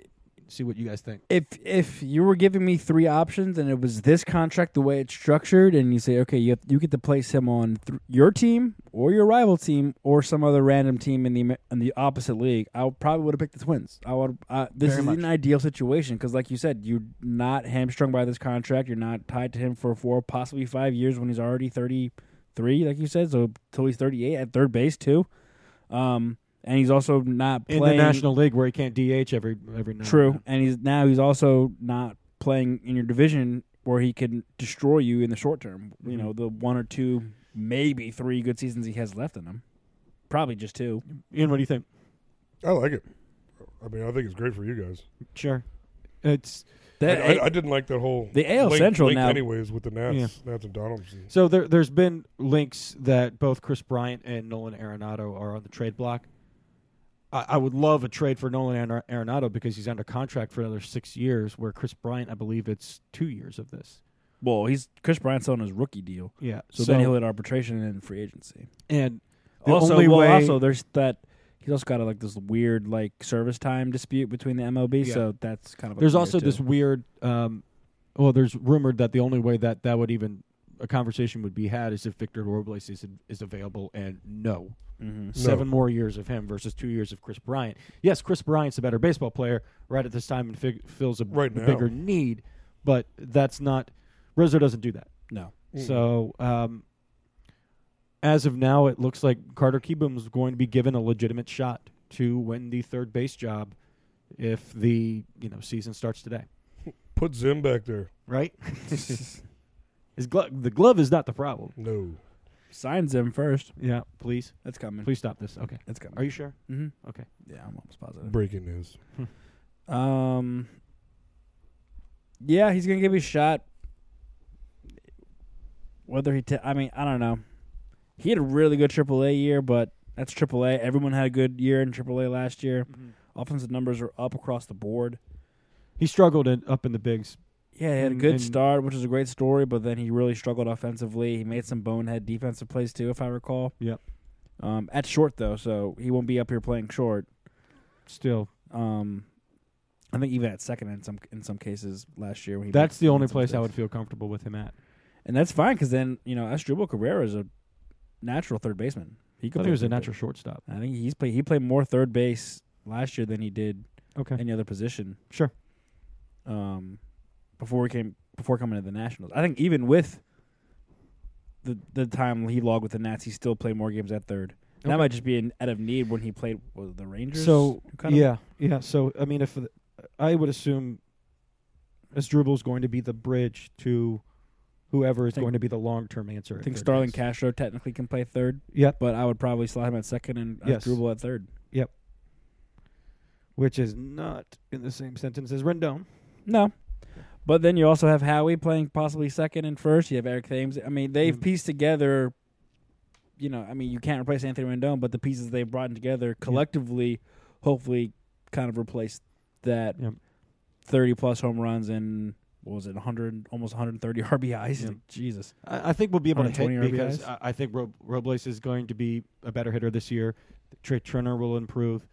see what you guys think.
if if you were giving me three options and it was this contract the way it's structured and you say okay you have, you get to place him on th- your team or your rival team or some other random team in the Amer- in the opposite league I would- probably would have picked the Twins I would uh, this
Very
is
much.
an ideal situation because like you said you're not hamstrung by this contract you're not tied to him for four possibly five years when he's already thirty three like you said so till he's thirty eight at third base too um and he's also not
In
playing
the National League, where he can't DH every every night.
True, and he's now he's also not playing in your division where he can destroy you in the short term. You
Mm-hmm.
know, the one or two, maybe three good seasons he has left in him. Probably just two.
Ian, what do you think?
I like it. I mean, I think it's great for you guys.
Sure, it's
I,
That-
I, I didn't like that whole
The AL
link-
Central
link
now-
anyways with the Nats, Nats and Donaldson.
So there, there's been links that both Chris Bryant and Nolan Arenado are on the trade block. I, I would love a trade for Nolan Arenado- Arenado because he's under contract for another six years. Where Chris Bryant, I believe it's two years of this.
well, he's Chris Bryant's on his rookie deal,
Yeah.
so, then he'll hit arbitration and free agency.
and the
also,
only
well,
way,
also there's that he's also got like this weird like service time dispute between the MLB,
Yeah.
so that's kind of a
there's
weird,
also
too.
this weird. Um, well, there's rumored that the only way that that would even a conversation would be had is if Victor Robles is is available, and no,
Mhm.
seven more years of him versus two years of Chris Bryant. Yes, Chris Bryant's a better baseball player right at this time and fig- fills a
Right
b-
now.
bigger need, but that's not. Rizzo doesn't do that.
no.
So, um, as of now, it looks like Carter Keboom is going to be given a legitimate shot to win the third base job if the you know season starts today.
Put Zim back there.
Right? His glo- the glove is not the problem.
No.
Signs him first.
Yeah, please,
That's coming.
please stop this. Okay,
That's coming.
are you sure?
Mm-hmm.
Okay.
Yeah, I'm almost positive.
Breaking news.
Um. Yeah, he's gonna give you a shot. Whether he, ta- I mean, I don't know. He had a really good AAA year, but that's AAA. Everyone had a good year in AAA last year.
Mm-hmm.
Offensive numbers are up across the board.
He struggled in, up in the bigs.
Yeah, he had a
And-
good
and-
start, which is a great story, but then he really struggled offensively. He made some bonehead defensive plays too, if I recall.
Yep.
Um, at short though, so he won't be up here playing short.
Still,
Um, I think even at second in some in some cases last year when he
that's
made-
the only
made some
place I
mistakes.
would feel comfortable with him at.
And that's fine because then, you know, Estrubel Cabrera is a natural third baseman. He
I thought
play
he was a
third
natural shortstop.
base. I think he's play, he played more third base last year than he did
Okay,
any other position.
Sure.
Um, before he came before coming to the Nationals, I think even with the the time he logged with the Nats, he still played more games at third. And That
Okay.
might just be an out of need when he played with the Rangers.
So
who kind of-
yeah, yeah. So I mean, if the- I would assume Asdrubal is going to be the bridge to whoever is
Think-
going to be the long term answer.
I
at
think
third
Starling
base.
Castro technically can play third,
Yep,
but I would probably slot him at second and
Yes.
Estrubel at third.
which is not in the same sentence as Rendon.
No. But then you also have Howie playing possibly second and first. You have Eric Thames. I mean, they've
Mhm.
pieced together, you know, I mean, you can't replace Anthony Rendon, but the pieces they've brought together collectively, hopefully, kind of replace that
Yep.
30 plus home runs and, what was it, 100, almost 130 RBIs?
Yep.
Like, Jesus.
I, I think we'll be able to hit
120
because
RBIs?
I, I think Ro- Robles is going to be a better hitter this year. Trey Turner will improve.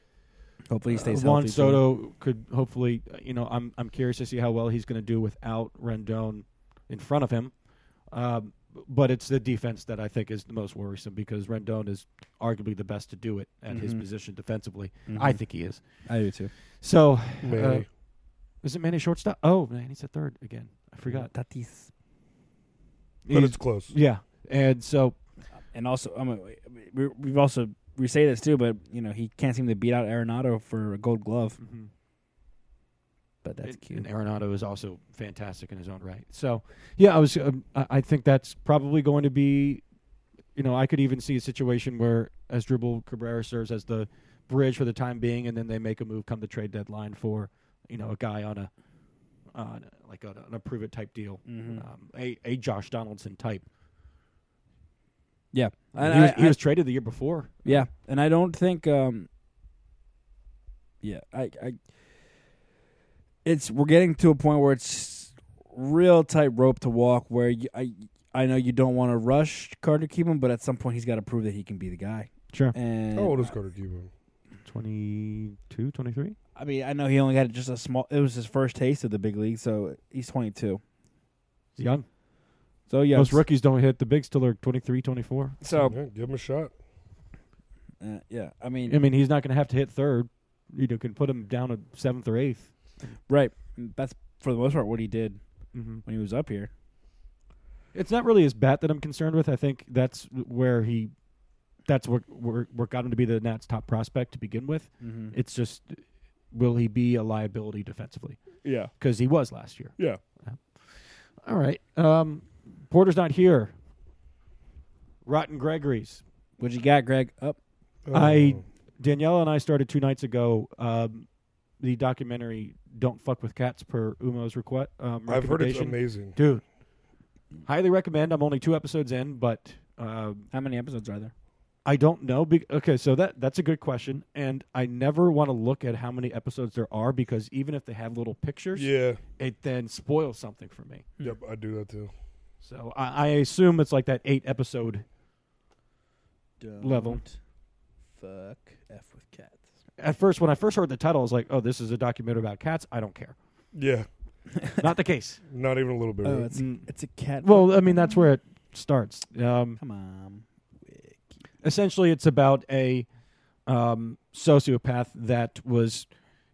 Hopefully, he stays
Uh, Juan
healthy. too.
Soto could hopefully, uh, you know, I'm I'm curious to see how well he's going to do without Rendon in front of him. Um, but it's the defense that I think is the most worrisome because Rendon is arguably the best to do it at his
Mm-hmm.
Mhm.
position defensively.
Mhm.
I think he is.
I do too.
So, uh,
Manny.
is it Manny shortstop? Oh, man, he's at third again. I forgot.
Tatis.
but
He's-
it's close.
yeah, and so
And also, I mean, we, we've also, we say this too, but, you know, he can't seem to beat out Arenado for a gold glove,
Mm-hmm.
but that's
and,
cute.
and Arenado is also fantastic in his own right. So, yeah, I was. Um, I, I think that's probably going to be. You know, I could even see a situation where as Dribble Cabrera serves as the bridge for the time being, and then they make a move come the trade deadline for you know a guy on a uh, like a, an approve it type deal,
Mhm.
um, a a Josh Donaldson type.
Yeah, and
he, was,
I-
he
I-
was traded the year before.
Yeah, and I don't think. um Yeah, I, I. It's we're getting to a point where it's real tight rope to walk. Where you, I I know you don't want to rush Carter Keeman, but at some point he's got to prove that he can be the guy.
Sure,
And
How old is Carter Cuban?
22, 23?
I mean, I know he only got just a small. It was his first taste of the big league, so he's twenty two.
He's young.
So yeah,
Most rookies don't hit the bigs till they're 23, 24.
so
Yeah, give him a shot.
uh, yeah, I mean,
I mean, he's not going to have to hit third. You know, can put him down at seventh or eighth.
right. That's for the most part what he did
Mm-hmm.
when he was up here.
It's not really his bat that I'm concerned with. I think that's where he, that's what where, what got him to be the Nats' top prospect to begin with.
Mm-hmm.
It's just, will he be a liability defensively?
Yeah,
Because he was last year.
Yeah.
All right. Um, Porter's not here. Rotten Gregory's.
what you got, Greg? Up.
Oh,
I Daniela and I started two nights ago. Um, the documentary "Don't Fuck with Cats" per Umo's request. Um,
I've heard it's
recommendation.
amazing.
dude. Highly recommend. I'm only two episodes in, but um
How many episodes are there?
I don't know. Be- okay, so that that's a good question, and I never want to look at how many episodes there are because even if they have little pictures,
Yeah.
it then spoils something for me.
Yep, I do that too.
So I, I assume it's like that eight episode Level.
Fuck f with cats.
at first, when I first heard the title, I was like, "Oh, this is a documentary about cats." I don't care.
Yeah,
Not the case.
not even a little bit.
Oh,
right?
it's a, it's a cat.
Mm. Well, I mean, that's where it starts. Um,
come on.
essentially, it's about a um, sociopath that was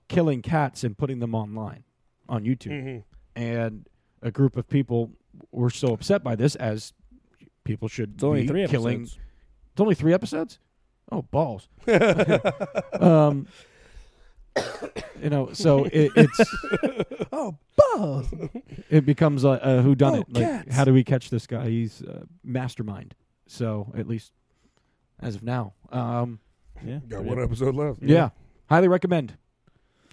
killing cats and putting them online on YouTube,
Mhm.
and a group of people were so upset by this as people should
It's only
be
three
killing.
episodes.
It's only three episodes. Oh balls! um, you know, so it, it's
Oh, balls.
it becomes a, a who done it.
Oh,
Like,
cats.
how do we catch this guy? He's a mastermind. So at least as of now, um,
yeah.
Got one episode left.
yeah. highly recommend.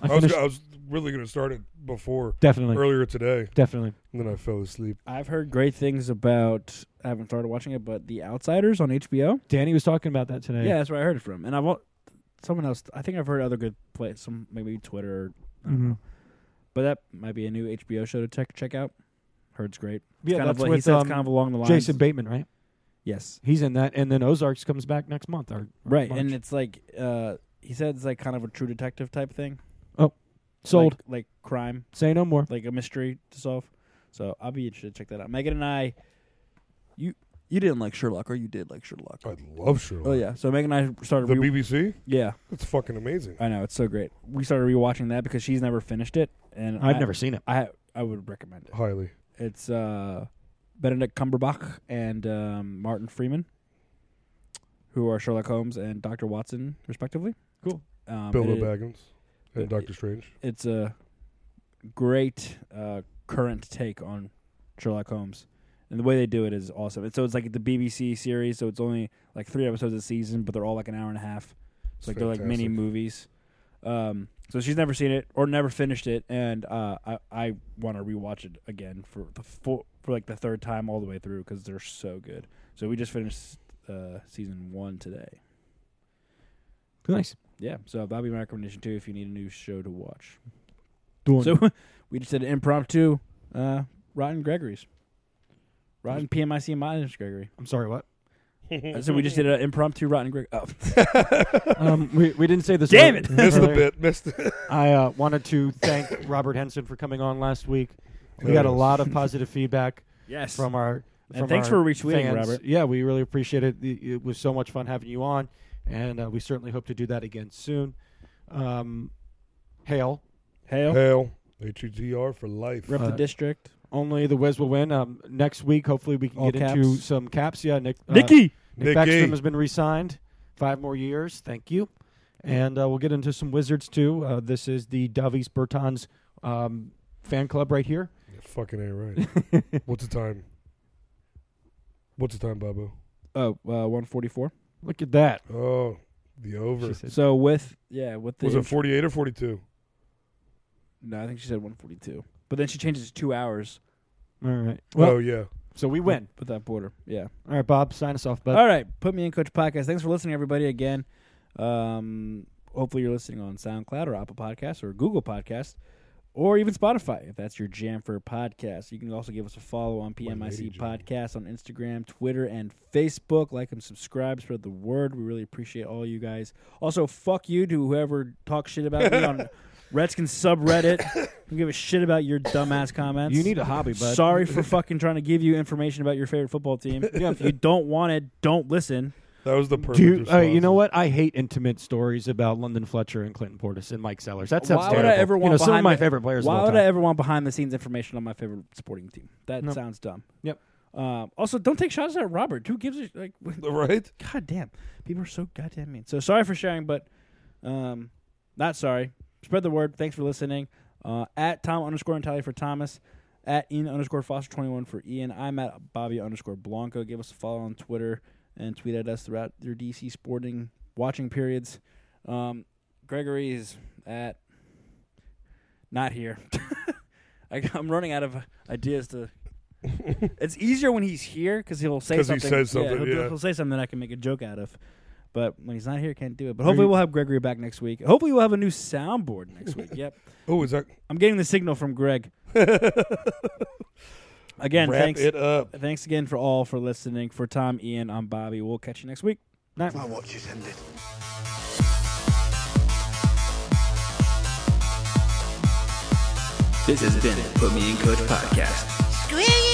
I
I was,
finished
I was really going to start it before
definitely,
earlier today,
definitely.
and then I fell asleep.
I've heard great things about. I haven't started watching it, but The Outsiders on HBO.
Danny was talking about that today.
Yeah, that's where I heard it from. And I've al- someone else. I think I've heard other good play. Some maybe Twitter. Or, I don't
Mhm.
know. But that might be a new HBO show to check check out. Heard's great. It's
yeah,
kind of
that's
like- he
with
said it's
um,
kind of along the lines.
Jason Bateman, right?
yes,
He's in that, and then Ozarks comes back next month. Or, or
right,
March.
and it's like uh, he said it's like kind of a True Detective type thing.
sold.
like, like crime,
Say no more.
like a mystery to solve. So I'll be interested to check that out. Megan and I, you you didn't like Sherlock, or you did like Sherlock?
I love Sherlock.
Oh yeah. So Megan and I started.
The
re-
BBC?
yeah,
That's fucking amazing.
I know it's so great. We started rewatching that because she's never finished it, and
I've
I-
never seen it.
I I would recommend it.
Highly.
It's uh, Benedict Cumberbatch and um, Martin Freeman, who are Sherlock Holmes and Doctor Watson, respectively.
Cool.
Um,
Bilbo
it-
Baggins and
it-
Doctor Strange.
it's a great uh, current take on Sherlock Holmes, and the way they do it is awesome. And so it's like the BBC series, so it's only like three episodes a season, but they're all like an hour and a half.
It's
So like they're like mini
fantastic.
movies. Um, so she's never seen it or never finished it, and uh, I I want to rewatch it again for the full for like the third time all the way through because they're so good. So we just finished uh, season one today.
Nice.
Yeah, so that'll be my recommendation too if you need a new show to watch.
Doing
So we just did an impromptu uh, Rotten Gregory's. Rotten PMIC minus Gregory.
I'm sorry. What?
So we just did an impromptu Rotten Gregory. Oh,
um, we we didn't say this.
Damn
earlier-
it!
Missed the
earlier.
bit. Missed it.
I uh, wanted to thank Robert Henson for coming on last week. We got a lot of positive feedback
yes.
from our.
And
from
thanks
our
for retweeting,
fans.
Robert.
Yeah, we really appreciate it. It it was so much fun having you on, and uh, we certainly hope to do that again soon. Um, hail!
Hail.
Hell. H-E-G-R for life.
Rep the
Uh,
district.
Only the Wiz will win. Um, next week, hopefully, we can
All
get
caps.
into some caps. Yeah, Nick. Uh, Nick
Nick
Backstrom
Gay.
has been re-signed. Five more years. Thank you. And uh, we'll get into some Wizards too. Uh, this is the Davies Bertans um, fan club right here.
Fucking A right. What's the time? What's the time, Bobo?
Oh, uh, 144.
Look at that.
Oh, the over.
She said-
So with, yeah, with the.
Was it
intro-
48 or 42?
no, I think she said 142. But then she changes it to two hours
All right. Well,
oh yeah.
so we win.
with that border. Yeah.
All right, Bob, sign us off, bud.
All right, put me in Coach Podcast. Thanks for listening, everybody. Again, um, hopefully you're listening on SoundCloud or Apple Podcasts or Google Podcast or even Spotify if that's your jam for podcasts. You can also give us a follow on PMIC Podcast on Instagram, Twitter, and Facebook. Like and subscribe, spread the word. We really appreciate all you guys. Also, fuck you to whoever talks shit about me on Redskins subreddit. Don't give a shit about your dumbass comments.
You need a hobby, bud.
Sorry for fucking trying to give you information about your favorite football team. if you don't want it, don't listen.
That was the perfect
Dude, uh,
response.
you know what? I hate intimate stories about London Fletcher and Clinton Portis and Mike Sellers. That sounds
why
terrible.
would I ever
You
want
know, some of
behind
my
the-
favorite players.
Why
of all
would I
time.
ever want behind the scenes information on my favorite sporting team? That
No.
sounds dumb.
Yep.
Uh, also, don't take shots at Robert. Who gives a like?
Right?
God damn, people are so goddamn mean. So sorry for sharing, but um, not sorry. Spread the word. Thanks for listening. Uh, at Tom underscore Natali for Thomas. At Ian underscore Foster twenty one for Ian. I'm at Bobby underscore Blanco. Give us a follow on Twitter and tweet at us throughout your DC sporting watching periods. Um, Gregory is at not here. I, I'm running out of ideas to. it's easier when he's here because he'll say
'Cause he
something.
says something,
he'll, do-
yeah.
he'll say something that I can make a joke out of. But when he's not here, can't do it. But hopefully, we'll have Gregory back next week. Hopefully, we'll have a new soundboard next week. Yep,
Oh, is that
I'm getting the signal from Greg. Again,
wrap
thanks.
it up?
Thanks again for all for listening. For Tom, Ian, I'm Bobby. We'll catch you next week.
My watch is ended.
This has been Put Me in Coach Podcast.
Screw you!